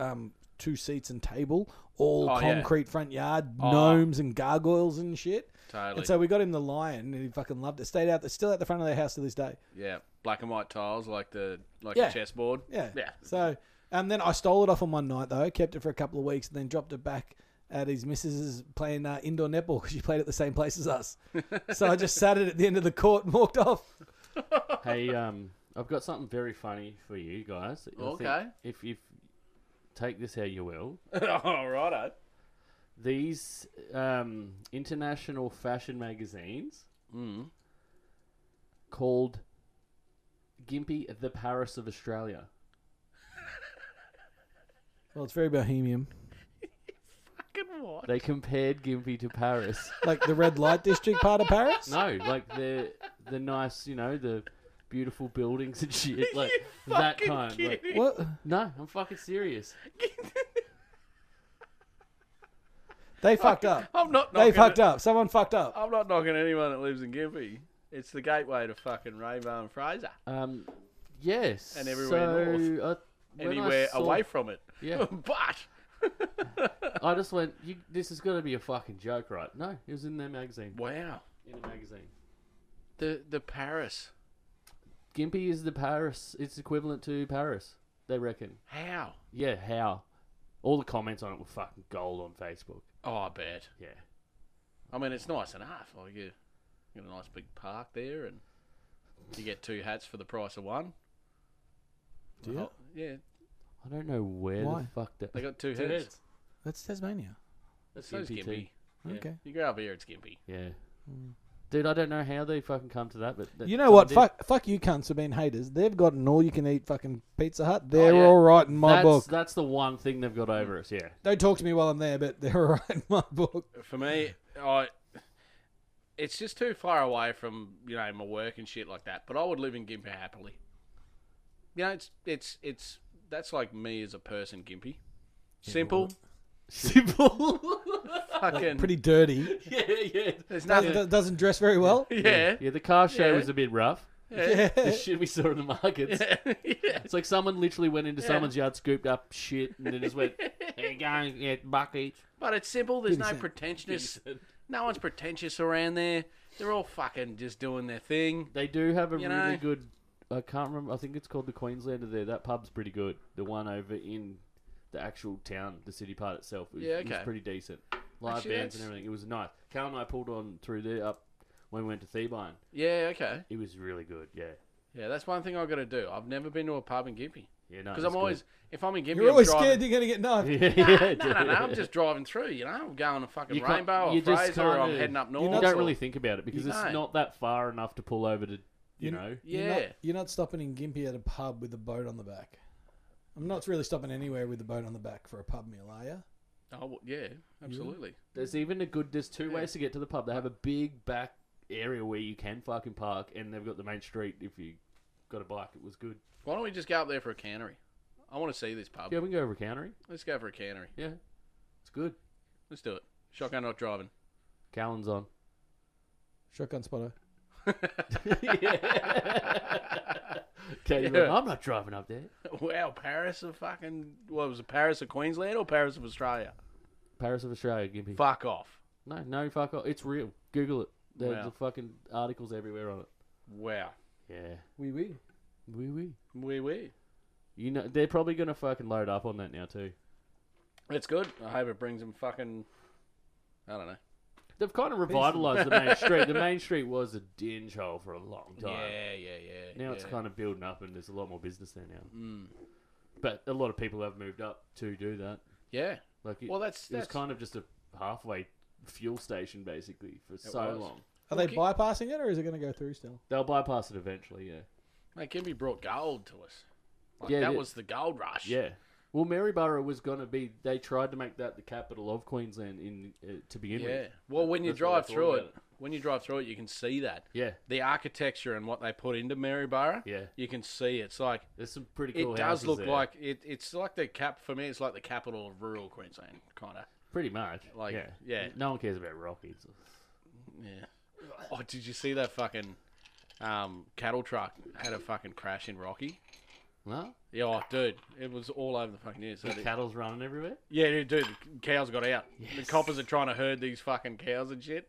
Speaker 4: um, two seats and table, all
Speaker 3: Oh, yeah. Oh.
Speaker 4: concrete front yard, gnomes and gargoyles and shit.
Speaker 3: Totally.
Speaker 4: And so we got him the lion, and he fucking loved it. Stayed out, it's still at the front of their house to this day.
Speaker 3: yeah. Black and white tiles, like the like
Speaker 4: Yeah.
Speaker 3: a chessboard.
Speaker 4: Yeah.
Speaker 3: Yeah.
Speaker 4: So, um, then I stole it off on one night though, kept it for a couple of weeks, and then dropped it back at his missus's playing uh, indoor netball because she played at the same place as us. so I just sat it at the end of the court and walked off.
Speaker 5: Hey, um, I've got something very funny for you guys. that you'll think-
Speaker 3: Okay.
Speaker 5: If you take this how you will,
Speaker 3: oh, righto.
Speaker 5: these um, international fashion magazines
Speaker 3: Mm.
Speaker 5: called Gimpy the Paris of Australia.
Speaker 4: Well, it's very bohemian,
Speaker 5: They compared Gimpy to Paris.
Speaker 4: like the red light district part of Paris.
Speaker 5: No, like the the nice, you know, the beautiful buildings and shit, like that kind. Like,
Speaker 4: What?
Speaker 5: no, I'm fucking serious.
Speaker 4: They fucked up.
Speaker 3: I'm not.
Speaker 4: They
Speaker 3: knocking
Speaker 4: fucked
Speaker 3: it.
Speaker 4: up. Someone fucked up.
Speaker 3: I'm not knocking anyone that lives in Gympie. It's
Speaker 5: Uh,
Speaker 3: the gateway to fucking Rainbow and Fraser.
Speaker 5: Um, yes.
Speaker 3: And everywhere
Speaker 5: so, uh, when I
Speaker 3: anywhere
Speaker 5: saw-
Speaker 3: away from it.
Speaker 5: Yeah.
Speaker 3: but
Speaker 5: I just went, you, this is going to be a fucking joke, right? No, it was in their magazine.
Speaker 3: wow,
Speaker 5: In a magazine.
Speaker 3: the the Paris.
Speaker 5: Gimpy is the Paris. It's equivalent to Paris, they reckon.
Speaker 3: How?
Speaker 5: Yeah, how? All the comments on it were fucking gold on Facebook.
Speaker 3: Oh, I bet.
Speaker 5: Yeah.
Speaker 3: I mean, it's nice enough. Like you you got a nice big park there, and you get two hats for the price of one.
Speaker 4: Do you?
Speaker 3: Oh, yeah,
Speaker 5: I don't know where
Speaker 4: Why?
Speaker 5: the fuck that.
Speaker 3: they got two heads.
Speaker 4: That's Tasmania.
Speaker 5: That's
Speaker 3: So it's
Speaker 5: Gimpy too.
Speaker 3: gimpy.
Speaker 4: Okay.
Speaker 3: You go over here, it's gimpy.
Speaker 5: Yeah. Dude, I don't know how they fucking come to that, but that-
Speaker 4: You know what?
Speaker 5: someone
Speaker 4: Fuck, fuck you, cunts have been haters. They've got an all-you-can-eat fucking Pizza Hut. They're
Speaker 3: yeah.
Speaker 4: all right in
Speaker 5: did.
Speaker 4: my
Speaker 5: that's,
Speaker 4: book.
Speaker 5: That's the one thing they've got over us. Yeah.
Speaker 4: Don't talk to me while I'm there, but they're all right in my book.
Speaker 3: For me, I it's just too far away from you know my work and shit like that. But I would live in Gimpy happily. You know, it's it's it's that's like me as a person, Gimpy. Simple,
Speaker 5: Simple.
Speaker 3: fucking.
Speaker 4: Pretty dirty.
Speaker 5: yeah, yeah.
Speaker 3: there's
Speaker 4: Does,
Speaker 3: nothing.
Speaker 4: doesn't dress very well.
Speaker 3: Yeah,
Speaker 5: Yeah, the car show
Speaker 3: Yeah.
Speaker 5: was a bit rough.
Speaker 3: yeah,
Speaker 5: The shit we saw in the markets.
Speaker 3: yeah.
Speaker 5: It's like someone literally went into someone's yard, scooped up shit, and then just went, "There you go, yeah, buck each."
Speaker 3: But it's simple. There's no pretentiousness. No one's pretentious around there. They're all fucking just doing their thing.
Speaker 5: They do have a
Speaker 3: You
Speaker 5: really
Speaker 3: know?
Speaker 5: good. I can't remember. I think it's called the Queenslander. There, that pub's pretty good. The one over in the actual town, the city part itself, was,
Speaker 3: Yeah,
Speaker 5: was
Speaker 3: okay.
Speaker 5: pretty decent. Live
Speaker 3: Actually,
Speaker 5: bands and
Speaker 3: that's-
Speaker 5: everything. It was nice. Cal and I pulled on through there up when we went to Thebine.
Speaker 3: Yeah, okay.
Speaker 5: It was really good. Yeah,
Speaker 3: Yeah, that's one thing I've got to do. I've never been to a pub in Gimpy
Speaker 5: yeah, no.
Speaker 3: because
Speaker 5: it's
Speaker 3: I'm
Speaker 5: good.
Speaker 3: always if I'm in Gimpy,
Speaker 4: You're always
Speaker 3: I'm
Speaker 4: scared
Speaker 3: driving.
Speaker 4: you're going to get knifed.
Speaker 5: Yeah, yeah,
Speaker 3: No, no, no. I'm
Speaker 5: dude.
Speaker 3: just driving through. You know, I'm going to fucking
Speaker 5: You can't-
Speaker 3: Rainbow or
Speaker 5: you just
Speaker 3: Fraser, or I'm
Speaker 5: kinda-
Speaker 3: heading up north.
Speaker 5: You
Speaker 3: or-
Speaker 5: don't really think about it because
Speaker 3: You
Speaker 5: it's
Speaker 3: don't.
Speaker 5: not that far enough to pull over to, you, know.
Speaker 4: You're not,
Speaker 3: Yeah,
Speaker 4: you're not stopping in Gimpy at a pub with a boat on the back. I'm not really stopping anywhere with a boat on the back for a pub meal, are you?
Speaker 3: oh, well, yeah, absolutely.
Speaker 5: There's even a good. There's two ways to get to the pub. They have a big back area where you can fucking park, and they've got the main street if you got a bike. It was good.
Speaker 3: Why don't we just go up there for a cannery? I want to see this pub.
Speaker 5: Yeah, we can go over cannery.
Speaker 3: Let's go for a cannery.
Speaker 5: Yeah, it's good.
Speaker 3: Let's do it. Shotgun not driving.
Speaker 5: Callan's on.
Speaker 4: Shotgun spotter.
Speaker 5: Okay,
Speaker 3: Yeah.
Speaker 5: I'm not driving up there.
Speaker 3: wow, Paris of fucking what was it? Paris of Queensland or Paris of Australia?
Speaker 5: Paris of Australia, Gimpy.
Speaker 3: Fuck off.
Speaker 5: no, no, fuck off. It's real. Google it. There's
Speaker 3: Wow.
Speaker 5: the fucking articles everywhere on it.
Speaker 3: Wow.
Speaker 5: Yeah.
Speaker 4: Wee wee.
Speaker 5: Wee wee.
Speaker 3: Wee wee.
Speaker 5: You know they're probably gonna fucking load up on that now too.
Speaker 3: It's good. I hope it brings them fucking. I don't know.
Speaker 5: They've kind of revitalized the main street. The main street was a dinge hole for a long time.
Speaker 3: yeah, yeah.
Speaker 5: Now it's
Speaker 3: yeah. Mm.
Speaker 5: kind of building up, and there's a lot more business there now. But a lot of people have moved up to do that.
Speaker 3: Yeah.
Speaker 5: Like, it,
Speaker 3: Well, that's-
Speaker 5: it was
Speaker 3: that's-
Speaker 5: kind of just a halfway fuel station basically for so
Speaker 3: was.
Speaker 5: long.
Speaker 4: Are they bypassing it or is it going to go through still?
Speaker 5: They'll bypass it eventually. Yeah,
Speaker 3: Mate, Kimby brought gold to us. Like,
Speaker 5: Yeah,
Speaker 3: that
Speaker 5: yeah.
Speaker 3: was the gold rush.
Speaker 5: yeah. Well, Maryborough was gonna be. They tried to make that the capital of Queensland in uh, to begin
Speaker 3: Yeah.
Speaker 5: with.
Speaker 3: Well, when you
Speaker 5: That's what I
Speaker 3: drive
Speaker 5: thought
Speaker 3: through it,
Speaker 5: about it.
Speaker 3: when you drive through it, you can see that.
Speaker 5: Yeah.
Speaker 3: The architecture and what they put into Maryborough.
Speaker 5: Yeah.
Speaker 3: You can see it's like
Speaker 5: There's some pretty
Speaker 3: it
Speaker 5: cool.
Speaker 3: does
Speaker 5: houses
Speaker 3: look
Speaker 5: there.
Speaker 3: like it. It's like the cap for me. It's like the capital of rural Queensland, kind of.
Speaker 5: pretty much.
Speaker 3: Like,
Speaker 5: yeah,
Speaker 3: yeah.
Speaker 5: No one cares about Rockies.
Speaker 3: Yeah. Oh, did you see that fucking um, cattle truck had a fucking crash in Rocky?
Speaker 5: No,
Speaker 3: Yeah, oh, dude, it was all over the fucking news.
Speaker 5: the cattle's running everywhere.
Speaker 3: Yeah, dude, dude, the cows got out. The coppers are trying to herd these fucking cows and shit.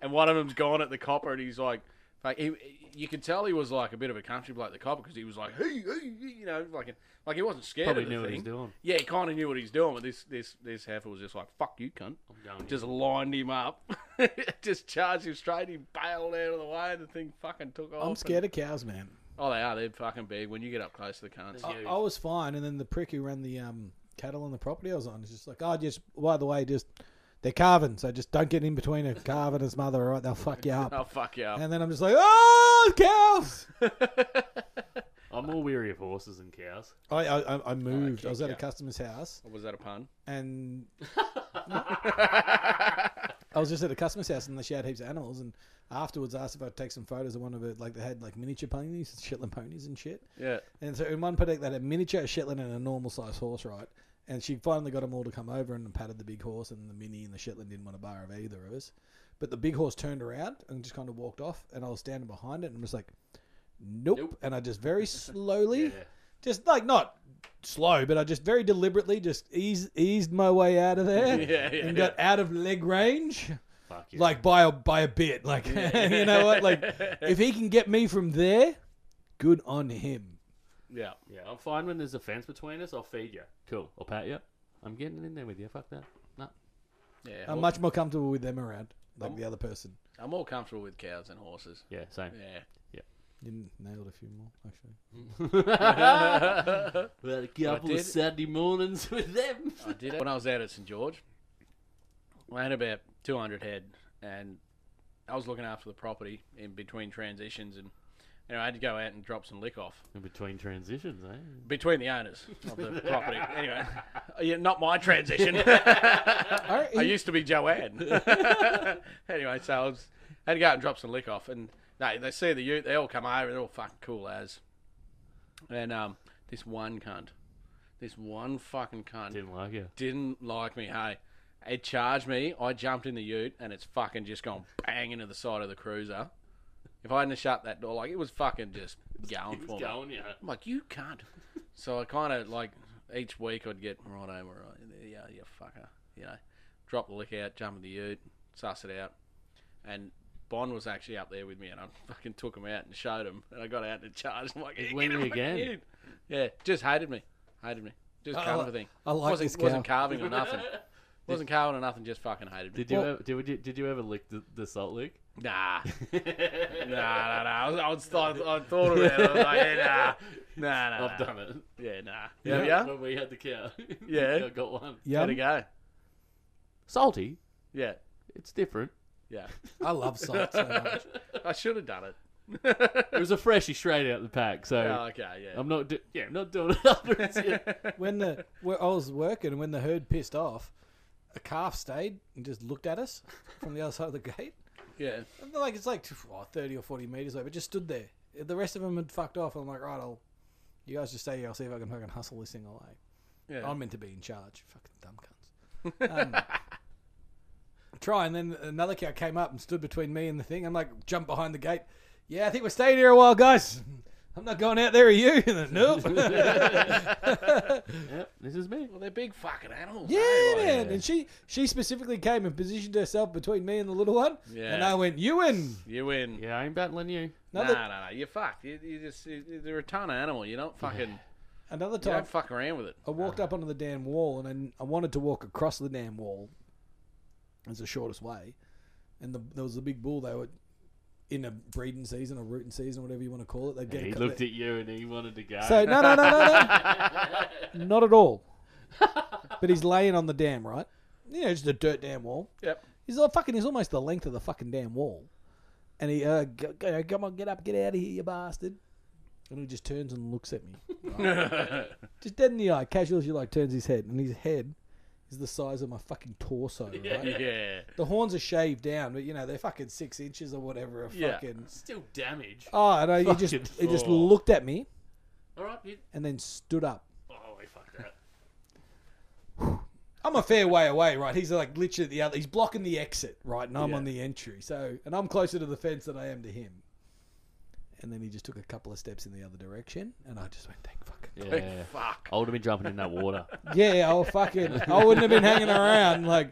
Speaker 3: and one of them's gone at the copper, and he's like, like he, you could tell he was like a bit of a country bloke, the copper, because he was like, hey, hey, hey," you know, like, like he wasn't scared.
Speaker 5: Probably
Speaker 3: of the
Speaker 5: knew what he
Speaker 3: thing.
Speaker 5: was doing.
Speaker 3: Yeah, he kind of knew what he was doing, but this this this heifer was just like, fuck you, cunt.
Speaker 5: going
Speaker 3: Just lined him up, just charged him straight. He bailed out of the way, and the thing fucking took off.
Speaker 4: I'm
Speaker 3: and-
Speaker 4: scared of cows, man.
Speaker 3: Oh, they are. They're fucking big. When you get up close to the cunts.
Speaker 4: I, I was fine, and then the prick who ran the um, cattle on the property I was on is just like, oh, just by the way, just they're carving, so just don't get in between a calf and his mother, all right? They'll fuck you up.
Speaker 3: Oh, fuck you up.
Speaker 4: And then I'm just like, oh, cows!
Speaker 5: I'm all weary of horses and cows.
Speaker 4: I I, I- I moved. I was at a customer's house,
Speaker 3: oh, Was that a pun?
Speaker 4: and I was just at a customer's house, and she had heaps of animals. And afterwards, asked if I'd take some photos of one of it. Like they had like miniature ponies, Shetland ponies, and shit.
Speaker 3: Yeah.
Speaker 4: And so in one paddock, they had a miniature Shetland and a normal sized horse, right? And she finally got them all to come over and patted the big horse, and the mini and the Shetland didn't want a bar of either of us. But the big horse turned around and just kind of walked off, and I was standing behind it and was like, nope. And I just very slowly just like not slow, but I just very deliberately just eased eased my way out of there
Speaker 3: yeah,
Speaker 4: and got out of leg range.
Speaker 5: Fuck you.
Speaker 4: Like by a by a bit, like you know what? Like if he can get me from there, good on him.
Speaker 3: Yeah.
Speaker 5: yeah, I'm fine when there's a fence between us. I'll feed you. Cool. I'll pat you. I'm getting in there with you. Fuck that. No.
Speaker 3: Yeah.
Speaker 4: I'm
Speaker 3: I'm,
Speaker 4: much more comfortable with them around, like the other person.
Speaker 3: I'm more comfortable with cows than horses.
Speaker 5: Yeah, same.
Speaker 3: Yeah.
Speaker 4: You nailed a few more, actually.
Speaker 5: We had a couple of
Speaker 3: did-
Speaker 5: Saturday mornings with them.
Speaker 3: I did it when I was out at St George. I had about 200 head, and I was looking after the property in between transitions, and you know, I had to go out and drop some lick off
Speaker 5: In between transitions, eh?
Speaker 3: between the owners of the property. Anyway, uh, yeah, not my transition. I used to be Joanne. anyway, so I was, had to go out and drop some lick off, and they they see the ute, they all come over, they're all fucking cool as, and um, this one cunt, this one fucking cunt
Speaker 5: Didn't like you.
Speaker 3: didn't like me. Hey, it charged me. I jumped in the Ute, and it's fucking just gone bang into the side of the cruiser. If I hadn't have shut that door, like it was fucking just going
Speaker 5: It's
Speaker 3: for me.
Speaker 5: going, yeah.
Speaker 3: I'm like, you can't. So I kind of like each week I'd get right over, right, yeah, you fucker, you know, drop the lick out, jump in the Ute, suss it out, and. Bond was actually up there with me, and I fucking took him out and showed him, and I got out and charged. I'm like, "Here,
Speaker 5: went
Speaker 3: get
Speaker 5: in
Speaker 3: him
Speaker 5: again.
Speaker 3: again." Yeah, just hated me, hated me, just
Speaker 4: I
Speaker 3: kind
Speaker 4: li-
Speaker 3: of thing.
Speaker 4: I like
Speaker 3: wasn't,
Speaker 4: this
Speaker 3: wasn't
Speaker 4: cow.
Speaker 3: carving or nothing. wasn't carving or nothing. Just fucking hated me.
Speaker 5: Did you
Speaker 4: Well-
Speaker 5: ever did you, did you ever lick the, the salt lick?
Speaker 3: Nah, nah, nah, nah. I, was, I, was, I, I thought about it. I was like, yeah, nah, nah, nah. nah.
Speaker 5: I've done it.
Speaker 3: Yeah, nah. Yeah, yeah.
Speaker 5: When we had the cow.
Speaker 3: Yeah.
Speaker 5: I got one.
Speaker 3: There you
Speaker 4: Yeah,
Speaker 3: go.
Speaker 5: Salty.
Speaker 3: Yeah,
Speaker 5: It's different.
Speaker 3: yeah.
Speaker 4: I love salt so much.
Speaker 3: I should have done it.
Speaker 5: It was a freshie straight out the pack, so
Speaker 3: Oh, okay, yeah.
Speaker 5: I'm not. Do- yeah, I'm not doing it. up.
Speaker 4: when the where I was working and when the herd pissed off, a calf stayed and just looked at us from the other side of the gate.
Speaker 3: yeah,
Speaker 4: And they're like it's like oh, 30 or forty meters away, but just stood there. The rest of them had fucked off. I'm like, right, I'll you guys just stay here. I'll see if I can fucking hustle this thing away.
Speaker 3: yeah.
Speaker 4: I'm meant to be in charge. Fucking dumb cunts. Um, try and then another cow came up and stood between me and the thing. I'm like, jump behind the gate. Yeah, I think we're staying here a while, guys. I'm not going out there. Are you? nope.
Speaker 5: Yep, this is me.
Speaker 3: well, they're big fucking animals.
Speaker 4: Yeah,
Speaker 3: eh? Like,
Speaker 4: man. And she she specifically came and positioned herself between me and the little one.
Speaker 3: Yeah.
Speaker 4: And I went, you win.
Speaker 3: You win.
Speaker 5: Yeah, I ain't battling you.
Speaker 3: Nah,
Speaker 4: Another,
Speaker 3: nah, nah. You're fucked. You, you just you, they're a ton of animal. You don't fucking
Speaker 4: another
Speaker 3: you
Speaker 4: time,
Speaker 3: don't fuck around with it.
Speaker 4: I walked
Speaker 5: Uh.
Speaker 4: up onto the damn wall and I, I wanted to walk across the damn wall. It's the shortest way. And the, there was a big bull. They were in a breeding season or rooting season, whatever you want to call it. They'd get a
Speaker 5: He
Speaker 4: cou-
Speaker 5: looked at you and he wanted to go.
Speaker 4: So no, no, no, no, no, not at all. But he's laying on the dam, right? You know, just a dirt dam wall.
Speaker 3: Yep.
Speaker 4: He's all fucking. He's almost the length of the fucking damn wall. And he, uh, go, go, come on, get up, get out of here, you bastard. And he just turns and looks at me, just dead in the eye, casual as you like. Turns his head, and his head is the size of my fucking torso. Right?
Speaker 3: Yeah.
Speaker 4: The horns are shaved down, but you know they're fucking six inches or whatever. Are
Speaker 3: Yeah.
Speaker 4: fucking.
Speaker 5: Still damage.
Speaker 4: Oh, and I, he just
Speaker 5: Fucking-
Speaker 4: he just
Speaker 5: Oh.
Speaker 4: looked at me
Speaker 5: All right. You,
Speaker 4: and then stood up.
Speaker 5: oh, I fucked that.
Speaker 4: I'm a fair way away, right? He's like literally at the other. He's blocking the exit, right, and I'm on the entry. So, and I'm closer to the fence than I am to him. And then he just took a couple of steps in the other direction, and I just went, "Thank fuck."
Speaker 5: Yeah.
Speaker 3: Fuck.
Speaker 5: I would have been jumping in that water
Speaker 4: Yeah, I was fucking. I wouldn't have been hanging around like.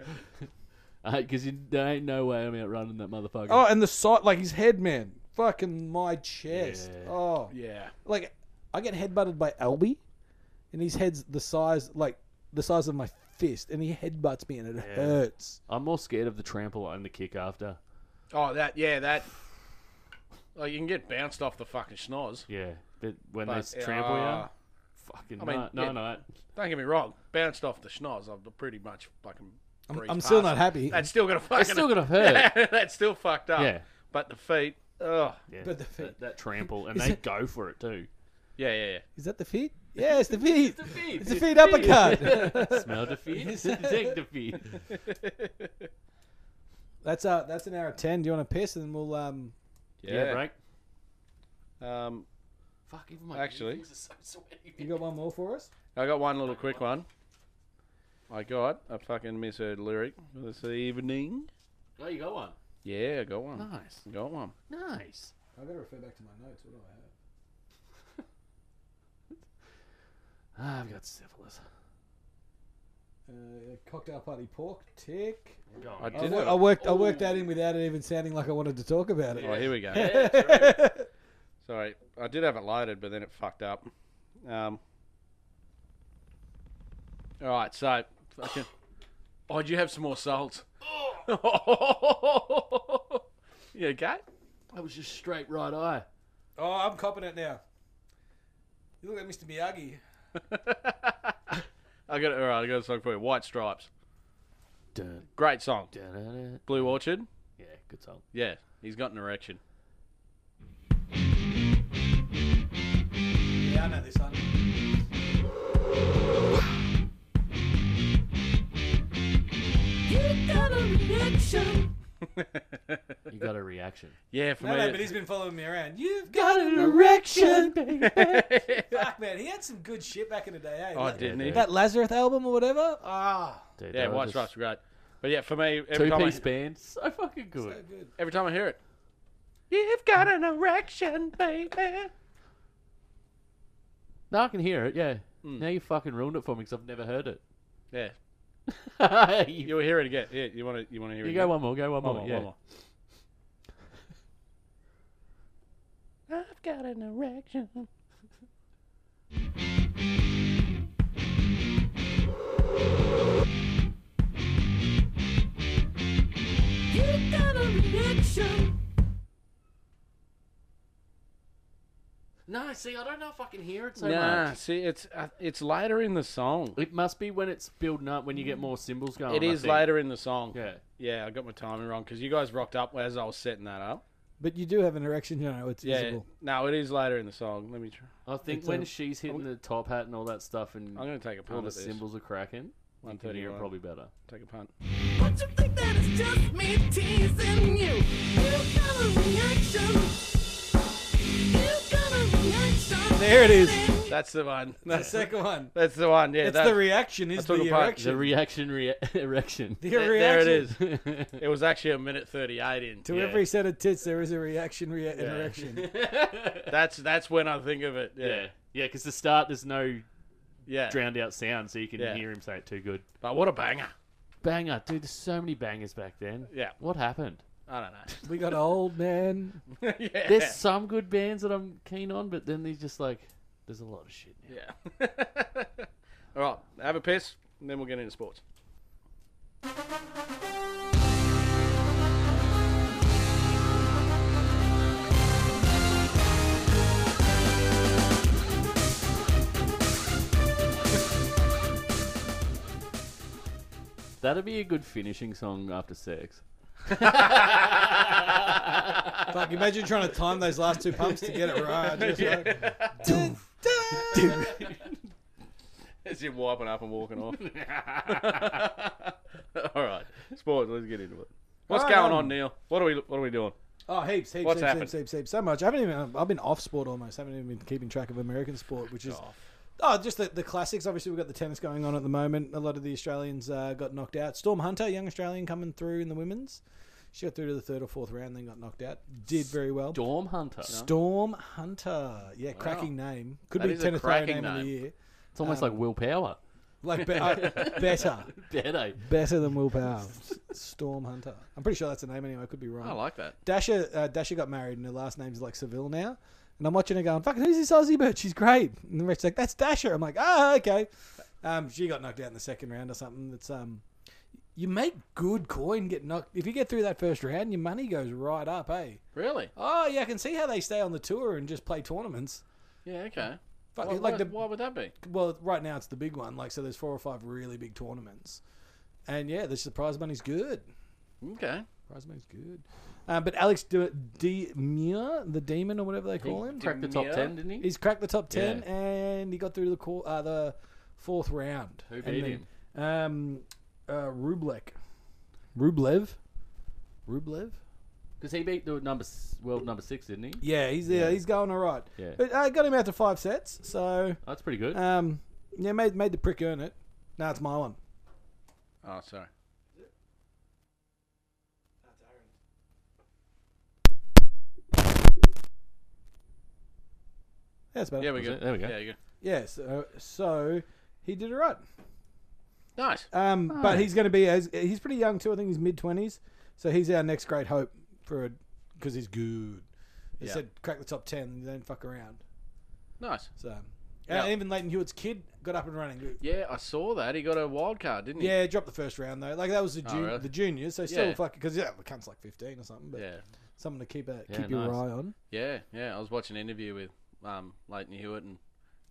Speaker 5: because Uh, you there ain't no way I'm outrunning that motherfucker.
Speaker 4: Oh, and the sight, like his head, man, fucking my chest.
Speaker 5: Yeah.
Speaker 4: Oh,
Speaker 3: Yeah.
Speaker 4: like I get headbutted by Albie, and his head's the size, like the size of my fist, and he headbutts me, and it hurts.
Speaker 5: I'm more scared of the trample and the kick after.
Speaker 3: Oh, that. Yeah, that. Like you can get bounced off the fucking schnoz.
Speaker 5: Yeah, but when
Speaker 3: But,
Speaker 5: they trample
Speaker 3: uh,
Speaker 5: you, fucking
Speaker 3: I mean,
Speaker 5: no,
Speaker 3: yeah.
Speaker 5: no, no.
Speaker 3: Don't get me wrong, bounced off the schnoz. I've pretty much fucking.
Speaker 4: I'm,
Speaker 3: breezed
Speaker 4: I'm still not
Speaker 3: past it.
Speaker 4: happy.
Speaker 3: That's still gonna fucking.
Speaker 5: It's still gonna hurt.
Speaker 3: that's still fucked up.
Speaker 5: Yeah.
Speaker 3: But the feet. Oh.
Speaker 5: Yeah,
Speaker 4: But the feet-
Speaker 5: that, that trample, and they go for it too.
Speaker 3: Yeah, yeah, yeah.
Speaker 4: Is that the feet? Yeah, it's the feet.
Speaker 5: feet.
Speaker 4: It's a feet uppercut.
Speaker 5: Smell defeat, detect defeat.
Speaker 4: that's uh that's an hour of ten. Do you want to piss and then we'll um
Speaker 5: Yeah, break.
Speaker 3: Um,
Speaker 5: Fuck, even my
Speaker 3: Actually-
Speaker 5: earrings are so sweaty.
Speaker 4: you got one more for us?
Speaker 3: I got one little quick one. I got a fucking misheard lyric this evening.
Speaker 5: Oh, you got one.
Speaker 3: Yeah, I got one.
Speaker 5: Nice,
Speaker 3: Got one.
Speaker 5: nice.
Speaker 4: I gotta refer back to my notes. What do I have?
Speaker 5: Ah, I've got syphilis.
Speaker 9: Uh, cocktail party pork tick.
Speaker 3: I
Speaker 9: I,
Speaker 3: did
Speaker 9: wo-
Speaker 3: it.
Speaker 9: I worked. I worked that in without it even sounding like I wanted to talk about it.
Speaker 3: Oh, here we go. Sorry, I did have it loaded, but then it fucked up. Um, all right, so fucking. Oh, do you have some more salt? you okay?
Speaker 5: That was just straight right eye.
Speaker 4: Oh, I'm copping it now. You look like Mr. Miyagi.
Speaker 3: I got it. All right, I got a song for you. White Stripes,
Speaker 5: Dun,
Speaker 3: great song.
Speaker 5: dun, dun, dun.
Speaker 3: Blue Orchard.
Speaker 5: Yeah, good song.
Speaker 3: Yeah, he's got an erection.
Speaker 4: Yeah, I know this one.
Speaker 5: You got a reaction.
Speaker 3: Yeah, for
Speaker 4: No,
Speaker 3: me.
Speaker 4: no,
Speaker 3: it-
Speaker 4: but he's been following me around. You've got an erection, baby. Fuck, man, he had some good shit back in the day. Eh?
Speaker 3: oh,
Speaker 4: Like
Speaker 3: didn't he?
Speaker 5: dude.
Speaker 9: That Lazarus album or whatever.
Speaker 4: Ah,
Speaker 5: Dude,
Speaker 3: Yeah,
Speaker 5: that
Speaker 3: White
Speaker 5: was
Speaker 3: Stripes
Speaker 5: just
Speaker 3: are great. But yeah, for me, every
Speaker 5: Two
Speaker 3: time I,
Speaker 5: piece band, so fucking good.
Speaker 4: so good.
Speaker 3: every time I hear it, you've got an erection, baby.
Speaker 5: Now I can hear it. Yeah.
Speaker 3: Hmm.
Speaker 5: Now you fucking ruined it for me because I've never heard it.
Speaker 3: Yeah,
Speaker 5: you,
Speaker 3: you'll hear it again. Yeah, you want to you want to hear
Speaker 5: you
Speaker 3: it.
Speaker 5: go
Speaker 3: again.
Speaker 5: one more. Go one,
Speaker 3: One
Speaker 5: more.
Speaker 3: more,
Speaker 5: yeah.
Speaker 3: one more. I've got an erection.
Speaker 5: No, see, I don't know if I can hear it so
Speaker 3: nah,
Speaker 5: much.
Speaker 3: see, it's uh, it's later in the song.
Speaker 5: It must be when it's building up when you get more symbols going.
Speaker 3: it
Speaker 5: I
Speaker 3: is
Speaker 5: think.
Speaker 3: later in the song.
Speaker 5: Yeah.
Speaker 3: yeah, I got my timing wrong because you guys rocked up as I was setting that up.
Speaker 9: But you do have an erection, you know. It's
Speaker 3: Yeah,
Speaker 9: visible.
Speaker 3: no, it is later in the song. Let me try.
Speaker 5: I think
Speaker 9: It's
Speaker 5: when
Speaker 9: a-
Speaker 5: she's hitting the top hat and all that stuff and
Speaker 3: I'm gonna take a
Speaker 5: all
Speaker 3: punt
Speaker 5: the
Speaker 3: at this.
Speaker 5: symbols are cracking, you can hear it
Speaker 3: 131.
Speaker 5: probably better.
Speaker 3: Take a punt.
Speaker 2: But you think that it's just me teasing you. You got a reaction. You got a reaction.
Speaker 4: There it is.
Speaker 3: That's the one.
Speaker 4: The
Speaker 3: That's
Speaker 4: second one.
Speaker 3: that's the one. Yeah,
Speaker 4: it's
Speaker 3: that,
Speaker 4: the reaction. Is
Speaker 3: took
Speaker 4: the
Speaker 3: a part.
Speaker 4: erection?
Speaker 5: The reaction rea- erection.
Speaker 4: The
Speaker 3: there,
Speaker 4: reaction.
Speaker 3: there it is.
Speaker 5: That's
Speaker 3: It was actually a minute thirty-eight in.
Speaker 9: To
Speaker 3: yeah.
Speaker 9: every set of tits, there is a reaction, rea- an erection.
Speaker 3: That's that's when I think of it.
Speaker 5: yeah,
Speaker 3: Yeah,
Speaker 5: yeah. Because the start there's no
Speaker 3: yeah.
Speaker 5: drowned out sound, so you can
Speaker 3: Yeah.
Speaker 5: hear him say it too good.
Speaker 3: But what a banger!
Speaker 5: Banger, dude. There's so many bangers back then.
Speaker 3: Yeah.
Speaker 5: What happened?
Speaker 3: I don't know.
Speaker 9: We got old man.
Speaker 3: yeah.
Speaker 5: There's some good bands that I'm keen on, but then there's just like there's a lot of shit. Now.
Speaker 3: Yeah. All right, have a piss, and then we'll get into sports.
Speaker 5: That'd be a good finishing song after sex.
Speaker 4: Fuck, imagine trying to time those last two pumps to get it right. Just like,
Speaker 3: As you're wiping up and walking off. All right, sports. Let's get into it. What's
Speaker 4: All right,
Speaker 3: going
Speaker 4: um,
Speaker 3: on, Neil? What are we? What are we doing?
Speaker 4: Oh, heaps, heaps,
Speaker 3: What's
Speaker 4: heaps,
Speaker 3: happened?
Speaker 4: heaps, heaps, heaps, so much. I haven't even. I've been off sport almost. I haven't even been keeping track of American sport, which is. Oh, just the, the classics. Obviously, we've got the tennis going on at the moment. A lot of the Australians uh, got knocked out. Storm Hunter, young Australian, coming through in the women's. She got through to the third or fourth round, then got knocked out. Did very well.
Speaker 5: Dorm Hunter.
Speaker 4: Storm Hunter. Yeah, cracking name. Could
Speaker 3: That
Speaker 4: be
Speaker 3: is a
Speaker 4: tennis player
Speaker 3: cracking
Speaker 4: name, of the
Speaker 3: name.
Speaker 4: year.
Speaker 5: It's almost
Speaker 3: Um,
Speaker 5: like willpower.
Speaker 4: Like be- uh, better,
Speaker 5: Dead,
Speaker 4: better than Will Power. Storm Hunter. I'm pretty sure that's the name anyway. I could be wrong.
Speaker 3: I like that.
Speaker 4: Dasha uh, Dasha got married and her last name's like Seville now. And I'm watching her going, fucking who's this Aussie bird? She's great. And the rest like, that's Dasha. I'm like, ah, okay. Um, she got knocked out in the second round or something. That's um, you make good coin get knocked if you get through that first round, your money goes right up, eh?
Speaker 3: Really?
Speaker 4: Oh yeah, I can see how they stay on the tour and just play tournaments.
Speaker 3: Yeah. Okay.
Speaker 4: Fuck,
Speaker 3: Why,
Speaker 4: like
Speaker 3: why-
Speaker 4: the
Speaker 3: why would that be?
Speaker 4: well, right now it's the big one. Like so, there's four or five really big tournaments, and yeah, the surprise money's good.
Speaker 3: Okay.
Speaker 4: Prize money's good. Uh, but Alex De, De Muir, the demon or whatever they call him,
Speaker 5: Cracked the top
Speaker 3: Yeah.
Speaker 5: ten, didn't he?
Speaker 4: he's cracked the top ten
Speaker 5: Yeah.
Speaker 4: and he got through to the call, uh, the fourth round.
Speaker 5: Who
Speaker 4: And
Speaker 5: beat
Speaker 4: then, Um, uh, Rublek, Rublev, Rublev.
Speaker 5: Because he beat the number s- world number six, didn't he?
Speaker 4: Yeah, he's yeah, he's going all right.
Speaker 5: Yeah.
Speaker 4: But I uh, got him out to five sets, so
Speaker 5: That's pretty good.
Speaker 4: um, yeah, made made the prick earn it. Now it's my one.
Speaker 3: Oh, sorry.
Speaker 4: That's better.
Speaker 3: Yeah, we
Speaker 5: Was
Speaker 3: go.
Speaker 5: it? There we go.
Speaker 3: Yeah, you go.
Speaker 4: Yes. Uh, so he did it right.
Speaker 3: Nice.
Speaker 4: Um, But he's going to be as he's pretty young too. I think he's mid twenties, so he's our next great hope for because he's good. They
Speaker 3: Yeah.
Speaker 4: said crack the top ten, don't fuck around.
Speaker 3: Nice.
Speaker 4: So
Speaker 3: Yeah.
Speaker 4: and even Leighton Hewitt's kid got up and running.
Speaker 3: Yeah, I saw that. He got a wild card, didn't he?
Speaker 4: Yeah, dropped the first round though. Like that was the jun-
Speaker 3: Oh, really?
Speaker 4: the juniors, so still
Speaker 3: Yeah.
Speaker 4: fuck because yeah, the cunt's like fifteen or something. But
Speaker 3: Yeah.
Speaker 4: something to keep a
Speaker 5: Yeah,
Speaker 4: keep
Speaker 5: nice.
Speaker 4: your eye on.
Speaker 3: Yeah, yeah. I was watching an interview with um, Leighton Hewitt, and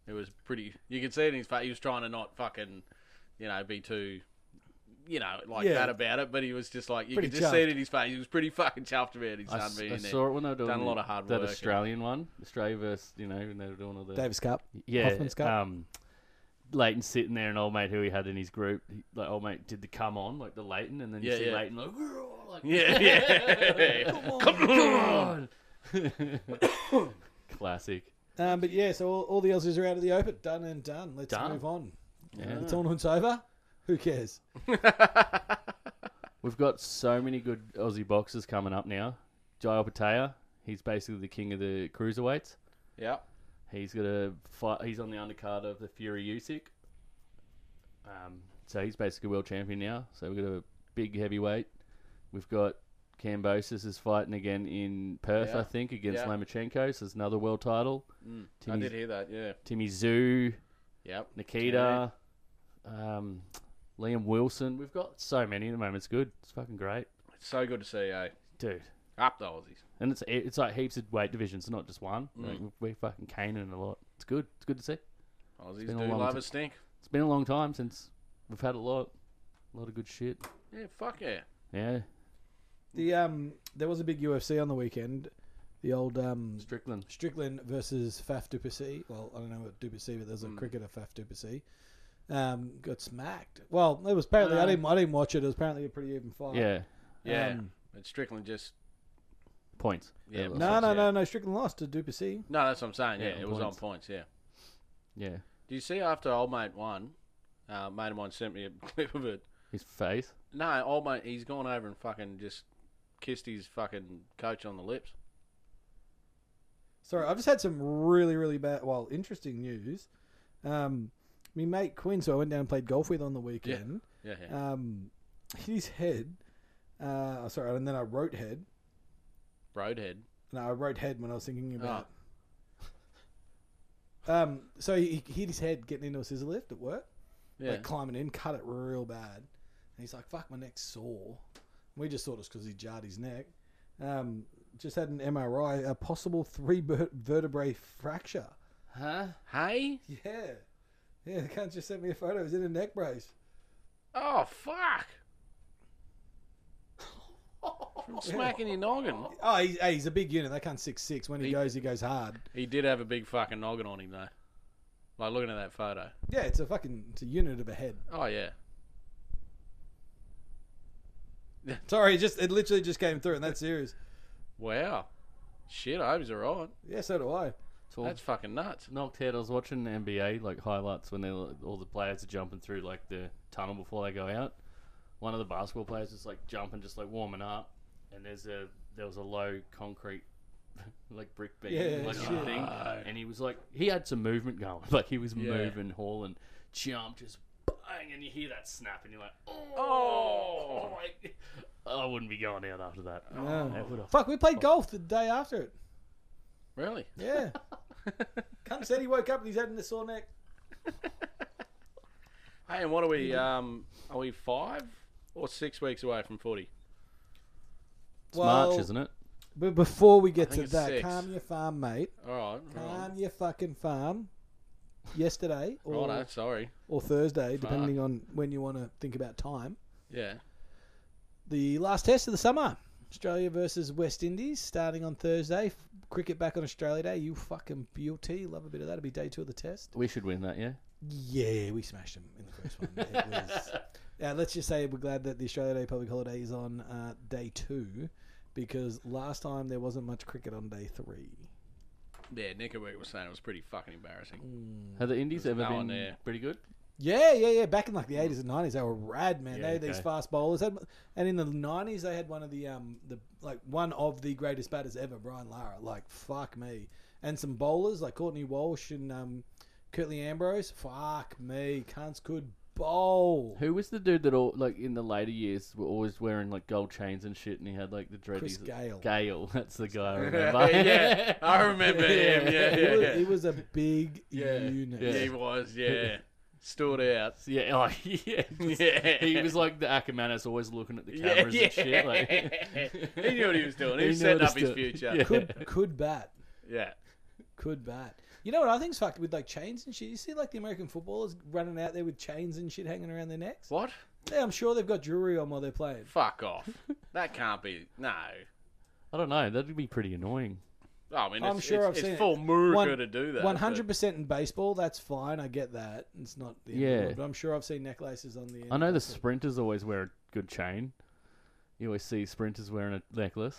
Speaker 3: it was pretty. You could see it in his face. He was trying to not fucking, you know, be too, you know, like
Speaker 4: Yeah.
Speaker 3: that about it. But he was just like, you
Speaker 4: Pretty
Speaker 3: could just see it
Speaker 4: chuffed.
Speaker 3: in his face. He was pretty fucking chuffed about his
Speaker 5: I,
Speaker 3: son
Speaker 5: s-
Speaker 3: being
Speaker 5: I
Speaker 3: there.
Speaker 5: saw it when they were doing
Speaker 3: Done a
Speaker 5: the-
Speaker 3: lot of hard
Speaker 5: that
Speaker 3: work and-
Speaker 5: Australian one, Australia versus you know when they were doing all the
Speaker 4: Davis Cup.
Speaker 5: yeah
Speaker 4: Hoffman's Cup.
Speaker 5: um Leighton sitting there and old mate who he had in his group he, like old mate did the come on like the Leighton and then you
Speaker 3: Yeah,
Speaker 5: see
Speaker 3: yeah.
Speaker 5: Leighton like, "Whoa," like
Speaker 3: Yeah, yeah.
Speaker 5: classic
Speaker 4: Um, but yeah, so all, all the Aussies are out of the open, done and done. Let's
Speaker 5: Done.
Speaker 4: move on.
Speaker 5: Yeah.
Speaker 4: The tournament's over. Who cares?
Speaker 5: We've got so many good Aussie boxers coming up now. Jael Patea, he's basically the king of the cruiserweights.
Speaker 3: yeah.
Speaker 5: He's got a fight. He's on the undercard of the Fury Usyk. Um, so he's basically world champion now. So we've got a big heavyweight. We've got Cambosis is fighting again in Perth,
Speaker 3: Yeah.
Speaker 5: I think, against
Speaker 3: Yeah. Mm.
Speaker 5: Lomachenko. So it's another world title.
Speaker 3: I
Speaker 5: Timmy,
Speaker 3: did hear that. Yeah.
Speaker 5: Timmy Zoo,
Speaker 3: Yep.
Speaker 5: Nikita, um, Liam Wilson. We've got so many at the moment. It's good. It's fucking great,
Speaker 3: It's so good to see. Eh?
Speaker 5: dude.
Speaker 3: Up the Aussies.
Speaker 5: And it's it's like heaps of weight divisions, not just one. Like,
Speaker 3: Mm.
Speaker 5: we're fucking caning a lot. It's good. It's good to see.
Speaker 3: Aussies do
Speaker 5: been a long
Speaker 3: love
Speaker 5: ti-
Speaker 3: a stink.
Speaker 5: It's been a long time since we've had a lot, a lot of good shit.
Speaker 3: Yeah. Fuck yeah.
Speaker 5: Yeah,
Speaker 4: The um, there was a big UFC on the weekend. The old um,
Speaker 5: Strickland.
Speaker 4: Strickland versus Faf Duplessis. Well, I don't know what Duplessis, but
Speaker 3: Hmm.
Speaker 4: there's a cricketer Faf Duplessis. Um, got smacked. Well, it was apparently I didn't I didn't watch it. It was apparently a pretty even fight.
Speaker 5: Yeah,
Speaker 3: Yeah.
Speaker 4: Um,
Speaker 3: but Strickland just.
Speaker 5: points.
Speaker 3: Yeah.
Speaker 5: well,
Speaker 4: No, no,
Speaker 3: yeah.
Speaker 4: no, no. Strickland lost to Duplessis.
Speaker 3: No, that's what I'm saying. Yeah,
Speaker 5: Yeah, on
Speaker 3: it was
Speaker 5: points.
Speaker 3: on points. Yeah.
Speaker 5: Yeah,
Speaker 3: Do you see after old mate won, uh, mate of mine sent me a clip of it.
Speaker 5: his face.
Speaker 3: No, old mate, he's gone over and fucking just kissed his fucking coach on the lips.
Speaker 4: Sorry, I've just had some really, really bad, well, interesting news. Um, my mate Quinn, so I went down and played golf with on the weekend.
Speaker 3: Yeah, yeah.
Speaker 4: Um, his head. Uh, sorry, and then I wrote head.
Speaker 3: Roadhead.
Speaker 4: No, I wrote head when I was thinking about. Um, so he, he hit his head getting into a scissor lift at work,
Speaker 3: Yeah.
Speaker 4: like climbing in, cut it real bad, and he's like, "Fuck, my neck's sore." We just thought it's because he jarred his neck. Um, just had an MRI, a possible three ver- vertebrae fracture.
Speaker 5: Huh?
Speaker 3: hey?
Speaker 4: Yeah, yeah. The cunt just sent me a photo. It was in a neck brace.
Speaker 3: Oh, fuck. From smacking your noggin.
Speaker 4: Oh, he's, hey, he's a big unit. That cunt's six six. When he
Speaker 3: He-
Speaker 4: goes, he goes hard.
Speaker 3: He did have a big fucking noggin on him, though. Like, looking at that photo.
Speaker 4: Yeah, it's a fucking it's a unit of a head.
Speaker 3: Oh, yeah.
Speaker 4: Sorry, it just it literally just came through, and that's serious.
Speaker 3: Wow. Shit, I hope he's alright.
Speaker 4: Yeah, so do I.
Speaker 5: It's all
Speaker 3: That's fucking nuts.
Speaker 5: knocked head. I was watching the NBA like highlights when they all the players are jumping through like the tunnel before they go out. One of the basketball players is like jumping, just like warming up, and there's a there was a low concrete like brick beam
Speaker 4: Yeah,
Speaker 5: like
Speaker 4: shit.
Speaker 5: thing, and he was like he had some movement going, like he was moving, hauling, jump, just bang, and you hear that snap, and you're like, oh, like, I wouldn't be going out after that. That would have
Speaker 4: Fuck, we played golf the day after it.
Speaker 3: Really?
Speaker 4: Yeah. Cunt said he woke up and he's had a sore neck.
Speaker 3: Hey, and what are we, um, are we five or six weeks away from 40?
Speaker 5: March, isn't it?
Speaker 4: But before we get
Speaker 3: think
Speaker 4: to
Speaker 3: it's
Speaker 4: that,
Speaker 3: six. Oh.
Speaker 4: calm your farm, mate.
Speaker 3: Alright.
Speaker 4: Calm your fucking farm. Yesterday or,
Speaker 3: Righto, sorry.
Speaker 4: or Thursday, depending on when you want to think about time.
Speaker 3: Yeah.
Speaker 4: The last test of the summer. Australia versus West Indies starting on Thursday. F- Cricket back on Australia Day. You fucking beauty. Love a bit of that. It'll be day two of the test.
Speaker 5: We should win that, yeah.
Speaker 4: Yeah, we smashed them in the first one. It was, now, let's just say we're glad that the Australia Day public holiday is on uh, day two because last time there wasn't much cricket on day three.
Speaker 3: Yeah, Nick and Wick was saying it was pretty fucking embarrassing.
Speaker 5: Have the Indies ever
Speaker 3: no one
Speaker 5: been
Speaker 3: there.
Speaker 5: pretty good?
Speaker 4: Yeah, yeah, yeah. Back in like the eighties and nineties, they were rad, man. they
Speaker 5: Yeah,
Speaker 4: had these
Speaker 5: okay.
Speaker 4: fast bowlers, Had- and in the nineties, they had one of the um the like one of the greatest batters ever, Brian Lara. Like fuck me, and some bowlers like Courtney Walsh and um Curtly Ambrose, fuck me, cunts could bowl.
Speaker 5: Who was the dude that all like in the later years were always wearing like gold chains and shit, and he had like the dreadies?
Speaker 4: Chris Gayle.
Speaker 5: Gale, that's the guy I remember.
Speaker 3: yeah, I remember him. Yeah,
Speaker 4: He
Speaker 3: yeah,
Speaker 4: was,
Speaker 3: yeah.
Speaker 4: he was a big
Speaker 3: Yeah.
Speaker 4: unit.
Speaker 3: Yeah, he was. Yeah, stood out.
Speaker 5: Yeah, oh, yeah,
Speaker 3: Yeah.
Speaker 5: He was like the Ackermanis, always looking at the
Speaker 3: Yeah,
Speaker 5: cameras
Speaker 3: yeah.
Speaker 5: and shit. Like,
Speaker 3: he knew what he was doing. He,
Speaker 5: He
Speaker 3: was
Speaker 5: knew
Speaker 3: setting
Speaker 5: what
Speaker 3: up
Speaker 5: he
Speaker 3: his
Speaker 5: was doing.
Speaker 3: future.
Speaker 5: Yeah.
Speaker 4: Could could bat,
Speaker 3: yeah.
Speaker 4: could bat. You know what I think's fucked with like chains and shit. You see like the American footballers running out there with chains and shit hanging around their necks.
Speaker 3: What?
Speaker 4: Yeah, I'm sure they've got jewelry on while they're playing.
Speaker 3: Fuck off. That can't be. No. Oh,
Speaker 5: I don't know. That'd be pretty annoying.
Speaker 3: I mean, it's,
Speaker 4: I'm sure
Speaker 3: it's,
Speaker 4: I've
Speaker 3: it's
Speaker 4: seen it.
Speaker 3: full Murga
Speaker 4: One-
Speaker 3: to do that.
Speaker 4: One hundred percent in baseball, that's fine. I get that. It's not the end of the
Speaker 5: Yeah.
Speaker 4: world, but I'm sure I've seen necklaces on the. End
Speaker 5: I know the
Speaker 4: of it.
Speaker 5: sprinters always wear a good chain. You always see sprinters wearing a necklace.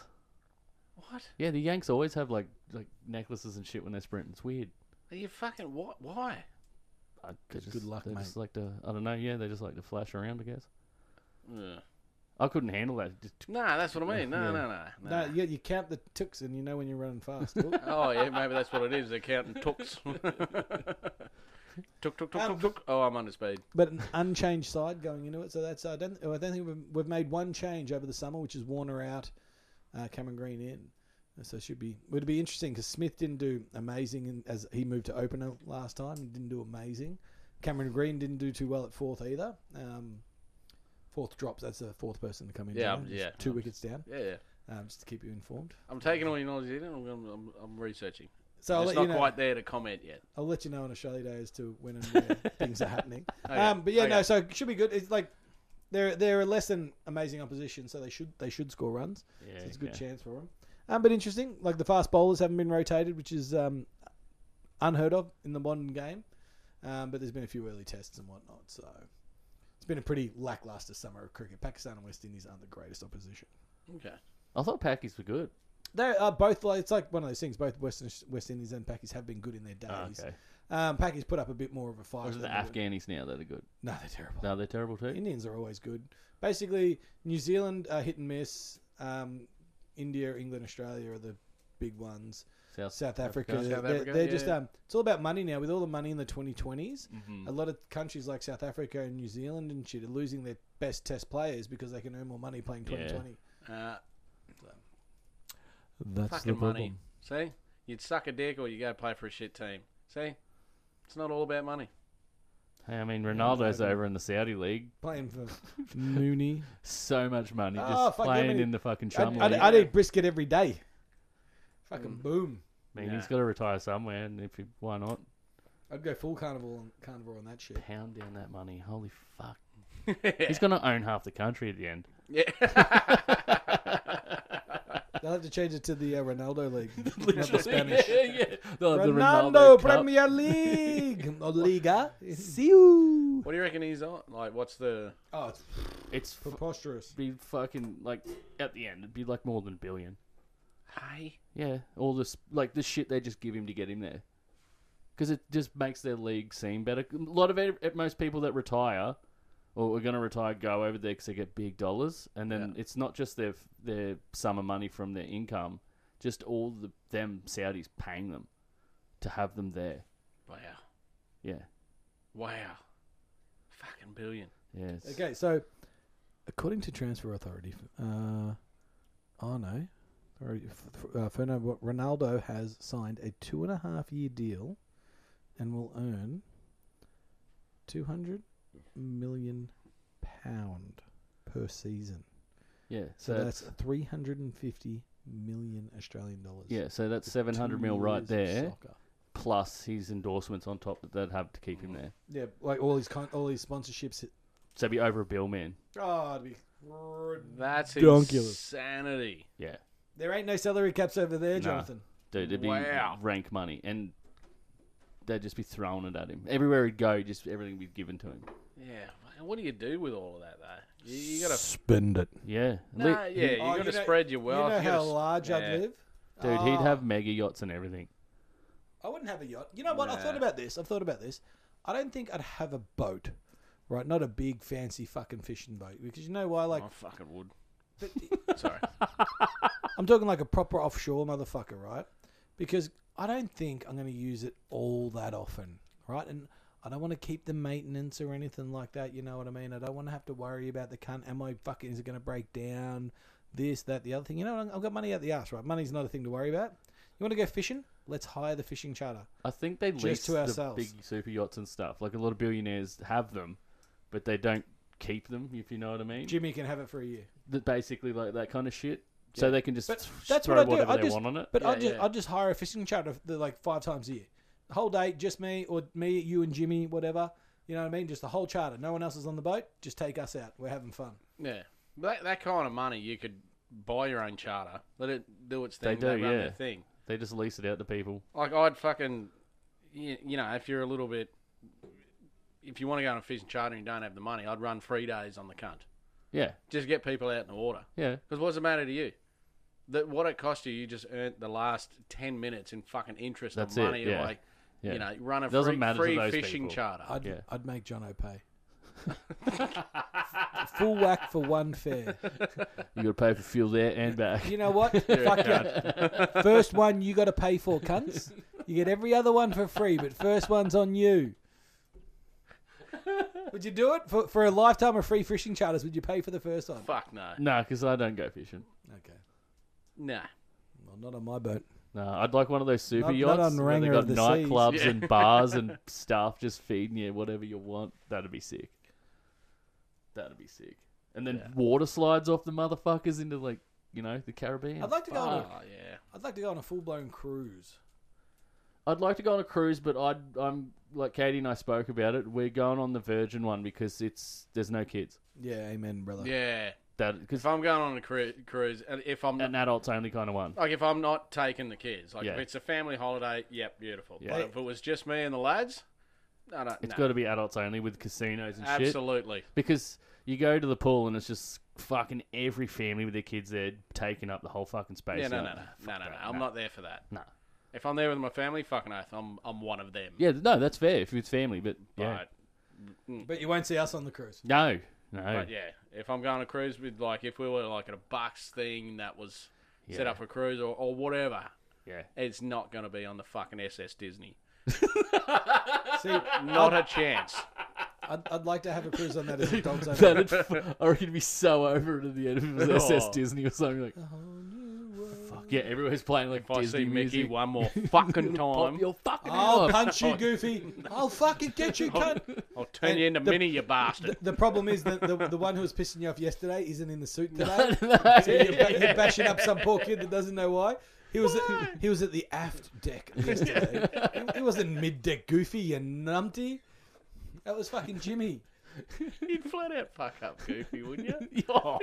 Speaker 3: What?
Speaker 5: Yeah, the Yanks always have like like necklaces and shit when they're sprinting. It's weird.
Speaker 3: Are you fucking what? Why?
Speaker 5: I, they just,
Speaker 4: good luck,
Speaker 5: they
Speaker 4: mate.
Speaker 5: just like to. I don't know. Yeah, they just like to flash around. I guess
Speaker 3: Yeah.
Speaker 5: I couldn't handle that. Just,
Speaker 3: No, that's what I mean. No,
Speaker 5: Yeah.
Speaker 3: no, no, no.
Speaker 4: No, you, you count the ticks and you know when you're running fast. Oh,
Speaker 3: Oh yeah, maybe that's what it is. They're counting tooks. took, took, took, took, took. Oh, I'm under speed.
Speaker 4: but an unchanged side going into it. So that's I don't I don't think we've, we've made one change over the summer, which is Warner out, uh, Cameron Green in. So it should be would be interesting because Smith didn't do amazing in, as he moved to opener last time. He didn't do amazing. Cameron Green didn't do too well at fourth either. Um, fourth drops. That's the fourth person to come in.
Speaker 3: Yeah,
Speaker 4: Jono, just
Speaker 3: yeah.
Speaker 4: 2 wickets down.
Speaker 3: Yeah, yeah.
Speaker 4: Um, just to keep you informed.
Speaker 3: I'm taking all your knowledge in, and I'm, gonna- I'm, I'm researching.
Speaker 4: So I'll
Speaker 3: it's
Speaker 4: let
Speaker 3: not
Speaker 4: you know.
Speaker 3: quite there to comment yet.
Speaker 4: I'll let you know on Australia Day as to when and where things are happening. Um, but yeah,
Speaker 3: Okay.
Speaker 4: no, so it should be good. It's like they're they're a less than amazing opposition, so they should they should score runs.
Speaker 5: yeah,
Speaker 4: so it's a good
Speaker 5: okay.
Speaker 4: chance for them. Um, but interesting, like the fast bowlers haven't been rotated, which is um, unheard of in the modern game. Um, but there's been a few early tests and whatnot, so it's been a pretty lackluster summer of cricket. Pakistan and West Indies aren't the greatest opposition.
Speaker 3: Okay.
Speaker 5: I thought Packies were good.
Speaker 4: They are both like it's like one of those things. Both West, West Indies and Pakis have been good in their
Speaker 5: Oh,
Speaker 4: days.
Speaker 5: okay.
Speaker 4: Um, Pakis put up a bit more of a fight.
Speaker 5: Or is it the
Speaker 4: than they-
Speaker 5: Afghanis now that are good?
Speaker 4: No, they're terrible.
Speaker 5: No, they're terrible too.
Speaker 4: Indians are always good. Basically, New Zealand are hit and miss. Um, India, England, Australia are the big ones.
Speaker 5: South,
Speaker 4: South Africa,
Speaker 3: South
Speaker 4: they're,
Speaker 3: Africa,
Speaker 4: they're just
Speaker 3: yeah.
Speaker 4: um, it's all about money now. With all the money in the 2020s,
Speaker 5: Mm-hmm.
Speaker 4: a lot of countries like South Africa and New Zealand and shit are losing their best Test players because they can earn more money playing 2020.
Speaker 3: Uh,
Speaker 9: That's the
Speaker 3: fucking money.
Speaker 9: problem.
Speaker 3: See, you'd suck a dick, or you go play for a shit team. See, it's not all about money.
Speaker 5: Hey, I mean, Ronaldo's over in the Saudi league.
Speaker 4: Playing for Mooney.
Speaker 5: So much money just
Speaker 4: Oh, fuck, yeah, I
Speaker 5: playing
Speaker 4: mean,
Speaker 5: in the fucking chum
Speaker 4: I'd,
Speaker 5: league.
Speaker 4: I'd, I'd eat brisket every day. Fucking boom!
Speaker 5: I mean, he's got to retire somewhere, and if he, why not
Speaker 4: I'd go full carnival on carnivore on that shit.
Speaker 5: pound down that money? Holy fuck! He's gonna own half the country at the end.
Speaker 4: They'll have to change it to the uh, Ronaldo league, not the Spanish.
Speaker 5: yeah, yeah. The, the
Speaker 4: Ronaldo,
Speaker 5: Ronaldo Cup.
Speaker 4: Premier League or Liga. See you.
Speaker 3: What do you reckon he's on? Like, what's the?
Speaker 4: Oh, it's
Speaker 5: It's f-
Speaker 4: preposterous.
Speaker 5: be fucking like at the end, it'd be like more than a billion.
Speaker 3: Hey,
Speaker 5: Yeah, all this like the shit they just give him to get him there, because it just makes their league seem better. A lot of it, it- most people that retire or are going to retire go over there because they get big dollars, and then it's not just their their summer money from their income, just all the them Saudis paying them to have them there.
Speaker 3: wow,
Speaker 5: Yeah,
Speaker 3: wow, fucking billion.
Speaker 5: yeah. it's-
Speaker 4: Okay, so according to Transfer Authority, uh, oh no, sorry, F- F- uh, Fernando Ronaldo has signed a two and a half year deal, and will earn two hundred million pound per season.
Speaker 5: Yeah,
Speaker 4: So
Speaker 5: so, that's,
Speaker 4: that's three hundred and fifty million Australian dollars.
Speaker 5: yeah, so that's seven hundred mil right there, plus his endorsements on top that they'd have to keep him there.
Speaker 4: Yeah, like all these con- all these sponsorships.
Speaker 5: So it'd be over a bill, man.
Speaker 4: Oh, it'd be,
Speaker 3: That's
Speaker 4: Ridiculous.
Speaker 3: insanity.
Speaker 5: Yeah.
Speaker 4: there ain't no salary caps over there, Jonathan.
Speaker 5: Dude, it'd be
Speaker 3: Wow.
Speaker 5: rank money, and they'd just be throwing it at him everywhere he'd go. Just everything would be given to him.
Speaker 3: Yeah. fucking What do you do with all of that though? You, you gotta.
Speaker 4: Spend it.
Speaker 5: Yeah, Li-
Speaker 3: Nah, yeah, you
Speaker 4: Oh,
Speaker 3: gotta
Speaker 4: you know-
Speaker 3: spread your wealth.
Speaker 4: you know
Speaker 3: gotta
Speaker 4: how
Speaker 3: s-
Speaker 4: large
Speaker 3: yeah.
Speaker 4: I'd live.
Speaker 5: dude,
Speaker 3: oh.
Speaker 5: he'd have mega yachts and everything.
Speaker 4: I wouldn't have a yacht. You know what? I've thought about this. I've thought about this. I don't think I'd have a boat, right? Not a big fancy fucking fishing boat because you know why? Like
Speaker 3: I fucking would. Sorry.
Speaker 4: I'm talking like a proper offshore motherfucker, right? Because I don't think I'm going to use it all that often, right? And I don't want to keep the maintenance or anything like that. You know what I mean? I don't want to have to worry about the cunt. Am I fucking? Is it going to break down? This, that, the other thing. You know, I've got money out the ass, right? Money's not a thing to worry about. You want to go fishing? Let's hire the fishing charter.
Speaker 5: I think they
Speaker 4: Just
Speaker 5: lease
Speaker 4: to
Speaker 5: the
Speaker 4: ourselves.
Speaker 5: big super yachts and stuff. Like a lot of billionaires have them, but they don't keep them. If you know what I mean.
Speaker 4: Jimmy can have it for a year.
Speaker 5: That basically like that kind of shit. So they can just
Speaker 4: But
Speaker 5: th-
Speaker 4: that's
Speaker 5: throw
Speaker 4: what I do.
Speaker 5: whatever
Speaker 4: I
Speaker 5: they
Speaker 4: just,
Speaker 5: want on it.
Speaker 4: But I
Speaker 3: Yeah,
Speaker 4: just
Speaker 3: yeah.
Speaker 4: I just hire a fishing charter for the, like five times a year, the whole day, just me or me, you and Jimmy, whatever. You know what I mean? Just the whole charter. No one else is on the boat. Just take us out. We're having fun.
Speaker 3: Yeah, But that, that kind of money you could buy your own charter. Let it do its
Speaker 5: They
Speaker 3: thing. let it
Speaker 5: do,
Speaker 3: run
Speaker 5: yeah.
Speaker 3: their thing.
Speaker 5: they just lease it out to people.
Speaker 3: Like I'd fucking, you, you know, if you're a little bit, if you want to go on a fishing charter and you don't have the money, I'd run three days on the cunt.
Speaker 5: Yeah,
Speaker 3: Just get people out in the water.
Speaker 5: yeah.
Speaker 3: Because what's the matter to you? That what it cost you, you just earned the last ten minutes in fucking interest
Speaker 5: That's it,
Speaker 3: and money.
Speaker 5: yeah.
Speaker 3: And like,
Speaker 5: Yeah.
Speaker 3: you know, run a
Speaker 5: Doesn't
Speaker 3: free,
Speaker 5: matter to
Speaker 3: free
Speaker 5: those
Speaker 3: fishing
Speaker 5: people.
Speaker 3: charter.
Speaker 4: I'd
Speaker 5: Yeah.
Speaker 4: I'd make John pay. Full whack for one fare.
Speaker 5: You got to pay for fuel there and back.
Speaker 4: You know what? Fuck yeah. First one you got to pay for, cunts. You get every other one for free, but first one's on you. Would you do it for, for a lifetime of free fishing charters? Would you pay for the first one?
Speaker 3: Fuck no,
Speaker 5: No, because I don't go fishing.
Speaker 4: Okay.
Speaker 3: nah.
Speaker 4: Well, not on my boat.
Speaker 5: No, I'd like one of those super
Speaker 4: Not- not
Speaker 5: yachts
Speaker 4: on
Speaker 5: where they
Speaker 4: Ranger
Speaker 5: got
Speaker 4: of the Seas.
Speaker 5: nightclubs and bars and stuff just feeding you whatever you want. That'd be sick. That'd be sick. And then water slides off the motherfuckers into like you know the Caribbean.
Speaker 4: I'd like to go on.
Speaker 3: Oh
Speaker 4: A,
Speaker 3: yeah,
Speaker 4: I'd like to go on a full blown cruise.
Speaker 5: I'd like to go on a cruise, but I'd I'm like Katie and I spoke about it. We're going on the Virgin one because it's there's no kids.
Speaker 4: Yeah, amen, brother.
Speaker 3: yeah.
Speaker 5: That because
Speaker 3: If I'm going on a cru- cruise, and if I'm
Speaker 5: an adults only kind of one.
Speaker 3: Like if I'm not taking the kids, like
Speaker 5: Yeah.
Speaker 3: if it's a family holiday, yep, beautiful.
Speaker 5: Yeah.
Speaker 3: But if it was just me and the lads, no, no,
Speaker 5: It's
Speaker 3: no.
Speaker 5: got to be adults only with casinos and shit.
Speaker 3: absolutely.
Speaker 5: Because you go to the pool and it's just fucking every family with their kids there taking up the whole fucking space.
Speaker 3: Yeah, no,
Speaker 5: You're
Speaker 3: no,
Speaker 5: like,
Speaker 3: no,
Speaker 5: "Fuck
Speaker 3: no, no, no.
Speaker 5: that,
Speaker 3: I'm not there for that.
Speaker 5: No.
Speaker 3: If I'm there with my family, fucking oath, I'm I'm one of them.
Speaker 5: Yeah, no, that's fair if it's family, but yeah,
Speaker 3: But,
Speaker 4: But you won't see us on the cruise.
Speaker 5: no, no,
Speaker 3: but yeah, if I'm going to cruise with like if we were like at a Bucks thing that was set
Speaker 5: Yeah.
Speaker 3: up for cruise or, or whatever,
Speaker 5: yeah.
Speaker 3: it's not going to be on the fucking SS Disney.
Speaker 4: See,
Speaker 3: Not a chance.
Speaker 4: I'd, I'd like to have a cruise on that as adults only.
Speaker 5: That'd, f- I reckon it'd be so over to the end of SS
Speaker 3: Oh.
Speaker 5: Disney or something like. Fuck yeah! Everybody's playing like
Speaker 3: If I
Speaker 5: Disney
Speaker 3: see Mickey
Speaker 5: music.
Speaker 3: one more fucking
Speaker 5: Pop
Speaker 3: time, Oh,
Speaker 5: your fucking
Speaker 4: I'll
Speaker 5: head off.
Speaker 4: punch you, Goofy. I'll fucking get you, cunt.
Speaker 3: I'll turn you into Minnie, you bastard.
Speaker 4: The, the problem is that the, the one who was pissing you off yesterday isn't in the suit today. So you're, ba- you're bashing up some poor kid that doesn't know why. He was at, he was at the aft deck yesterday. he, he wasn't mid deck, Goofy and numpty. That was fucking Jimmy.
Speaker 3: You'd flat out fuck up Goofy, wouldn't you?
Speaker 5: Oh,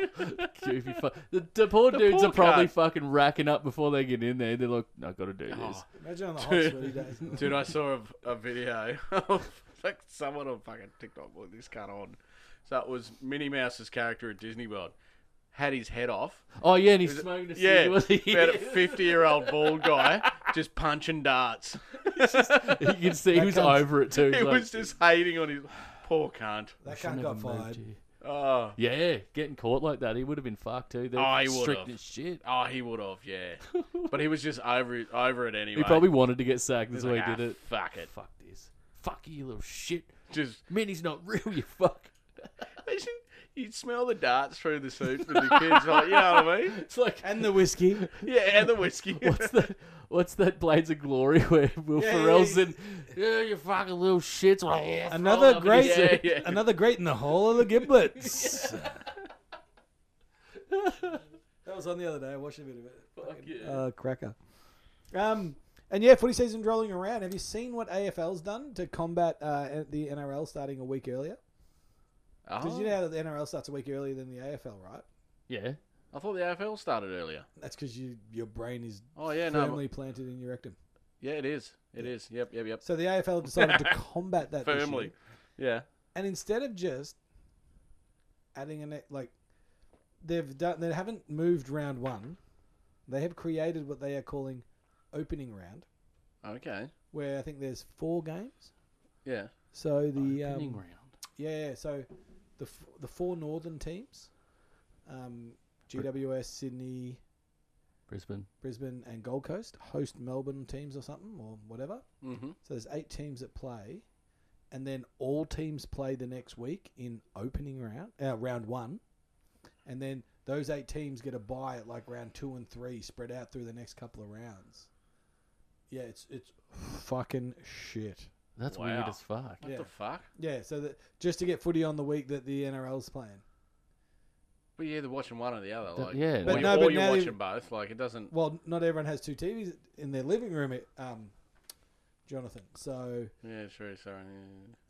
Speaker 5: goofy fu- the, the poor dudes
Speaker 3: poor
Speaker 5: are probably
Speaker 3: cunt.
Speaker 5: fucking racking up before they get in there. They're like, "I got to do this."
Speaker 3: Oh.
Speaker 4: Imagine on the hot sweaty days.
Speaker 3: Dude, I saw a, a video of like someone on fucking TikTok with this cut on. So it was Minnie Mouse's character at Disney World had his head off.
Speaker 5: Oh yeah, and he's smoking a
Speaker 3: Yeah,
Speaker 5: cigarette.
Speaker 3: about a fifty-year-old bald guy just punching darts.
Speaker 5: you can see he was
Speaker 4: comes-
Speaker 5: over it too. He's
Speaker 3: He
Speaker 5: like,
Speaker 3: was just hating on his poor cunt.
Speaker 4: That cunt
Speaker 5: "Never
Speaker 4: got
Speaker 5: moved
Speaker 4: fired.
Speaker 5: you."
Speaker 3: Oh,
Speaker 5: Yeah, getting caught like that, he would have been fucked too. They're
Speaker 3: Oh, he
Speaker 5: strict
Speaker 3: would've.
Speaker 5: as shit.
Speaker 3: oh, he would have, yeah. But he was just over it, over it anyway.
Speaker 5: He probably wanted to get sacked. That's
Speaker 3: He's
Speaker 5: why
Speaker 3: like,
Speaker 5: he
Speaker 3: "Ah,
Speaker 5: did it.
Speaker 3: Fuck it.
Speaker 5: Fuck this. Fuck you, you little shit.
Speaker 3: Just
Speaker 5: Minnie's not real. You fuck.
Speaker 3: imagine you'd smell the darts through the suit for the kids. Like, you know what I mean?
Speaker 5: It's like
Speaker 4: And the whiskey.
Speaker 3: Yeah, and the whiskey.
Speaker 5: what's that? What's that Blades of Glory where Will
Speaker 4: Yeah,
Speaker 5: Ferrell's
Speaker 4: yeah,
Speaker 5: in? Yeah, you fucking little shits. Yeah, throw
Speaker 4: Another
Speaker 5: them in
Speaker 4: great,
Speaker 5: his
Speaker 3: Yeah,
Speaker 5: suit.
Speaker 3: yeah.
Speaker 4: another great in the hole of the giblets. that was on the other day. I watched a bit of it. Fuck yeah. Uh, cracker. Um, and yeah, footy season's rolling around. Have you seen what AFL's done to combat uh, the NRL starting a week earlier?
Speaker 3: Oh,
Speaker 4: Because you know how the NRL starts a week earlier than the AFL, right?
Speaker 5: yeah.
Speaker 3: I thought the AFL started earlier.
Speaker 4: That's because you your brain is
Speaker 3: Oh yeah, no,
Speaker 4: firmly planted in your rectum.
Speaker 3: yeah, it is. It is. Yep, yep, yep.
Speaker 4: So the AFL decided to combat that this
Speaker 3: Firmly.
Speaker 4: year.
Speaker 3: Yeah,
Speaker 4: and instead of just adding an like they've done they haven't moved round one they have created what they are calling opening round
Speaker 3: okay.
Speaker 4: where i think there's four games
Speaker 3: Yeah,
Speaker 4: so the
Speaker 5: Opening
Speaker 4: um,
Speaker 5: round.
Speaker 4: yeah yeah, so the f- the four northern teams um, gws sydney
Speaker 5: Brisbane.
Speaker 4: brisbane and gold coast host melbourne teams or something or whatever
Speaker 3: mm-hmm.
Speaker 4: so there's eight teams that play and then all teams play the next week in opening round, uh, round one, and then those eight teams get a bye at like round two and three, spread out through the next couple of rounds. Yeah, it's it's fucking shit.
Speaker 5: That's
Speaker 3: Wow.
Speaker 5: weird as fuck.
Speaker 3: What the fuck?
Speaker 4: Yeah, so that just to get footy on the week that the NRL's playing.
Speaker 3: But you're either watching one or the other.
Speaker 5: Th-
Speaker 3: Like,
Speaker 5: yeah.
Speaker 3: Or,
Speaker 5: But
Speaker 3: you,
Speaker 4: no,
Speaker 3: or
Speaker 4: but
Speaker 3: you're
Speaker 4: now you-
Speaker 3: watching both. Like, it doesn't.
Speaker 4: Well, not everyone has two TVs in their living room, it- um, Jonathan. So
Speaker 3: Yeah, true. Sorry.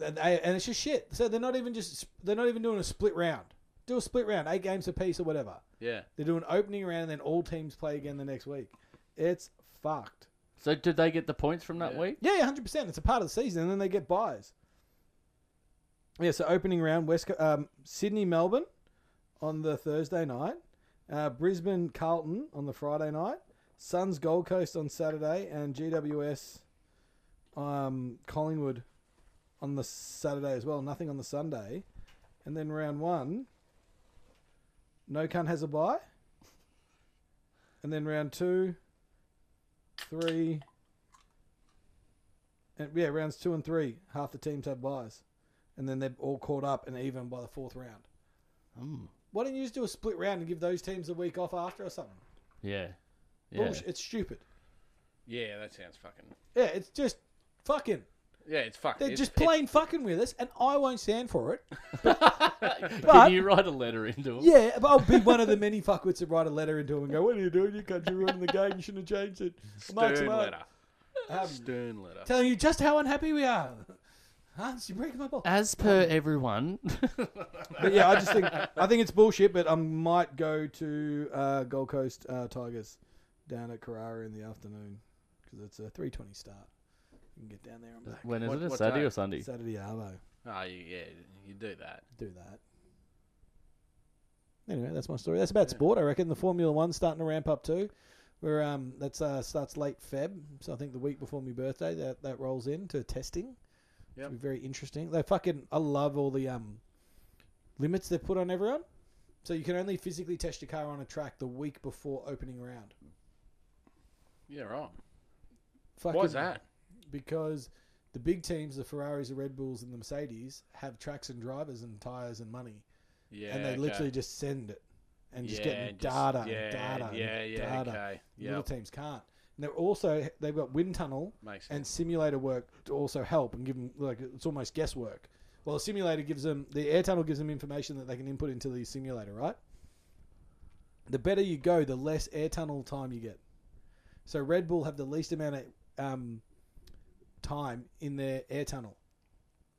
Speaker 4: and, they- and it's just shit. So they're not even just they're not even doing a split round. Do a split round, eight games apiece or whatever.
Speaker 3: Yeah. yeah.
Speaker 4: They do an opening round and then all teams play again the next week. It's fucked.
Speaker 5: So did they get the points from that
Speaker 3: Yeah.
Speaker 5: week?
Speaker 4: Yeah, hundred percent. It's a part of the season, and then they get buys. Yeah, so opening round West Co- um, Sydney Melbourne on the Thursday night, uh, Brisbane Carlton on the Friday night, Suns Gold Coast on Saturday, and GWS um, Collingwood on the Saturday as well. Nothing on the Sunday, and then round one, no cunt has a bye, and then round two, three. And yeah, rounds two and three, half the teams have buys, and then they're all caught up and even by the fourth round.
Speaker 3: Hmm.
Speaker 4: Why don't you just do a split round and give those teams a week off after or something?
Speaker 5: Yeah. Yeah.
Speaker 4: Bullsh- It's stupid.
Speaker 3: Yeah, that sounds fucking.
Speaker 4: Yeah, it's just fucking.
Speaker 3: Yeah, it's fucked.
Speaker 4: They're
Speaker 3: It's-
Speaker 4: just
Speaker 3: it's-
Speaker 4: plain fucking with us, and I won't stand for it.
Speaker 5: Can you write a letter into them?
Speaker 4: Yeah, but I'll be one of the many fuckwits that write a letter into him and go, "What are you doing? You country ruining the game. You shouldn't have changed it." Mark's
Speaker 3: Stern
Speaker 4: Mark. Um,
Speaker 3: letter. Stern letter.
Speaker 4: Telling you just how unhappy we are. Hans, you're breaking my ball.
Speaker 5: As per everyone.
Speaker 4: But yeah, I just think I think it's bullshit. But I might go to uh, Gold Coast uh, Tigers down at Carrara in the afternoon because it's a three twenty start. You can get down there and back
Speaker 5: when is
Speaker 3: What-
Speaker 5: it? A
Speaker 3: what
Speaker 5: Saturday
Speaker 3: day?
Speaker 5: or Sunday?
Speaker 4: Saturday Arvo.
Speaker 3: Oh, you, yeah, you do that.
Speaker 4: Do that. Anyway, that's my story. That's about sport, I reckon. The Formula One's starting to ramp up too. Where um, that's uh, starts late Feb, so I think the week before my birthday that that rolls into testing.
Speaker 3: Yep.
Speaker 4: Should be very interesting. They fucking I love all the um limits they put on everyone. So you can only physically test your car on a track the week before opening round.
Speaker 3: Yeah, right.
Speaker 4: Fucking,
Speaker 3: Why's that?
Speaker 4: Because the big teams, the Ferraris, the Red Bulls, and the Mercedes, have tracks and drivers and tires and money.
Speaker 3: Yeah,
Speaker 4: and they
Speaker 3: okay.
Speaker 4: literally just send it and just
Speaker 3: Yeah,
Speaker 4: getting
Speaker 3: and just-
Speaker 4: data
Speaker 3: yeah,
Speaker 4: and data and
Speaker 3: yeah, yeah,
Speaker 4: data.
Speaker 3: okay,
Speaker 4: The Little
Speaker 3: yep.
Speaker 4: teams can't. And they're also they've got wind tunnel
Speaker 3: Makes
Speaker 4: and simulator work to also help and give them like it's almost guesswork. Well, the simulator gives them the air tunnel gives them information that they can input into the simulator, right? The better you go, the less air tunnel time you get. So Red Bull have the least amount of um, time in their air tunnel,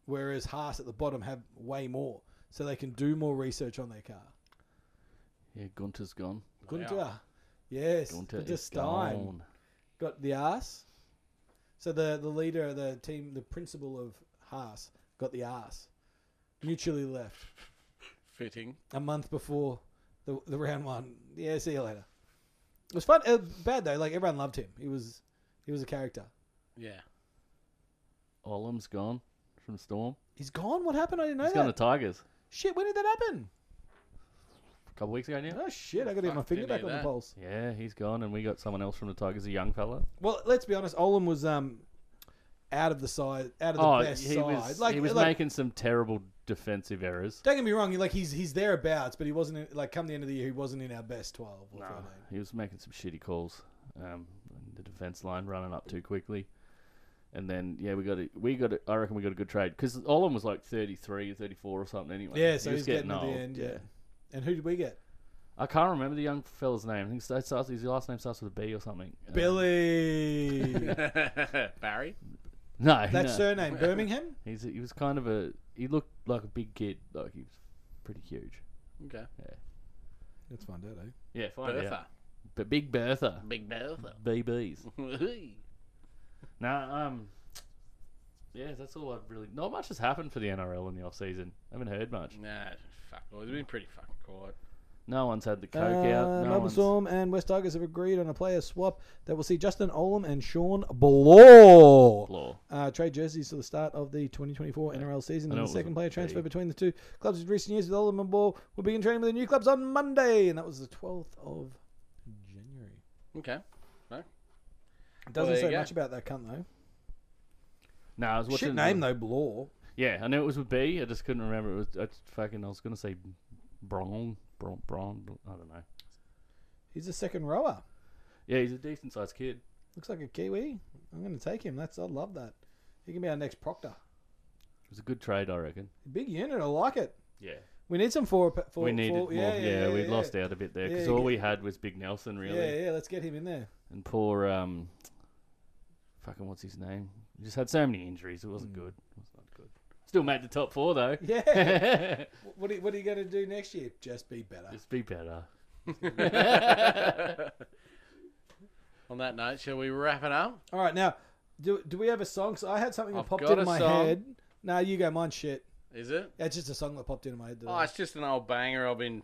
Speaker 4: whereas Haas at the bottom have way more, so they can do more research on their car.
Speaker 5: Yeah, Gunter's gone.
Speaker 4: Gunter, yes,
Speaker 5: Gunter
Speaker 4: Gunter
Speaker 5: is
Speaker 4: Stein
Speaker 5: gone.
Speaker 4: got the ass. So the the leader of the team, the principal of Haas, got the ass. Mutually left
Speaker 3: Fitting.
Speaker 4: a month before the the round one. Yeah, see you later. It was fun. Uh, bad though. Like everyone loved him. He was he was a character.
Speaker 3: Yeah.
Speaker 5: Olam's gone from Storm.
Speaker 4: He's gone. What happened? I didn't know
Speaker 5: He's
Speaker 4: that.
Speaker 5: gone to Tigers.
Speaker 4: shit. When did that happen?
Speaker 5: A couple weeks ago now.
Speaker 4: Oh shit! I got to get my
Speaker 3: Fuck,
Speaker 4: finger
Speaker 3: didn't
Speaker 4: back
Speaker 3: hear
Speaker 4: on the
Speaker 3: that.
Speaker 4: pulse.
Speaker 5: Yeah, he's gone, and we got someone else from the Tigers, a young fella.
Speaker 4: Well, let's be honest. Olam was um out of the side, out of the
Speaker 5: Oh,
Speaker 4: best
Speaker 5: he
Speaker 4: side.
Speaker 5: was,
Speaker 4: like
Speaker 5: he was
Speaker 4: like,
Speaker 5: making some terrible defensive errors.
Speaker 4: Don't get me wrong. Like he's he's thereabouts, but he wasn't in, like come the end of the year, he wasn't in our best twelve. Or 13.
Speaker 5: He was making some shitty calls. Um, and the defense line running up too quickly, and then yeah, we got a, we got a, I reckon we got a good trade because Olam was like 33 or 34 or something anyway.
Speaker 4: Yeah, so
Speaker 5: He was
Speaker 4: he's getting, to the end. Yeah. And who did we get?
Speaker 5: I can't remember the young fella's name. I think it starts, his last name starts with a B or something. Um,
Speaker 4: Billy.
Speaker 3: Barry?
Speaker 5: No,
Speaker 4: that
Speaker 5: no.
Speaker 4: surname Birmingham.
Speaker 5: He's he was kind of a he looked like a big kid, like he was pretty huge.
Speaker 3: Okay.
Speaker 4: Let's find out. Eh?
Speaker 5: Yeah, find out.
Speaker 3: Bertha.
Speaker 5: But Big Bertha,
Speaker 3: Big Bertha.
Speaker 5: BBs.
Speaker 3: yeah.
Speaker 5: No, um, yeah, that's all I've really. Not much has happened for the NRL in the off season. I haven't heard much.
Speaker 3: Nah, fuck. Well, it's been pretty fucking quiet.
Speaker 5: No one's had the coke
Speaker 4: Uh,
Speaker 5: out. No
Speaker 4: Melbourne
Speaker 5: one's.
Speaker 4: Storm and West Tigers have agreed on a player swap that will see Justin Olam and Sean Blaw
Speaker 5: Law.
Speaker 4: uh, trade jerseys to the start of the 2024 NRL season.
Speaker 5: I know it
Speaker 4: And the
Speaker 5: was
Speaker 4: second
Speaker 5: a
Speaker 4: player transfer
Speaker 5: big-
Speaker 4: between the two clubs in recent years with Olam and Blaw will begin training with the new clubs on Monday, and that was the 12th of January.
Speaker 3: Okay.
Speaker 4: Doesn't
Speaker 3: there you
Speaker 4: say
Speaker 3: go.
Speaker 4: much about that cunt though.
Speaker 5: No, I was watching.
Speaker 4: Shit name though, Blaw.
Speaker 5: Yeah, I knew it was with B. I just couldn't remember. It was I just fucking. I was gonna say Bron, Bron, Bron. I don't know.
Speaker 4: He's a second rower.
Speaker 5: Yeah, he's a decent sized kid.
Speaker 4: Looks like a Kiwi. I'm going to take him. That's I love that. He can be our next Proctor.
Speaker 5: It was a good trade, I reckon.
Speaker 4: Big unit. I like it.
Speaker 5: Yeah,
Speaker 4: We need some four. four
Speaker 5: we needed
Speaker 4: four,
Speaker 5: more. Yeah, we lost out a bit there because
Speaker 4: Yeah,
Speaker 5: all
Speaker 4: you-
Speaker 5: we had was Big Nelson really,
Speaker 4: Yeah, yeah. Let's get him in there.
Speaker 5: and poor um, fucking what's his name? He just had so many injuries. It wasn't good. It was not good. Still made the top four though.
Speaker 4: Mm. Yeah. what, are, you- what are you going to do next year? Just be better.
Speaker 5: Just be better.
Speaker 3: On that note, shall we wrap it up?
Speaker 4: All right. Now, do, do we have a song? So I had something that
Speaker 3: I've
Speaker 4: popped
Speaker 3: got
Speaker 4: into
Speaker 3: a
Speaker 4: my
Speaker 3: song.
Speaker 4: head. No, you go. Mine shit.
Speaker 3: Is it?
Speaker 4: That's just a song that popped into my head. today.
Speaker 3: Oh, it's just an old banger. I've been,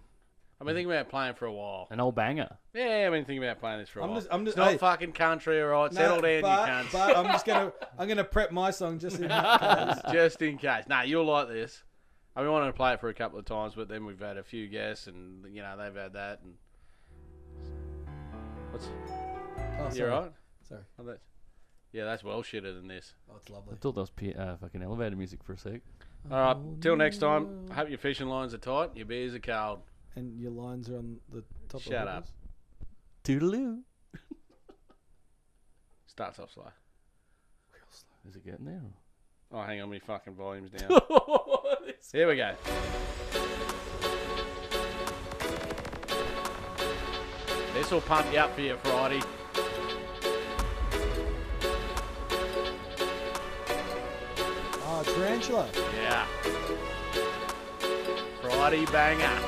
Speaker 3: I've been thinking about playing for a while.
Speaker 5: An old banger.
Speaker 3: Yeah, I've been thinking about playing this for a
Speaker 4: I'm
Speaker 3: while.
Speaker 4: just- I'm just-
Speaker 3: it's not
Speaker 4: hey.
Speaker 3: fucking country, all right?
Speaker 4: No,
Speaker 3: Settle down,
Speaker 4: but,
Speaker 3: you cunts.
Speaker 4: but I'm just gonna I'm gonna prep my song just in that case.
Speaker 3: just in case. Nah, you'll like this. I've been wanting to play it for a couple of times, but then we've had a few guests, and you know they've had that. And what's
Speaker 4: Oh,
Speaker 3: you
Speaker 4: sorry.
Speaker 3: all right?
Speaker 4: Sorry.
Speaker 3: Oh, that's- yeah, that's well shitter than this.
Speaker 4: Oh, it's lovely.
Speaker 5: I thought that was P- uh, fucking elevator music for a sec.
Speaker 4: Oh,
Speaker 3: All right, till next time. I hope your fishing lines are tight, your beers are cold.
Speaker 4: And your lines are on the top.
Speaker 3: Shut
Speaker 4: of
Speaker 3: up.
Speaker 5: Toodaloo.
Speaker 3: Starts off slow.
Speaker 5: Is it getting there?
Speaker 3: Oh, hang on, my fucking volume's down. Here we go. This will pump you up for your Friday.
Speaker 4: Oh, tarantula.
Speaker 3: Yeah. Friday banger.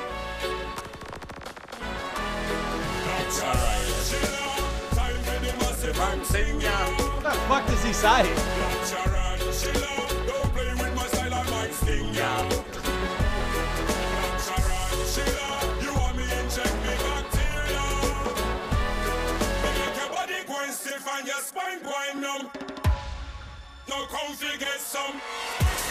Speaker 4: What the fuck does he say?
Speaker 2: Stiff and your spine going numb. No comfy get some.